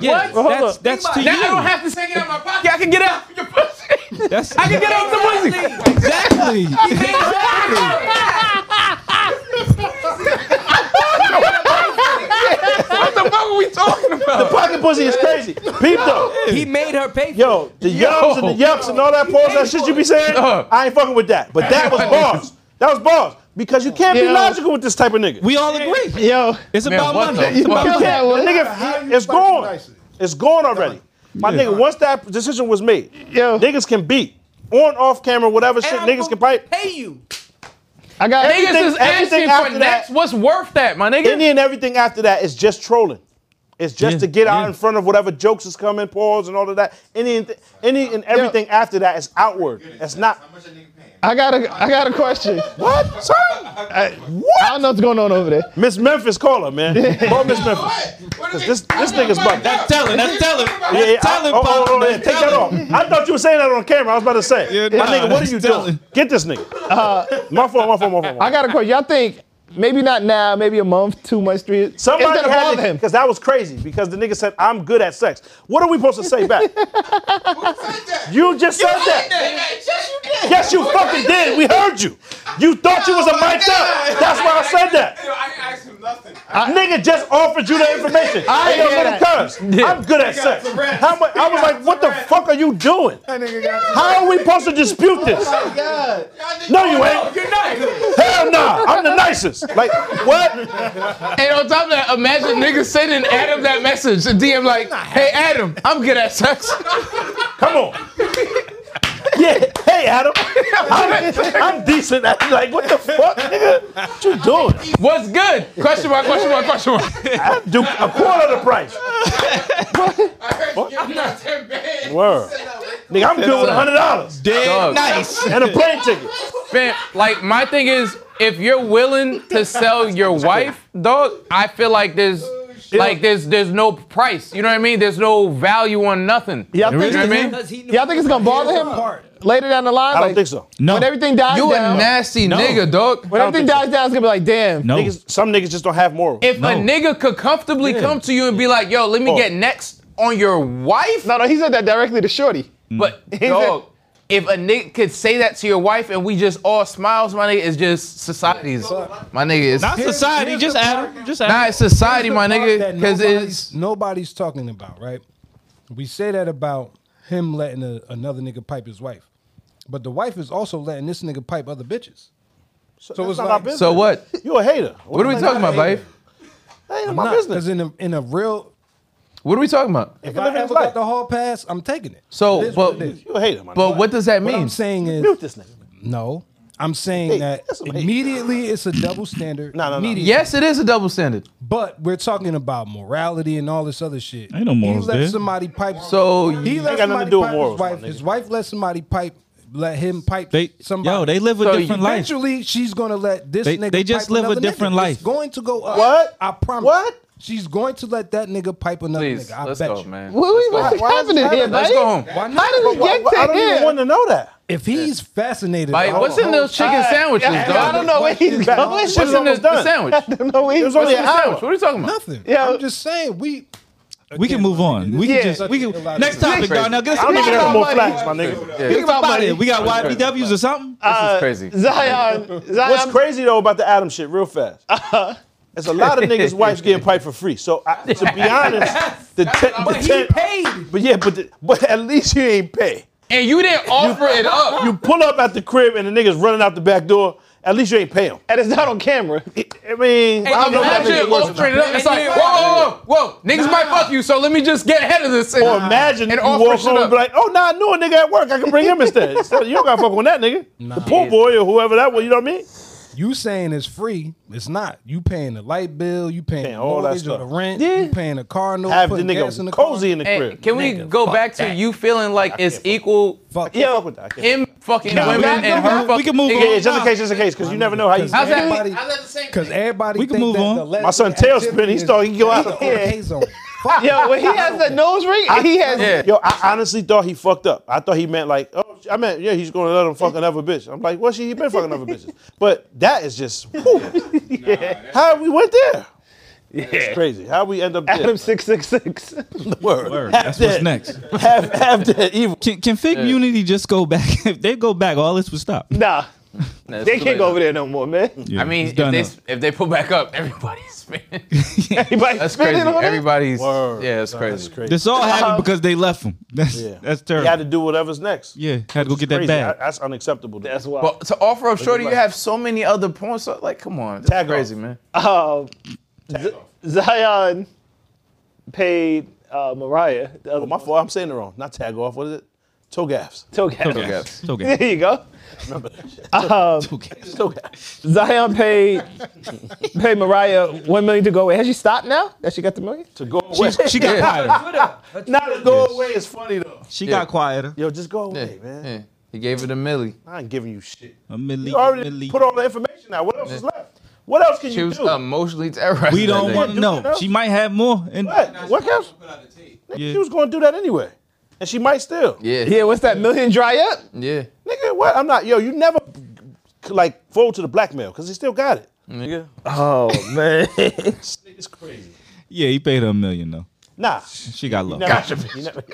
Yeah, hold that's up. that's to Think you. now I don't have to take it out of my pocket. I can get it out from your pussy. That's I can get out the pussy. Exactly. exactly. What the fuck are we talking about? Pocket pussy is crazy. Peep though. He made her pay for it. Yo, the yums and the yups and all that pause, that shit you be saying, Uh. I ain't fucking with that. But that (laughs) was balls. That was balls. Because you can't be logical with this type of nigga. We all agree. Yo, It's Man, about what money. the It's about fuck? money. that The one. nigga, it's gone. It's gone already. My nigga, once that decision was made, Yo. niggas can beat. On, off camera, whatever shit And I'm niggas can gonna pipe. Pay you. I got Niggas Everything- is everything asking after for that- next. What's worth that, my nigga? Any and everything after that is just trolling. It's just Yeah, to get out yeah. in front of whatever jokes is coming, pause and all of that. Any and th- any and everything after that is outward. It's not. How much a nigga paying? I got a, I got a question. (laughs) what? Son? I, what? I don't know what's going on over there. Miss Memphis, call her, man. Call Miss Memphis. 'Cause This, this nigga's bugged. That's telling. That's telling. That's Yeah, yeah, telling. I, oh, oh, Pop. oh, yeah, That's take that off. telling. I thought you were saying that on camera. I was about to say, my nah, nigga, what are you that's telling. doing? Get this nigga. (laughs) my phone, my phone, my phone. I got a question. Y'all think maybe not now, maybe a month, two months, three. it's Somebody gonna had bother to, because that was crazy. Because the nigga said, "I'm good at sex." What are we supposed to say back? You just said that. Yes, you fucking did. We heard you. You thought you was a mic'd up. (laughs) That's why I said that. nigga just offered you the information. I I ain't ain't hear little that. cuz. I'm good at He got sex. some rest. How much, I was like, what the fuck are you doing? How are we supposed to dispute this? Oh God. No, you ain't. You're not good. Hell nah. I'm the nicest. Like, what? And on top of that, imagine niggas sending Adam that message, a DM like, "Hey Adam, I'm good at sex." Come on. Yeah, hey Adam, I'm, I'm decent. At, like, what the fuck, nigga? What you doing? What's good? Question mark. Question mark. Question mark. I do a quarter the price. Word. Nigga, I'm good with hundred dollars. Dog. and a plane ticket. Man, like my thing is, if you're willing to sell your wife, dog, I feel like there's. Like there's there's no price, you know what I mean? There's no value on nothing. Yeah, I you know think what I mean? Y'all think it's gonna bother him later down the line? I don't Like, think so. No. When everything dies You a down, nasty nigga, dog. when everything think dies down, it's gonna be like, damn. No. Niggas, some niggas just don't have morals. If a nigga could comfortably come to you and be like, "Yo, let me Oh. get next on your wife," No, no, he said that directly to Shorty. (laughs) but dog, if a nigga could say that to your wife and we just all smiles, my nigga is just society's. My nigga is Not society, just Adam. Just Adam. Nah, it's society, my part nigga, that because it's nobody's, nobody's talking about, right? We say that about him letting a, another nigga pipe his wife, but the wife is also letting this nigga pipe other bitches. So, That's it's not like, our business. so what? You a hater. What are we talking about, babe? That ain't I'm my not, business. because in a, in a real, What are we talking about? if can I live his ever life. got the hall pass, I'm taking it. So, It is but- what it is. You a hater, man. But what does that what mean? I'm saying is mute this nigga? no. I'm saying Hey, that that's some hate. immediately it's a double (clears throat) standard. No, no, no. Immediately. Yes, it is a double standard. But we're talking about morality and all this other shit. Ain't no morals He let there. somebody pipe. So he let Ain't got nothing somebody to do with pipe morals, his my wife. nigga. His wife let somebody pipe. Let him pipe. They, somebody. Yo, they live a So different life. Eventually, she's gonna let this They- nigga. they just pipe live a another different nigga. life. It's going to go up. What? I promise. What? She's going to let that nigga pipe another please, nigga. I let's bet go, you. man. What- Let's go. what's happening here, Let's babe? go home. Why not? How did we Why- get why- I to don't even want here? to know that. If he's fascinated, Like, about what's the in whole those chicken sandwiches, I, dog? I don't know where he's Back- going. Shit What's is in the, almost the done. sandwich? I don't know where It he's was only What's in an the hour. sandwich? What are you talking about? Nothing. Yeah. I'm just saying we. We can move on. We Yeah. can just. We Allow can. Next you- topic, dog. Now get I don't us even Think have about more money. flags, my nigga. Yeah, Think this about out of money. here. We got That's crazy. YBWs or something. is crazy. Zion. Zion. What's crazy though about the Adam shit, real fast. There's a lot of niggas' wives getting piped for free. So I, to be honest, the ten, the But he ten- paid. but yeah, but the, but at least you ain't pay. And you didn't offer it up. You pull up at the crib and the niggas running out the back door. At least you ain't pay 'em. And it's not on camera. I mean, I don't know if that Imagine nigga worth it. offering it up. It's like, Yeah. whoa, whoa, whoa, whoa. Niggas might fuck you, so let me just get ahead of this. And, Or imagine and you offer walk shit home and up. be like, oh, nah, I knew a nigga at work. I can bring him instead. So you don't gotta fuck with that nigga. The poor boy or whoever that was, you know what I mean? You saying it's free? It's not. You paying the light bill. You paying, Paying the all that mortgage or the stuff. rent. Yeah. You paying the car note. Have the putting gas in nigga the car. cozy in the Hey, crib. can we go back to you feeling like it's equal Fuck. Yeah, fuck with that. I can't. him fucking Nah, women we and can move her on. We fucking can move nigga? Yeah, just in case, just in case, because you never know how you. How's that- I love the same Because thing. everybody We can think move that on. the leisure My son Tailspin, he activity thought he go out is of hand. a K-zone. Fuck. Yo, when he has that nose ring, he has. Yeah. Yo, I honestly thought he fucked up. I thought he meant like, oh, I meant yeah, he's gonna let him fuck another bitch. I'm like, well, she he been fucking other bitches, but that is just whew. (laughs) how we went there. It's crazy how we end up there. Adam six six six. word. Word. Half That's dead. what's next. Half, half dead evil. Can, can fake Unity just go back? If they go back, all this would stop. Nah, Nah, it's they can't too late go now. over there no more, man. (laughs) Yeah, I mean, it's if done they, up. if they pull back up, everybody's (laughs) spinning. Everybody That's spinning crazy. on it? Everybody's Word. yeah, that's No, crazy. That's crazy. this all happened because they left him. That's Yeah. that's You had to terrible. do whatever's next. Yeah, had to go get that Crazy. bag. I- that's unacceptable. That's why. But to offer up shorty, you like- have so many other points. so, Like, come on, that's Tag off. crazy, man. Um, Z- Zion paid uh, Mariah the other Oh, my fault. I'm saying it wrong. Not tag off. What is it? Toe gaffs. toe cap. Yeah. It's (laughs) okay. There you go. Um, It's okay. Toe gaffs. Zion paid paid Mariah one million to go away. Has she stopped now? That she got the million? To go away. (laughs) She got quieter. Not to go away is funny though. She got quieter. Yo, just go away, man. Yeah. He gave it a milli. I ain't giving you shit. A milli. You already put all the information out. What else is left? What else can She you was do? emotionally terrorized. We don't want to to know. She might have more. And What? What else? She was going to do that anyway, and she might still. Yeah. Yeah. What's that million dry up? (laughs) Yeah. Nigga, what? I'm not. Yo, you never like fold to the blackmail because they still got it. Nigga. Oh man, it's crazy. Yeah, he paid her a million though. (laughs) Nah. She got You love. never- You never, (laughs)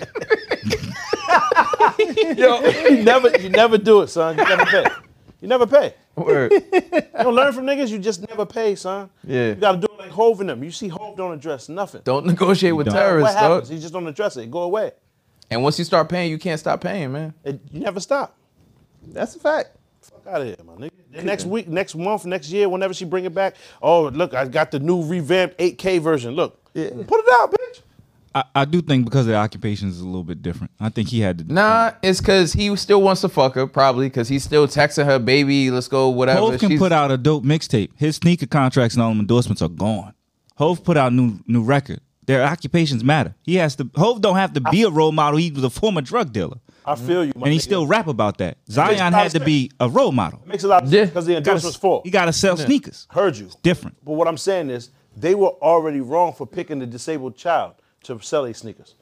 Yo, you never, you never do it, son. You never pay. You never pay. (laughs) Word. You don't learn from niggas. You just never pay, son. Yeah. You gotta do it like Hov and them. You see Hov don't address nothing. Don't negotiate with No matter terrorists, What happens? dog. He just don't address it. It Go away. And once you start paying, you can't stop paying, man. It, you never stop. That's a fact. Fuck out of here, my nigga. The Next week, next month, next year, whenever she bring it back. Oh, look, I got the new revamped 8K version. Look, put it out, bitch. I, I do think because of the occupation is a little bit different. I think he had to. Nah, it's because he still wants to fuck her, probably, because he's still texting her, baby, let's go, whatever. Hove can She's- put out a dope mixtape. His sneaker contracts and all them endorsements are gone. Hove put out new new record. Their occupations matter. He has to. Hove don't have to be a role model. He was a former drug dealer. I feel you, my and he nigga. still rap about that. That makes a Zion lot had of to be a role model. Makes a lot of sense because the gotta- endorsement's full. you gotta sell Yeah. sneakers. Heard you. Different. But what I'm saying is, they were already wrong for picking the disabled child to sell their sneakers.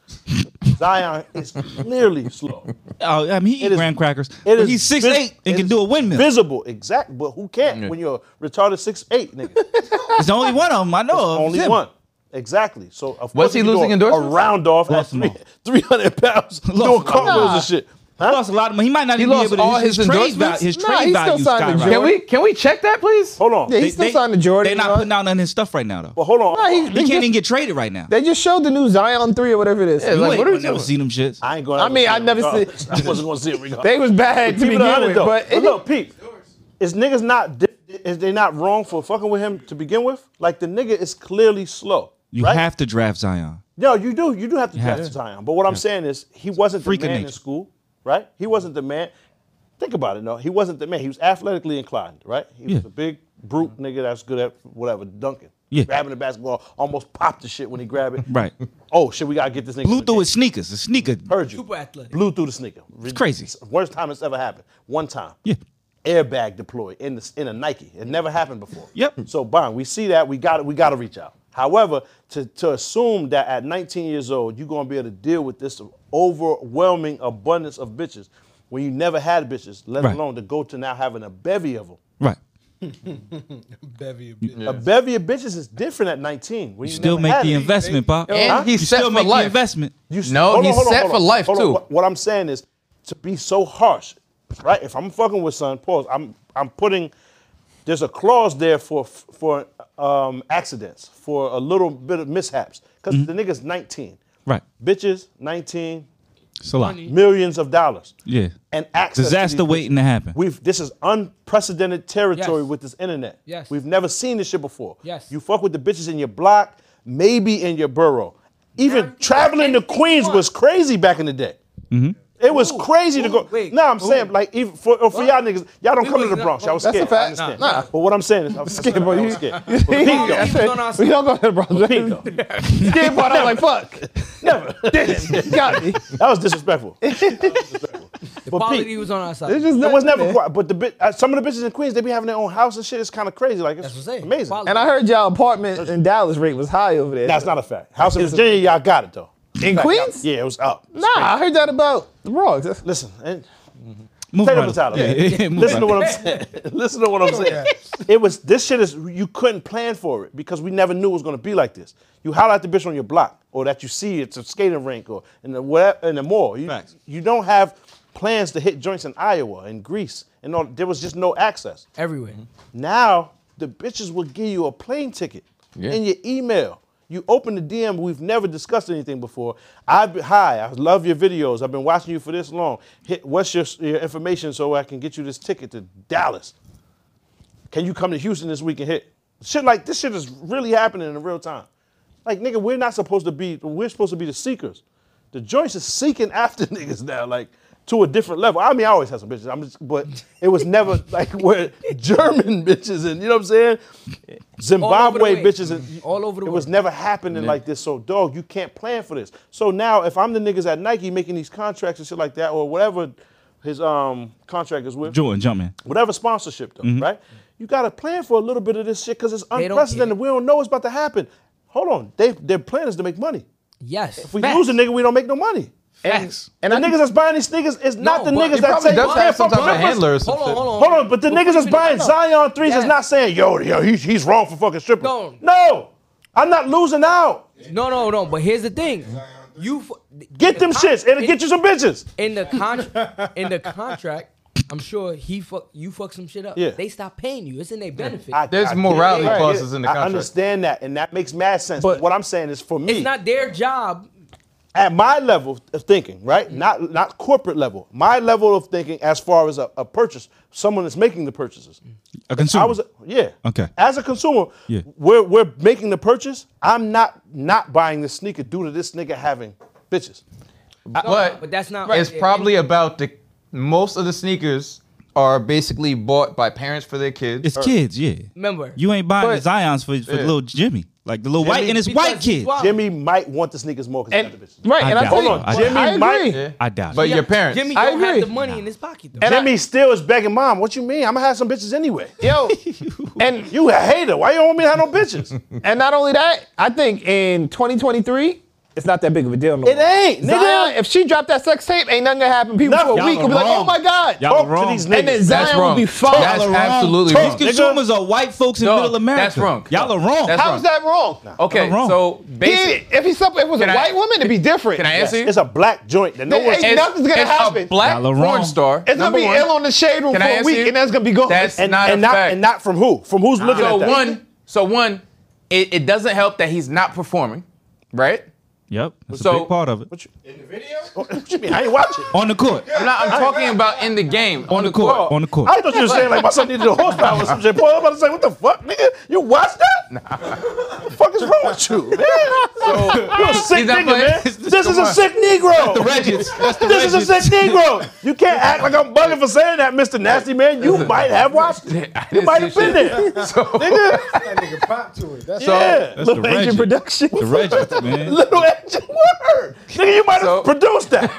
Zion is clearly (laughs) slow. Oh, I mean, he It eat is- graham crackers. It but is he's six vis- eight and it can is do a windmill. Visible, exact. But who can't Yeah. when you're a retarded six eight nigga? It's the only one of them I know of. Only It's him. one. Exactly. So of Was course he you do losing a- endorsements? A round off at Lost them (laughs) three, 300 pounds doing Lost them all. cartwheels Nah. and shit. Lost a lot of money. He might not He even be lost able to. all his trade endorsements? value- his Nah, trade he's value still signed to skyrocketed. Jordan. Can we- can we check that, please? Hold on. They- he's still they- signed to Jordan, They're not huh? putting out none of his stuff right now, though. But hold on. Nah, he- he they can't just- even get traded right now. They just showed the new Zion three or whatever it is. you ain't gonna never seen them shits. I ain't going. I mean, I never see. I wasn't going to see it regardless. They was bad to Keep it begin 100 with, though. but- look, Pete, is niggas not di- is they not wrong for fucking with him to begin with? Like the nigga is clearly slow. You have to draft Zion. No, you do. You do have to You have draft to. Zion. But what I'm Yeah. saying is, he wasn't the Freak of man in nature. school, right? He wasn't the man. Think about it. No, he wasn't the man. He was athletically inclined, right? He was Yeah. a big brute nigga that's good at whatever dunking, Yeah. grabbing the basketball, almost popped the shit when he grabbed it. (laughs) Right. Oh shit, we gotta get this nigga. Blew through his sneakers. The sneaker. Heard you. Super athletic. Blew through the sneaker. It's crazy. Worst time it's ever happened. One time. Yeah. Airbag deployed in the, in a Nike. It never happened before. Yep. So Bond, we see that we got to we got to reach out. However, to, to assume that at 19 years old you're gonna be able to deal with this overwhelming abundance of bitches when you never had bitches, let Right. alone to go to now having a bevy of them. Right. Bevy of A bevy of bitches is different at 19. When You still never make had the it. investment, Pop. And Huh? he's you set still for make life. the investment. You s- hold on, hold on, hold on, hold on. What, what I'm saying is, to be so harsh, right? If I'm fucking with son, pause. I'm I'm putting. There's a clause there for for um, accidents, for a little bit of mishaps, because Mm-hmm. the nigga's 19, Right. bitches 19, It's a lot. millions of dollars, Yeah. and access. to Disaster these waiting to happen. We've this is unprecedented territory Yes. with this internet. Yes. We've never seen this shit before. Yes. You fuck with the bitches in your block, maybe in your borough. Even traveling to Queens was crazy back in the day. Mm-hmm. Mhm. It was crazy to go. No, I'm saying like even for or for y'all niggas, y'all don't We come to was the not- Bronx. Y'all was That's a scared. I fact. understand. Nah. But what I'm saying is, I'm scared. But you scared. But Pete, That's though. it. on our side. don't go to the Bronx. (laughs) Scared part, I'm like, fuck. (laughs) Never. Got me. That was (laughs) disrespectful. The But quality Pete- was on our side. It was eh? never quiet. But the bit, uh, some of the bitches in Queens, they be having their own house and shit. It's kind of crazy. Like it's amazing. And I heard y'all apartment in Dallas rate was high over there. That's not a fact. House in It's a- Virginia, y'all got it though. In Like, Queens? y'all- yeah, it was up. Nah, I heard that about the Bronx. Listen, eh, and Move Tatum right was up. out Yeah, yeah, yeah, move Listen to right what (laughs) I'm saying. Listen to what I'm saying. It was this shit is you couldn't plan for it because we never knew it was gonna be like this. You holler at the bitch on your block or that you see it's a skating rink or in the whatever in the mall. You, you don't have plans to hit joints in Iowa and Greece and all, there was just no access. Everywhere. Now the bitches will give you a plane ticket Yeah. in your email. You open the DM. We've never discussed anything before. I be- hi, I love your videos. I've been watching you for this long. Hit, what's your, your information so I can get you this ticket to Dallas? Can you come to Houston this week and hit? Shit like this shit is really happening in real time. Like nigga, we're not supposed to be. We're supposed to be the seekers. The joints is seeking (laughs) after niggas now, like to a different level. I mean, I always had some bitches. I'm just, but it was never (laughs) like where German (laughs) bitches and you know what I'm saying, Zimbabwe way. bitches and Mm-hmm. all over the. It was never happening Yeah. like this. So dog, you can't plan for this. So now, if I'm the niggas at Nike making these contracts and shit like that, or whatever his um contract is with Jordan, Jumpman. whatever sponsorship though, Mhm. right? You gotta plan for a little bit of this shit because it's don't care. unprecedented. we don't know what's about to happen. Hold on, they their plan is to make money. Yes. If we lose a nigga, we don't make no money. Facts. And, the niggas that's buying these sneakers is not the but niggas it that probably say does "Man, have some fuck type of rappers." handler or some Hold on, hold on. Hold on, but the niggas that's buying Zion threes is Yeah. not saying, yo, yo, he's, he's wrong for fucking strippers. No. I'm not losing out. No, no, no. But here's the thing. You f- Get them shits. It'll get you some bitches. In the contract, in the contract, I'm sure he fuck you fuck some shit up. Yeah. They stop paying you. It's in their benefit. I- I get it. morality I get it. clauses in the I contract. understand that, and that makes mad sense. But what I'm saying is for me, it's not their job. at my level of thinking, right? Not not corporate level. My level of thinking, as far as a, a purchase, someone that's making the purchases. A consumer. I was, yeah. Okay. As a consumer, Yeah. we're we're making the purchase. I'm not not buying this sneaker due to this nigga having bitches. but, but that's not. It's probably about the most of the sneakers are basically bought by parents for their kids. It's kids, yeah. Remember, You ain't buying the Zion's for, for Yeah. little Jimmy, like the little white and his white kid. Jimmy might want the sneakers more because the bitches. right, I and I doubt tell it. hold you- on, I Jimmy doubt it. might. Yeah. I doubt it. But your parents. Jimmy I don't have agree. the money in his pocket though. Jimmy still is begging mom. What you mean? I'm gonna have some bitches anyway. Yo, and you a hater. (laughs) Why you don't want me to have no bitches? And not only that, I think in 2023, it's not that big of a deal. No It ain't, nigga. Zion, if she dropped that sex tape, ain't nothing gonna happen. People Nothing. for a Y'all week will are be like, oh wrong. my God. Y'all are wrong. And then That's Zion will wrong. be fine. That's Y'all are wrong. absolutely Talk, wrong. nigga. These consumers are white folks in No, middle America. that's wrong. Y'all are wrong. That's How's that wrong? Okay, wrong. so basically, He- if he sup- if it was a Can I- white woman, it'd be different. can I answer you? It's a black joint that no There one. ain't nothing's gonna it's happen. a black Y'all are wrong. porn star. It's gonna Number be one. ill on the shade room Can for I a ask week, you? and that's gonna be gone. That's and not and a not fact. and not from who? From who's looking so at that? one, so one, it, it doesn't help that he's not performing, right? Yep, that's a So- big part of it. What you mean? I ain't watching. On the court, I'm not. I'm talking about in the game on the court, on the court. I thought you were saying like my son needed a horsepower or some shit. Boy, I'm about to say, what the fuck, nigga? You watch that? Nah. the fuck is wrong with you, man? You're a sick He's not nigga, playing. man. (laughs) This- This, this is the a one. sick Negro. Regis. That's the this is a Regis. sick Negro. You can't act like I'm bugging for saying that, Mr. Nasty Man. You might have watched it. (laughs) I You didn't might have see been there. (laughs) nigga. That nigga pop to it. That's yeah. That's the Little Asian Regis. production. The Regis, man. Little Asian word. Nigga, you might have So- produced (laughs) that.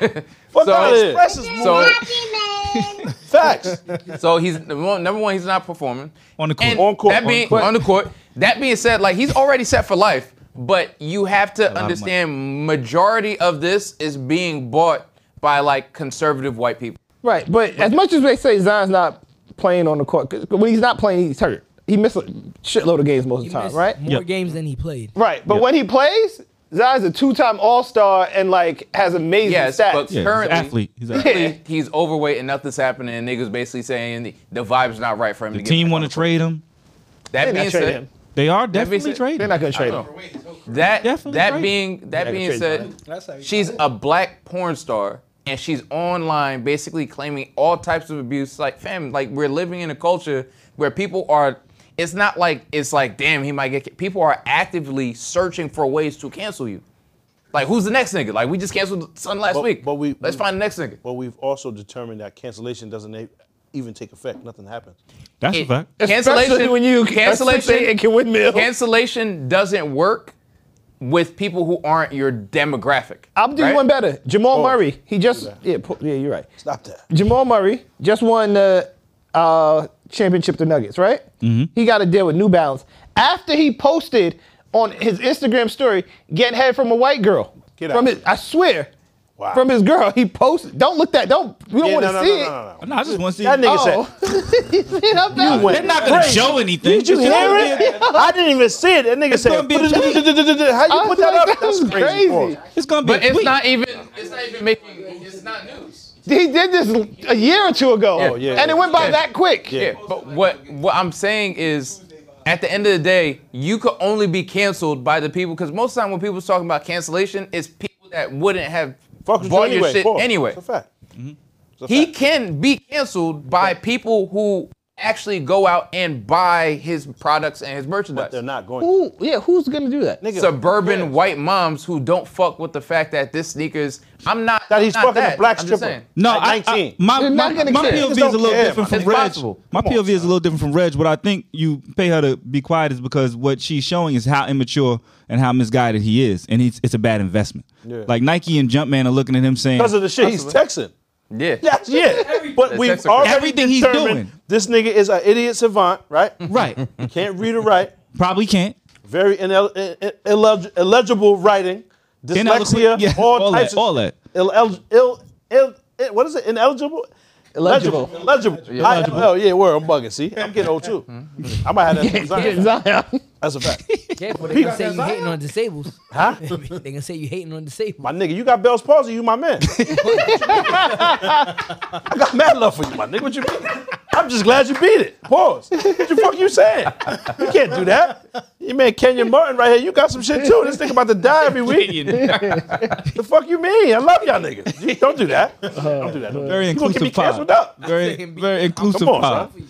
Fuck So- out of Express is So- more facts. So he's number one. He's not performing On the court. And On court, That on being, court. on the court. That being said, like he's already set for life. But you have to money. understand, majority of this is being bought by like conservative white people. Right, but as much as they say Zion's not playing on the court, 'cause when he's not playing, he's hurt. He missed a shitload of games most of He the time, missed right? More games than he played. Right, but when he plays, Zion's a two-time All-Star and like has amazing Yes, stats. but Yeah, he's an currently, athlete. He's an currently, athlete. he's overweight and nothing's happening. And niggas basically saying the, the vibe's not right for him. The to get team back want on to trade him. court. That not being trading said, him. They are That being definitely said- trading. They're not gonna trade I him. don't know. Oh. That Definitely that right. being that being said, she's a black porn star and she's online basically claiming all types of abuse. Like, fam, like we're living in a culture where people are. It's not like it's like, damn, he might get. ki-" People are actively searching for ways to cancel you. Like, who's the next nigga? Like, we just canceled Sun last But- week. but we- let's we- find the next nigga. But we've also determined that cancellation doesn't e- even take effect. Nothing happens. That's a It- fact. Cancellation Especially when you cancellation and can windmill. Cancellation doesn't work with people who aren't your demographic. I'll do right? one better. Oh. Jamal Murray. He just yeah, pu- yeah, you're right. Stop that. Jamal Murray just won the uh, championship to Nuggets, right? Mm-hmm. He got a deal with New Balance after he posted on his Instagram story getting head from a white girl. Get from out. his, I swear, Wow. from his girl. He posted. Don't look that. Don't. We don't Yeah, want to no, no, see no, it. no, no, no. No, I just want to see. That nigga Oh, (laughs) said. He's in our balance. went They're not gonna crazy. show anything. Did you It's hear gonna (laughs) be it? I didn't even see it. That nigga said. gonna be a tweet. How I was you put that like, up? that was That's crazy. crazy. Paul. It's gonna be. But it's tweet. not even. It's not even making. It's not news. He did this a year or two ago, Yeah. Oh, yeah, and yeah. it went by Yeah. that quick. Yeah. But what what I'm saying is, at the end of the day, you could only be canceled by the people because most of the time when people's talking about cancellation, it's people that wouldn't have Fuck with you bought your anyway. shit Paul. anyway. It's a fact. It's a He fact. can be canceled by people who actually go out and buy his products and his merchandise. But they're not going. Who? Yeah. Who's gonna do that? Nigga, Suburban who cares? white moms who don't fuck with the fact that this sneakers. I'm not. That he's I'm not fucking a that. black I'm just stripper. saying. No, At I, I, 19. my, They're my, not gonna my care. POV Just is a don't little care, different man. from It's Reg. possible. My Come on, POV is a little different from Reg. What I think you pay her to be quiet is because what she's showing is how immature and how misguided he is, and it's, it's a bad investment. Like Nike and Jumpman are looking at him saying, Because of the shit he's texting. (laughs) Yeah. That's it. But That's- we've that's a- already Everything he's determined doing. This nigga is an idiot savant, right? Right. Can't read or write. Probably can't. Very inel- in- in- illeg- illegible writing. Dyslexia. Ineloquent- yeah, all, all types that, all that. Ill, Ill, Ill, Ill- what is it? Ineligible. Illegible. Illegible. Yeah. Illegible. Oh yeah, word. I'm bugging. See, I'm getting old too. Mm-hmm. I might have that. from Zion. That's (laughs) a fact. Careful, they People- gonna say you hating on disabled. Huh? (laughs) they gonna say you hating on disabled. My nigga, you got Bell's palsy. You (laughs) my man. (laughs) I got mad love for you, my nigga. What you mean? I'm just glad you beat it. Pause. What the fuck you saying? You can't do that. Your man Kenyon Martin right here, you got some shit too. This nigga about to die every week. the fuck you mean? I love y'all niggas. You- Don't do (laughs) that. Don't do that. Don't do Uh-huh. Very that. You gonna get me inclusive pod. canceled up. Very, very inclusive Come on, pod. son.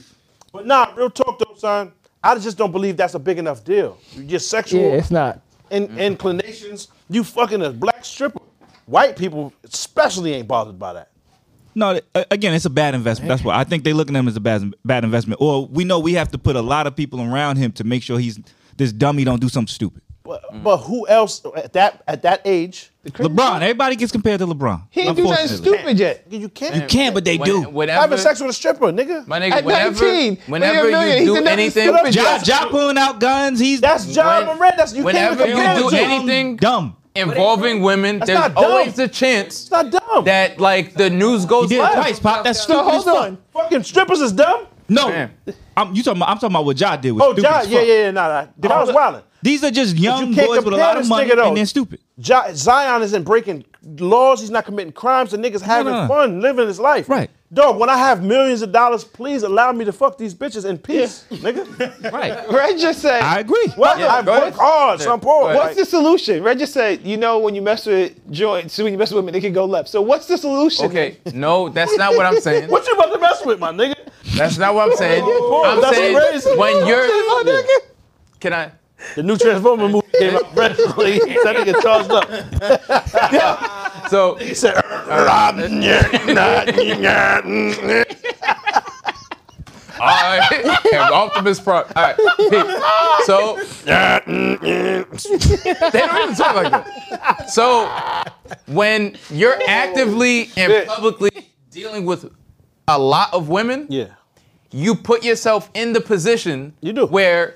But nah, real talk though, son. I just don't believe that's a big enough deal. Your sexual Yeah, it's not. in- inclinations, you fucking a black stripper. White people especially ain't bothered by that. No, th- a- again, it's a bad investment. That's why I think they look at him as a bad, bad investment. Or we know we have to put a lot of people around him to make sure he's this dummy don't do something stupid. But, Mm. but who else at that at that age? LeBron, everybody gets compared to LeBron. He ain't do nothing unfortunately. stupid yet. You can't. You can't, but they When- do. whatever- Having sex with a stripper, nigga. My nigga, At whenever- 19, whenever when you're a you million, do he's another anything- Ja, stupid ja, bastard. pulling out guns. He's that's John When- Moran. That's you can't whenever even you compare do the two. anything dumb involving women, That's there's not dumb. always a chance that like the news goes did it viral. twice, Pop. That's So stupid as hold fuck. on, fucking strippers is dumb. No, I'm, you talking about, I'm talking about what Ja did was Oh, stupid Ja, as yeah, fuck. yeah, yeah, nah, nah. Ja was wildin'. These are just But young you can't boys with a compare lot of this money nigga, though. and they're stupid. Ja- Zion isn't breaking laws. He's not committing crimes. The nigga's having no. fun, living his life. Right. Dog, when I have millions of dollars, please allow me to fuck these bitches in peace, (laughs) nigga. right. Red just said. I agree. What? I work hard, so I'm poor. What's the solution? Red just said, you know, when you mess with joints, when you mess with women, they can go left. So what's the solution? Okay, no, that's not what I'm saying. (laughs) What you about to mess with, my nigga? That's not what I'm saying. I'm That's saying crazy. when My you're nigga. can I The new Transformer movie came out recently. (laughs) That nigga charged up. so he said, "Robin, you're not- you're (laughs) not- All right. Okay, Optimus Prime. All right. peep. So they don't even talk like that. So when you're actively and publicly dealing with a lot of women, yeah, you put yourself in the position you do. where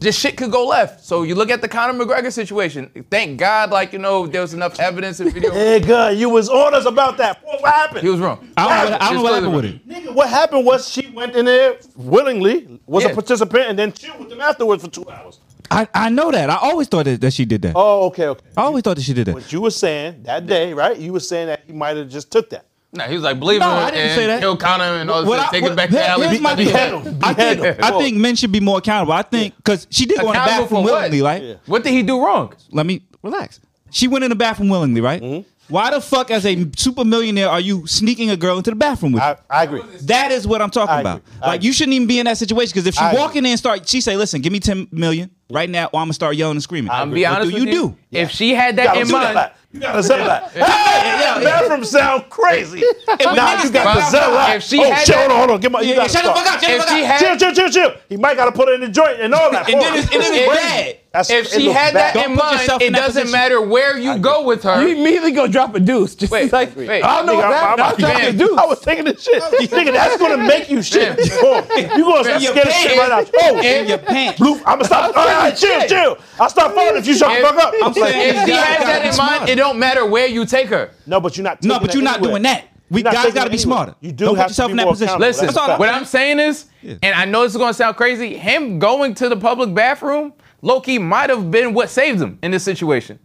this shit could go left. So you look at the Conor McGregor situation. Thank God, like you know, there was enough evidence and video. (laughs) Nigga, you was on us about that. What happened? He was wrong. I don't know what, I don't know what Just clearly happened with it. Nigga, what happened was she went in there willingly, was Yeah. a participant, and then chilled with them afterwards for two hours. I, I know that. I always thought that, that she did that. Oh, okay, okay. I always thought that she did that. What you were saying that day, right? You were saying that he might have just took that. No, he was like, believe No, her I didn't and say that. kill Conor and all this What shit. I- Take what- it back to here- Alex. here's my- Behead him. I think, I Fuck. think men should be more accountable. I think because she did go in the Accountable for bathroom what? willingly, right? What did he do wrong? Let me relax. She went in the bathroom willingly, right? Mm-hmm. Why the fuck, as a super millionaire, are you sneaking a girl into the bathroom with? I, you? I agree. That is what I'm talking about. Like you shouldn't even be in that situation because if she I walk in there and start, she say, "Listen, give me 10 million right now, or I'm gonna start yelling and screaming." I'm be honest What do with you do? If she had that gotta in do mind, that. You gotta say that. Yeah. Hey, Yeah, yeah, yeah. bathroom sound crazy. now niggas you got think the about zell that, out. if she oh, had chill, that- hold on, hold on. Get my, Yeah, you yeah, gotta shut the stop. fuck up, shut the If fuck she up. Had, chill, chill, chill, chill. He might gotta put it in the joint and all that. And then Hold on. it's- and then it's bad. That's- if it she look had bad. that in mind, it doesn't matter where you go with her. You immediately go drop a deuce. Just Wait, like, wait. I don't know Nigga, what I'm- happened. I'm- I dropped a Man. deuce. (laughs) (laughs) I was thinking this (laughs) shit. Nigga, that's gonna make you shit. Oh, you gonna In your scare the shit right out. pants. Oh, In (laughs) your pants. Bloop, I'm gonna stop. All right, chill, chill. I'll stop falling if you shut the If- fuck up. I'm saying If these she guys had gotta that be in mind, smarter. it don't matter where you take her. No, but you're not. No, taking but you're not anywhere. doing that. We You're not guys taking gotta be anywhere. smarter. You do Don't put have yourself to be in that more position. accountable. Listen, That's all I- what I'm saying is, and I know this is gonna sound crazy, him going to the public bathroom, Loki might have been what saved him in this situation.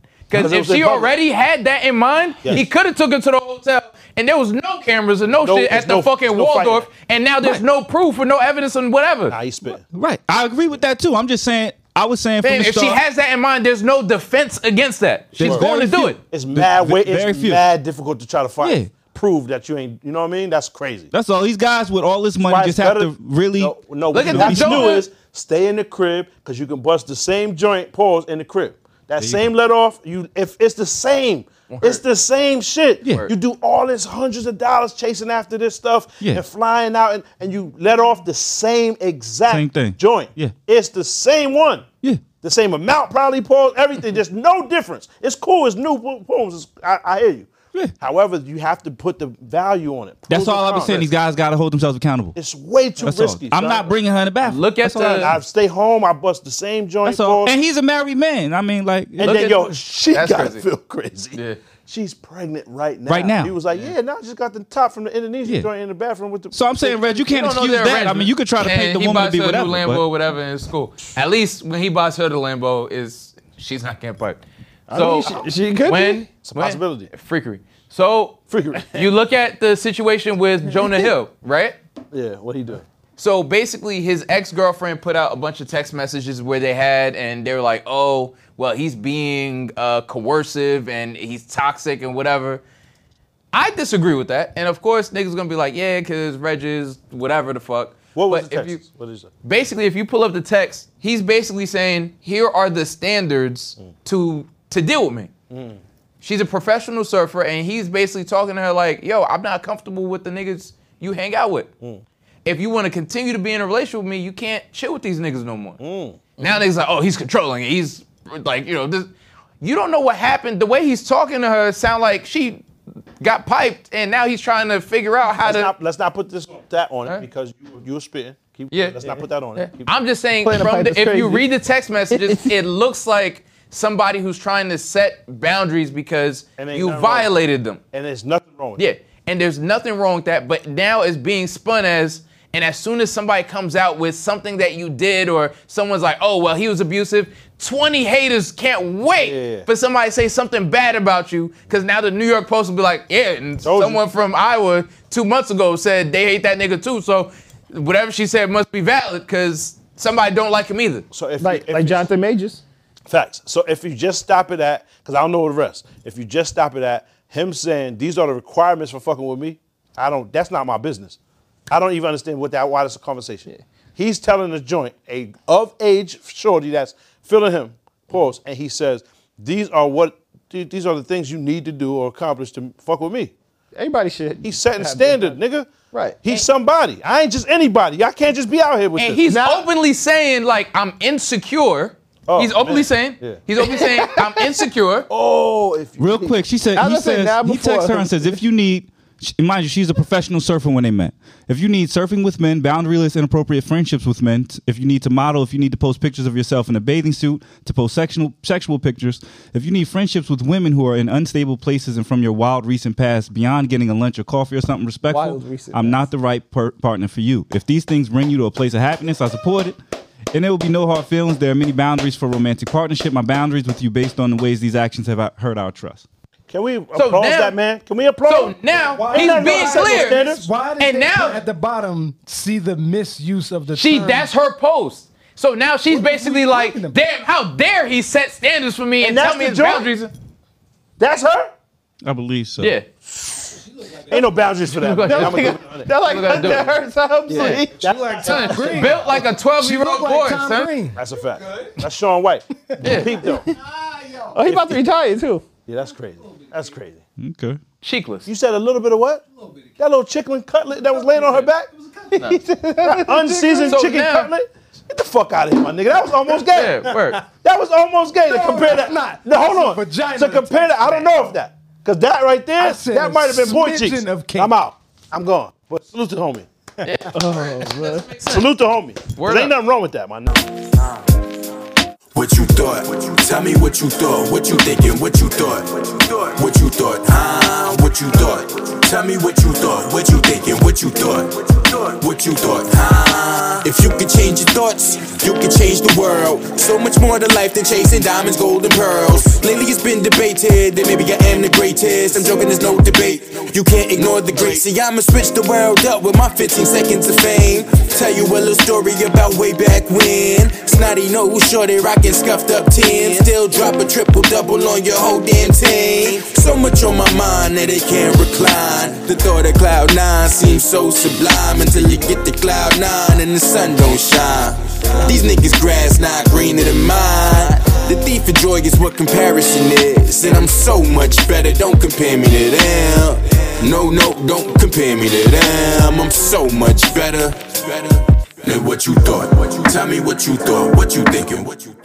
Because Because it if was in she public. already had that in mind, Yes. he could have took her to the hotel, and there was no cameras and no, No, shit there's at the no- fucking no fighting. Waldorf, and now there's Right. no proof or no evidence and whatever. Nah, you spitting. Right. I agree with that too. I'm just saying. I was saying from Man, the if start. she has that in mind, there's no defense against that. She's There's going to very do few- it. It's mad. v- Way, very it's few. mad difficult to try to find Yeah. prove that you ain't. You know what I mean? That's crazy. That's all. These guys with all this money Why just it's have better- to really. No, no Look what at you that have to do joint. is stay in the crib because you can bust the same joint pause in the crib. That same let off, you if it's the same, it's the same shit. Yeah. You do all this hundreds of dollars chasing after this stuff Yeah. and flying out and, and you let off the same exact Same thing. joint. Yeah. It's the same one. Yeah. The same amount, probably pause, everything. There's no difference. It's cool, it's new poems. It's, I, I hear you. However, you have to put the value on it. That's Prove the all I've been saying. contrary. These guys got to hold themselves accountable. It's way too That's all. risky. I'm not bringing her in the bath. Look at the- I stay home. I bust the same joint. That's all. balls. And he's a married man. I mean, like, And then yo, she gotta feel crazy. She's pregnant right now. Right now. He was like, yeah, now I just got the top from the Indonesian Yeah. joint in the bathroom with the. So I'm saying, Reg, you can't don't know excuse their that. I arrangement. mean, you could try to And paint the he woman to buys be her whatever. A new Lambo but- or whatever in school. At least when he buys her the Lambo, is she's not getting pregnant. I So mean, she- she could be. when It's a when- possibility. Freakery. So freakery. you look at the (laughs) situation with Jonah Hill, right? Yeah, what he doing? So basically, his ex girlfriend put out a bunch of text messages where they had, and they were like, "Oh, well, he's being uh, coercive and he's toxic and whatever." I disagree with that, and of course, niggas gonna be like, "Yeah, cause Reg is whatever the fuck." What was the text? What is it? basically, if you pull up the text, he's basically saying, "Here are the standards to to deal with me." She's a professional surfer, and he's basically talking to her like, "Yo, I'm not comfortable with the niggas you hang out with. If you want to continue to be in a relationship with me, you can't chill with these niggas no more." Now niggas like, "Oh, he's controlling it. He's like, you know, this." You don't know what happened. The way he's talking to her sound like she got piped, and now he's trying to figure out how let's to. Not, let's not put this that on it because you you were spitting. Keep, yeah. Let's not put that on it. Keep- I'm just saying, Playing the from pipe the, is if you crazy. read the (laughs) text messages, it looks like somebody who's trying to set boundaries because ain't you nothing wrong. violated them. And there's nothing wrong with Yeah, and there's nothing wrong with that, but now it's being spun as, and as soon as somebody comes out with something that you did, or someone's like, oh, well, he was abusive, 20 haters can't wait for somebody to say something bad about you, because now the New York Post will be like, yeah, and someone from Iowa two months ago said they hate that nigga too, so whatever she said must be valid, because somebody don't like him either. So if like, like Jonathan Majors. Facts. So if you just stop it at, because I don't know the rest. If you just stop it at him saying these are the requirements for fucking with me, I don't. That's not my business. I don't even understand what that. Why this a conversation? He's telling the joint a of age shorty that's feeling him. Pause. And he says these are what th- these are the things you need to do or accomplish to fuck with me. Everybody should. He's setting standard, nigga. Right. He's somebody. I ain't just anybody. I can't just be out here with and this. he's openly saying like I'm insecure. he's openly Oh, man. saying Yeah. he's openly saying I'm insecure. (laughs) Oh, if Real quick, she said I was he gonna say, says now he before- texts her and says if you need sh- mind you, she's a professional surfer when they met. If you need surfing with men, boundaryless, inappropriate friendships with men, t- if you need to model, if you need to post pictures of yourself in a bathing suit, to post sexual sexual pictures, if you need friendships with women who are in unstable places and from your wild recent past, beyond getting a lunch or coffee or something respectful, Wild recent I'm not the right per- partner for you. If these things bring you to a place of happiness, I support it. And there will be no hard feelings. There are many boundaries for romantic partnership. My boundaries with you based on the ways these actions have out- hurt our trust. Can we applause now- that man? Can we applaud? So him? now Ain't nothing wrong with setting standards. Why did And they now- put at the bottom see the misuse of the She term? that's her post. So now she's basically like, damn, how dare he set standards for me and, that's tell me the his joint? boundaries? That's her. I believe so. Yeah. Ain't no boundaries (laughs) for that. Look at- I'ma give it look to at- her. look at that dude. Yeah. That's like Son, built like a 12 year old boy, son. That's a fact. That's Sean White. Yeah. Peep though. Oh, he about to retire too. Yeah, that's crazy. That's crazy. Okay. Cheekless. You said a little bit of what? That little chicken cutlet that was laying on her back? That (laughs) Unseasoned So chicken now- cutlet? Get the fuck out of here, my nigga. That was almost gay. Yeah, word. That was almost gay to compare that. No, hold on. To compare that, I don't know if that. Because that right there, said that a might have been boy smidgen cheeks. of I'm out. I'm gone. But salute to the homie. (laughs) Oh, Salute to homie. Word There up. ain't nothing wrong with that, my nigga. What you thought? Tell me what you thought. What you thinking? What you thought? What you thought? Huh? What you thought? Tell me what you thought. What you thinking? What you thought? What you thought? Huh? If you could change your thoughts, you could change the world. So much more to life than chasing diamonds, gold, and pearls. Lately it's been debated that maybe I am the greatest. I'm joking, there's no debate. You can't ignore the great. See, I'ma switch the world up with my 15 seconds of fame. Tell you a little story about way back when. Snotty nose, shorty rockin' scuffed up 10. Still drop a triple double on your whole damn team. So much on my mind that it can't recline. The thought of cloud nine seems so sublime until you get to cloud nine and the sun don't shine. These niggas grass not greener than mine. The thief of joy is what comparison is, and I'm so much better. Don't compare me to them. No, no, don't compare me to them. I'm so much better. Now what you thought? Tell me what you thought. What you thinking? What you